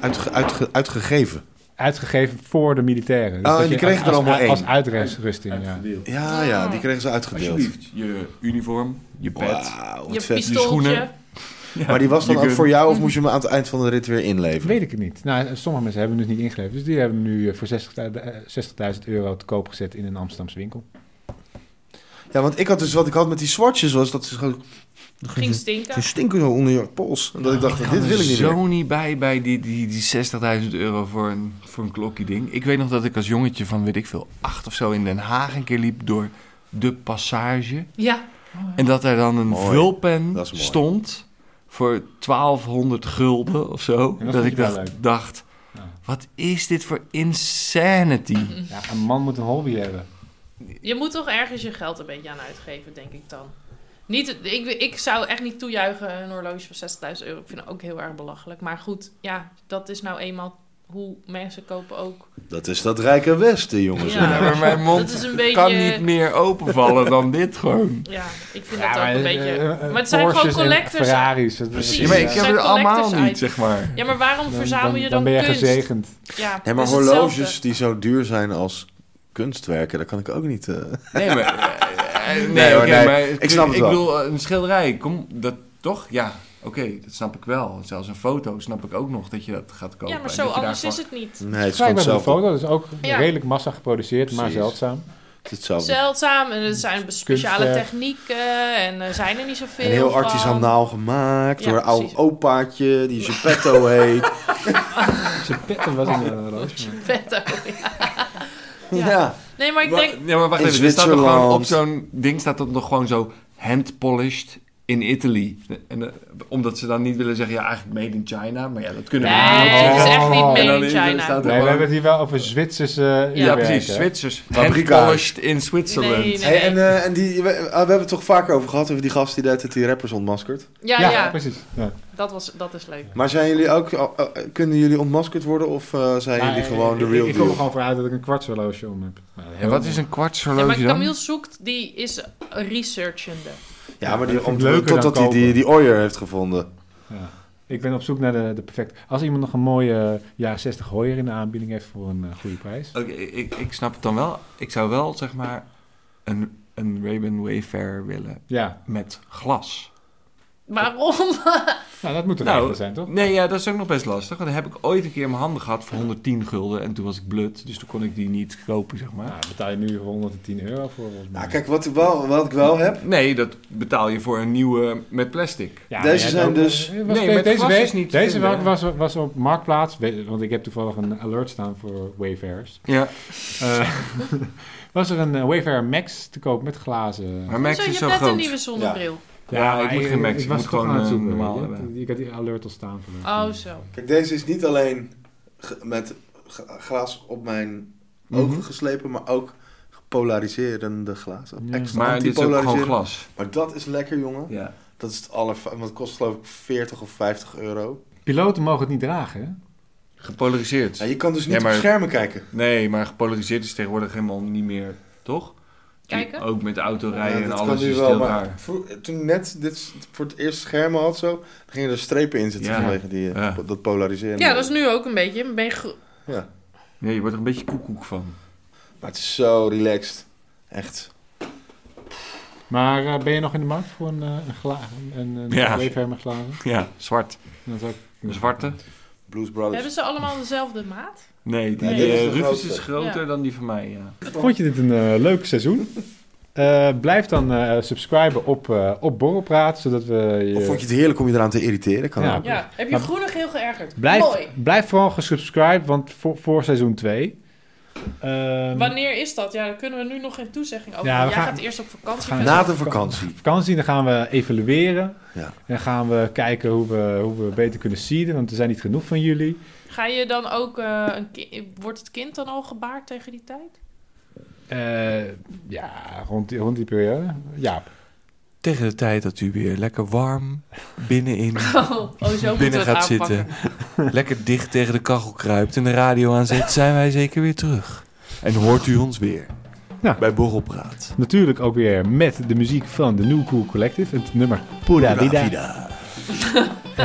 Speaker 3: Uitge- uitge- uitgegeven?
Speaker 2: Uitgegeven voor de militairen. Dus
Speaker 3: Oh,
Speaker 2: dat
Speaker 3: en die
Speaker 2: je
Speaker 3: kregen er
Speaker 2: als-
Speaker 3: allemaal
Speaker 2: als-
Speaker 3: één.
Speaker 2: Als uitrusting, ja.
Speaker 1: Uitgedeeld.
Speaker 3: Ja, ja, die kregen ze uitgedeeld.
Speaker 1: Alsjeblieft, je uniform, je pet.
Speaker 3: Wauw, wat
Speaker 5: je
Speaker 3: vet.
Speaker 5: pistooltje.
Speaker 1: schoenen.
Speaker 3: Maar die was dan
Speaker 1: Je
Speaker 3: ook
Speaker 1: kunt-
Speaker 3: voor jou of moest je hem aan het eind van de rit weer inleveren?
Speaker 2: Weet ik het niet. Nou, sommige mensen hebben het niet ingeleverd. Dus die hebben hem nu eh, voor 60.000 eh, 60.000 euro te koop gezet in een Amsterdamse winkel.
Speaker 5: Mm.
Speaker 3: Ja, want ik had dus wat ik had met die zwartjes was dat ze gewoon
Speaker 5: Ging stinken.
Speaker 3: die stinken zo onder je pols. En dat ik dacht, dit wil ik niet
Speaker 1: zo
Speaker 3: meer.
Speaker 1: niet bij, bij die, die, die 60.000 euro voor een, voor een klokkie ding. Ik weet nog dat ik als jongetje van, weet ik veel, acht of zo in Den Haag een keer liep door de passage.
Speaker 5: Ja,
Speaker 1: En dat er dan een
Speaker 3: Mooi.
Speaker 1: vulpen
Speaker 3: Dat is mooi.
Speaker 1: stond voor 1200 gulden of zo.
Speaker 2: Ja, dat
Speaker 1: dat
Speaker 2: vond
Speaker 1: ik
Speaker 2: ik wel
Speaker 1: dacht,
Speaker 2: leuk.
Speaker 1: dacht,
Speaker 2: Ja.
Speaker 1: wat is dit voor insanity?
Speaker 2: Ja, een man moet een hobby hebben.
Speaker 5: je moet toch ergens je geld een beetje aan uitgeven, denk ik dan. Niet, ik, ik zou echt niet toejuichen een horloge van 60.000 euro. Ik vind het ook heel erg belachelijk. Maar goed, ja, dat is nou eenmaal hoe mensen kopen ook.
Speaker 3: Dat is dat rijke westen, jongens.
Speaker 5: Ja.
Speaker 1: Ja, maar mijn
Speaker 5: Dat is
Speaker 1: mond
Speaker 5: een
Speaker 1: kan
Speaker 5: beetje-
Speaker 1: niet meer openvallen dan dit gewoon.
Speaker 5: Ja, ik vind dat
Speaker 2: eh,
Speaker 5: ook een beetje... Maar het zijn
Speaker 2: zijn
Speaker 5: gewoon collectors.
Speaker 2: Ferraris. dat-
Speaker 5: Precies.
Speaker 1: Ja, maar ik heb
Speaker 5: Zijn
Speaker 1: het allemaal
Speaker 5: collectors
Speaker 1: niet,
Speaker 5: items.
Speaker 1: zeg maar.
Speaker 5: Ja, maar waarom
Speaker 2: dan-
Speaker 5: verzamel
Speaker 2: dan-
Speaker 5: je dan,
Speaker 2: Dan ben je
Speaker 5: kunst?
Speaker 2: gezegend.
Speaker 5: Ja,
Speaker 3: Nee, maar
Speaker 5: dat is hetzelfde.
Speaker 3: horloges die zo duur zijn als kunstwerken, dat kan ik ook niet. eh.
Speaker 1: Nee, maar... eh, eh,
Speaker 3: Nee, hoor,
Speaker 1: oké,
Speaker 3: nee.
Speaker 1: maar
Speaker 3: Ik snap het
Speaker 1: Ik
Speaker 3: wel.
Speaker 1: bedoel, eh, een schilderij, kom, dat toch? Ja, oké, dat snap ik wel. Zelfs een foto snap ik ook nog dat je dat gaat kopen.
Speaker 5: Ja, maar
Speaker 1: en
Speaker 5: zo
Speaker 1: dat je
Speaker 5: anders
Speaker 1: daarvan-
Speaker 5: is het niet.
Speaker 3: Nee, het is gewoon
Speaker 2: Kijk bij de
Speaker 3: hetzelfde.
Speaker 2: foto. Dat is ook
Speaker 5: Ja.
Speaker 2: redelijk massa geproduceerd, maar
Speaker 3: Precies.
Speaker 2: zeldzaam.
Speaker 3: Het is hetzelfde.
Speaker 5: Zeldzaam
Speaker 3: Hm.
Speaker 5: en er zijn speciale
Speaker 2: Kunstwerk.
Speaker 5: technieken en er zijn er niet zoveel.
Speaker 3: En heel
Speaker 5: van.
Speaker 3: artisanaal gemaakt
Speaker 5: Ja,
Speaker 3: door een oud
Speaker 5: precies.
Speaker 3: opaatje die Geppetto heet.
Speaker 2: Zijn petten was in een roos.
Speaker 5: Vet ook, ja. Ja.
Speaker 3: ja.
Speaker 5: Nee, maar ik
Speaker 1: Wa-
Speaker 5: denk,
Speaker 1: ja, maar wacht
Speaker 3: In
Speaker 1: even. Er staat toch gewoon op
Speaker 3: Zwitserland.
Speaker 1: zo'n ding staat dat nog gewoon zo hand polished in Italy. En, eh, omdat ze dan niet willen zeggen, ja, eigenlijk made in China. Maar ja, dat kunnen we
Speaker 5: Nee,
Speaker 1: niet.
Speaker 5: het is echt niet
Speaker 2: Oh.
Speaker 5: made
Speaker 1: En dan
Speaker 5: in
Speaker 1: is- dan
Speaker 5: China.
Speaker 1: staat er
Speaker 2: Nee, we
Speaker 1: gewoon-
Speaker 2: hebben het hier wel over Zwitserse eh,
Speaker 1: ja,
Speaker 2: uurwerken.
Speaker 1: precies. Zwitsers. Hand
Speaker 3: Fabrikaat.
Speaker 1: polished in Zwitserland.
Speaker 5: Nee, nee.
Speaker 3: Hey, en eh, en die, we, ah, we hebben het toch vaker over gehad, over die gast die de hele tijd die rappers ontmaskert.
Speaker 5: Ja,
Speaker 2: Ja,
Speaker 5: ja,
Speaker 2: precies. Ja.
Speaker 5: Dat, was, dat is leuk.
Speaker 3: Maar zijn jullie ook, oh, oh, eh, kunnen jullie ontmaskerd worden of eh, zijn
Speaker 2: Maar,
Speaker 3: jullie
Speaker 2: eh,
Speaker 3: gewoon de
Speaker 2: ik-
Speaker 3: real
Speaker 2: Ik kom er
Speaker 3: deal?
Speaker 2: gewoon vooruit dat ik een kwartshorloge om heb. Maar
Speaker 1: En wat is een
Speaker 5: Ja, maar
Speaker 1: kwartshorloge
Speaker 5: Camille
Speaker 1: dan?
Speaker 5: zoekt, die is researchende.
Speaker 3: Ja, maar
Speaker 2: Ja, dat
Speaker 3: die,
Speaker 2: vind ik
Speaker 3: om-
Speaker 2: leuker
Speaker 3: totdat
Speaker 2: dan
Speaker 3: hij die,
Speaker 2: kopen.
Speaker 3: die Oyer heeft gevonden.
Speaker 2: Ja. Ik ben op zoek naar de, de perfecte. Als iemand nog een mooie eh, jaren 60 hooier in de aanbieding heeft voor een eh, goede prijs.
Speaker 1: Oké, ik, ik snap het dan wel. Ik zou wel, zeg maar, een, een Ray-Ban Wayfair willen
Speaker 2: Ja,
Speaker 1: met glas.
Speaker 5: Waarom?
Speaker 2: nou dat moet er
Speaker 1: Nou,
Speaker 2: regel zijn, toch?
Speaker 1: Nee, ja, dat is ook nog best lastig. Want dat heb ik ooit een keer in mijn handen gehad voor 110 gulden. En toen was ik blut, dus toen kon ik die niet kopen, zeg maar.
Speaker 2: Nou, daar betaal je nu 110 euro voor. volgens mij.
Speaker 3: Nou, kijk, wat, ik wel, wat ik wel heb.
Speaker 1: Nee, dat betaal je voor een nieuwe met plastic.
Speaker 2: Ja,
Speaker 3: Deze
Speaker 2: ja,
Speaker 3: zijn
Speaker 2: ook-
Speaker 3: dus-
Speaker 2: eh, was
Speaker 1: Nee,
Speaker 2: de-
Speaker 1: met
Speaker 2: deze
Speaker 1: glas
Speaker 2: week-
Speaker 1: is niet te
Speaker 2: Deze
Speaker 1: vinden,
Speaker 2: week was, was op Marktplaats, we- want ik heb toevallig een alert staan voor Wayfarers.
Speaker 1: Ja,
Speaker 2: Eh, was er een eh, Wayfarer Max te koop met glazen?
Speaker 1: maar Max
Speaker 5: Zo, je
Speaker 1: is
Speaker 5: hebt
Speaker 1: zo
Speaker 5: net een
Speaker 1: groot.
Speaker 5: nieuwe zonnebril.
Speaker 1: Ja, ik moet geen Max, ik,
Speaker 2: was
Speaker 1: moet
Speaker 2: toch
Speaker 1: gewoon
Speaker 2: aan het
Speaker 1: een
Speaker 2: zoeken,
Speaker 1: normaal
Speaker 2: weet je.
Speaker 1: hebben.
Speaker 2: Ik had die alert al staan. Voor
Speaker 5: Oh, zo.
Speaker 3: Kijk, deze is niet alleen ge- met g- glaas op mijn ogen
Speaker 1: Mhm.
Speaker 3: geslepen, maar ook polariserende glazen.
Speaker 2: Ja.
Speaker 3: Extra
Speaker 1: Maar dit is ook gewoon
Speaker 3: antipolariserend.
Speaker 1: glas.
Speaker 3: Maar dat is lekker, jongen.
Speaker 1: Ja.
Speaker 3: Dat is het aller... Want het kost geloof ik 40 of 50 euro.
Speaker 2: Piloten mogen het niet dragen, hè?
Speaker 1: Gepolariseerd.
Speaker 3: Ja, je kan dus niet
Speaker 1: Ja, maar-
Speaker 3: op schermen kijken.
Speaker 1: Nee, maar gepolariseerd is tegenwoordig helemaal niet meer, toch?
Speaker 5: Kijken?
Speaker 1: Ook met
Speaker 3: Ja,
Speaker 1: autorijden en
Speaker 3: dat
Speaker 1: alles
Speaker 3: kan nu
Speaker 1: is
Speaker 3: wel,
Speaker 1: heel
Speaker 3: maar
Speaker 1: raar.
Speaker 3: vroeg- toen net dit s- voor het eerst schermen had zo, dan gingen er strepen in zitten
Speaker 1: Ja.
Speaker 3: vanwege die, eh,
Speaker 1: Ja.
Speaker 3: po- dat polariseren.
Speaker 5: Ja, dat is nu ook een beetje. Ben je gro-
Speaker 3: Ja.
Speaker 1: Nee, je wordt er een beetje koekoek van.
Speaker 3: Maar het is zo relaxed. Echt.
Speaker 2: Maar eh, ben je nog in de markt voor een, eh, een, gla- een, een
Speaker 1: Ja.
Speaker 2: Wayfarer met glazen?
Speaker 1: Ja, zwart.
Speaker 2: Dat is ook-
Speaker 1: Een zwarte.
Speaker 3: Blues Brothers.
Speaker 5: Hebben ze allemaal dezelfde maat?
Speaker 1: Nee, die
Speaker 5: Nee,
Speaker 1: eh,
Speaker 5: dit is
Speaker 3: de
Speaker 1: Rufus is
Speaker 3: grootste.
Speaker 1: groter
Speaker 5: Ja.
Speaker 1: dan die van mij, ja.
Speaker 2: Vond je dit een eh, leuk seizoen? Eh, blijf dan eh subscriben op, eh op Borrelpraat, zodat we
Speaker 5: dus-
Speaker 2: je...
Speaker 3: Of vond je het heerlijk om je eraan te irriteren? Kan
Speaker 2: Ja.
Speaker 3: ook.
Speaker 5: Ja, heb je
Speaker 2: Maar-
Speaker 5: groen en geel geërgerd?
Speaker 2: blijf,
Speaker 5: Mooi.
Speaker 2: blijf vooral gesubscribed, want voor, voor seizoen ehm, 2.
Speaker 5: Wanneer is dat? Ja, daar kunnen we nu nog geen toezegging over.
Speaker 2: Ja, we
Speaker 5: Jij
Speaker 2: gaan-
Speaker 5: gaat eerst op vakantie.
Speaker 2: we gaan-
Speaker 5: met-
Speaker 3: Na de vakantie.
Speaker 2: vakantie. Dan gaan we evalueren.
Speaker 3: Ja.
Speaker 2: En dan gaan we kijken hoe we, hoe we beter kunnen seeden. Want er zijn niet genoeg van jullie.
Speaker 5: Ga je dan ook... eh, een ki- wordt het kind dan al gebaard tegen die tijd?
Speaker 2: Eh, ja, rond die, rond die periode. Ja,
Speaker 4: Tegen de tijd dat u weer lekker warm binnenin
Speaker 5: Oh, oh zo moeten we
Speaker 4: binnen
Speaker 5: het
Speaker 4: gaat
Speaker 5: aanpakken.
Speaker 4: zitten. Lekker dicht tegen de kachel kruipt en de radio aanzet, zijn wij zeker weer terug. En hoort u ons weer
Speaker 2: Ja.
Speaker 4: bij Borrelpraat.
Speaker 2: natuurlijk ook weer met de muziek van de New Cool Collective. Het nummer Pura Vida. Eh,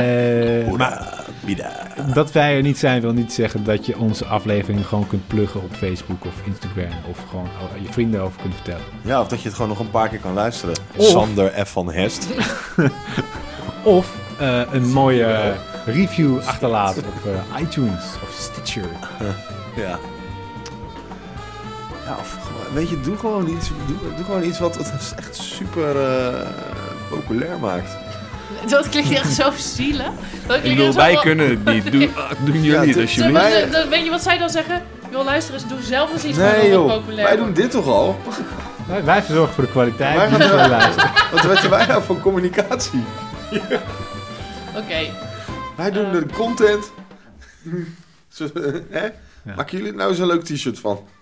Speaker 3: Pura vida.
Speaker 2: dat wij er niet zijn wil niet zeggen dat je onze aflevering gewoon kunt pluggen op Facebook of Instagram. Of gewoon aan je vrienden over kunt vertellen.
Speaker 3: Ja, of dat je het gewoon nog een paar keer kan luisteren.
Speaker 2: Of-
Speaker 3: Sander F. van Hest.
Speaker 2: Of eh, een mooie eh, review achterlaten op eh, iTunes of Stitcher.
Speaker 3: Ja. Ja, of gewoon- weet je, doe gewoon iets, doe, doe gewoon iets wat het echt super eh, populair maakt.
Speaker 5: Dat klinkt echt zo zielig. Dat
Speaker 4: Ik
Speaker 5: klinkt
Speaker 4: bedoel,
Speaker 5: echt zo
Speaker 4: wij
Speaker 5: wel-
Speaker 4: kunnen het niet. Doe, doen jullie
Speaker 3: Ja,
Speaker 4: het
Speaker 3: tu-
Speaker 5: Zo-
Speaker 4: alsjeblieft.
Speaker 3: Wij-
Speaker 5: dat- Weet je wat zij dan zeggen? Ik wil luisteren, dus doe zelf eens iets
Speaker 3: Nee
Speaker 5: nee,
Speaker 3: joh,
Speaker 5: populair
Speaker 3: wij
Speaker 5: wordt.
Speaker 3: doen dit toch al?
Speaker 2: Wij, wij verzorgen voor de kwaliteit.
Speaker 3: Wij gaan
Speaker 2: niet
Speaker 3: er-
Speaker 2: voor de luisteren.
Speaker 3: Wat weten wij nou van communicatie?
Speaker 5: Oké,
Speaker 3: Wij doen de content. Zo, eh, hè?
Speaker 2: Ja.
Speaker 3: Maken jullie er nou zo'n leuk t-shirt van?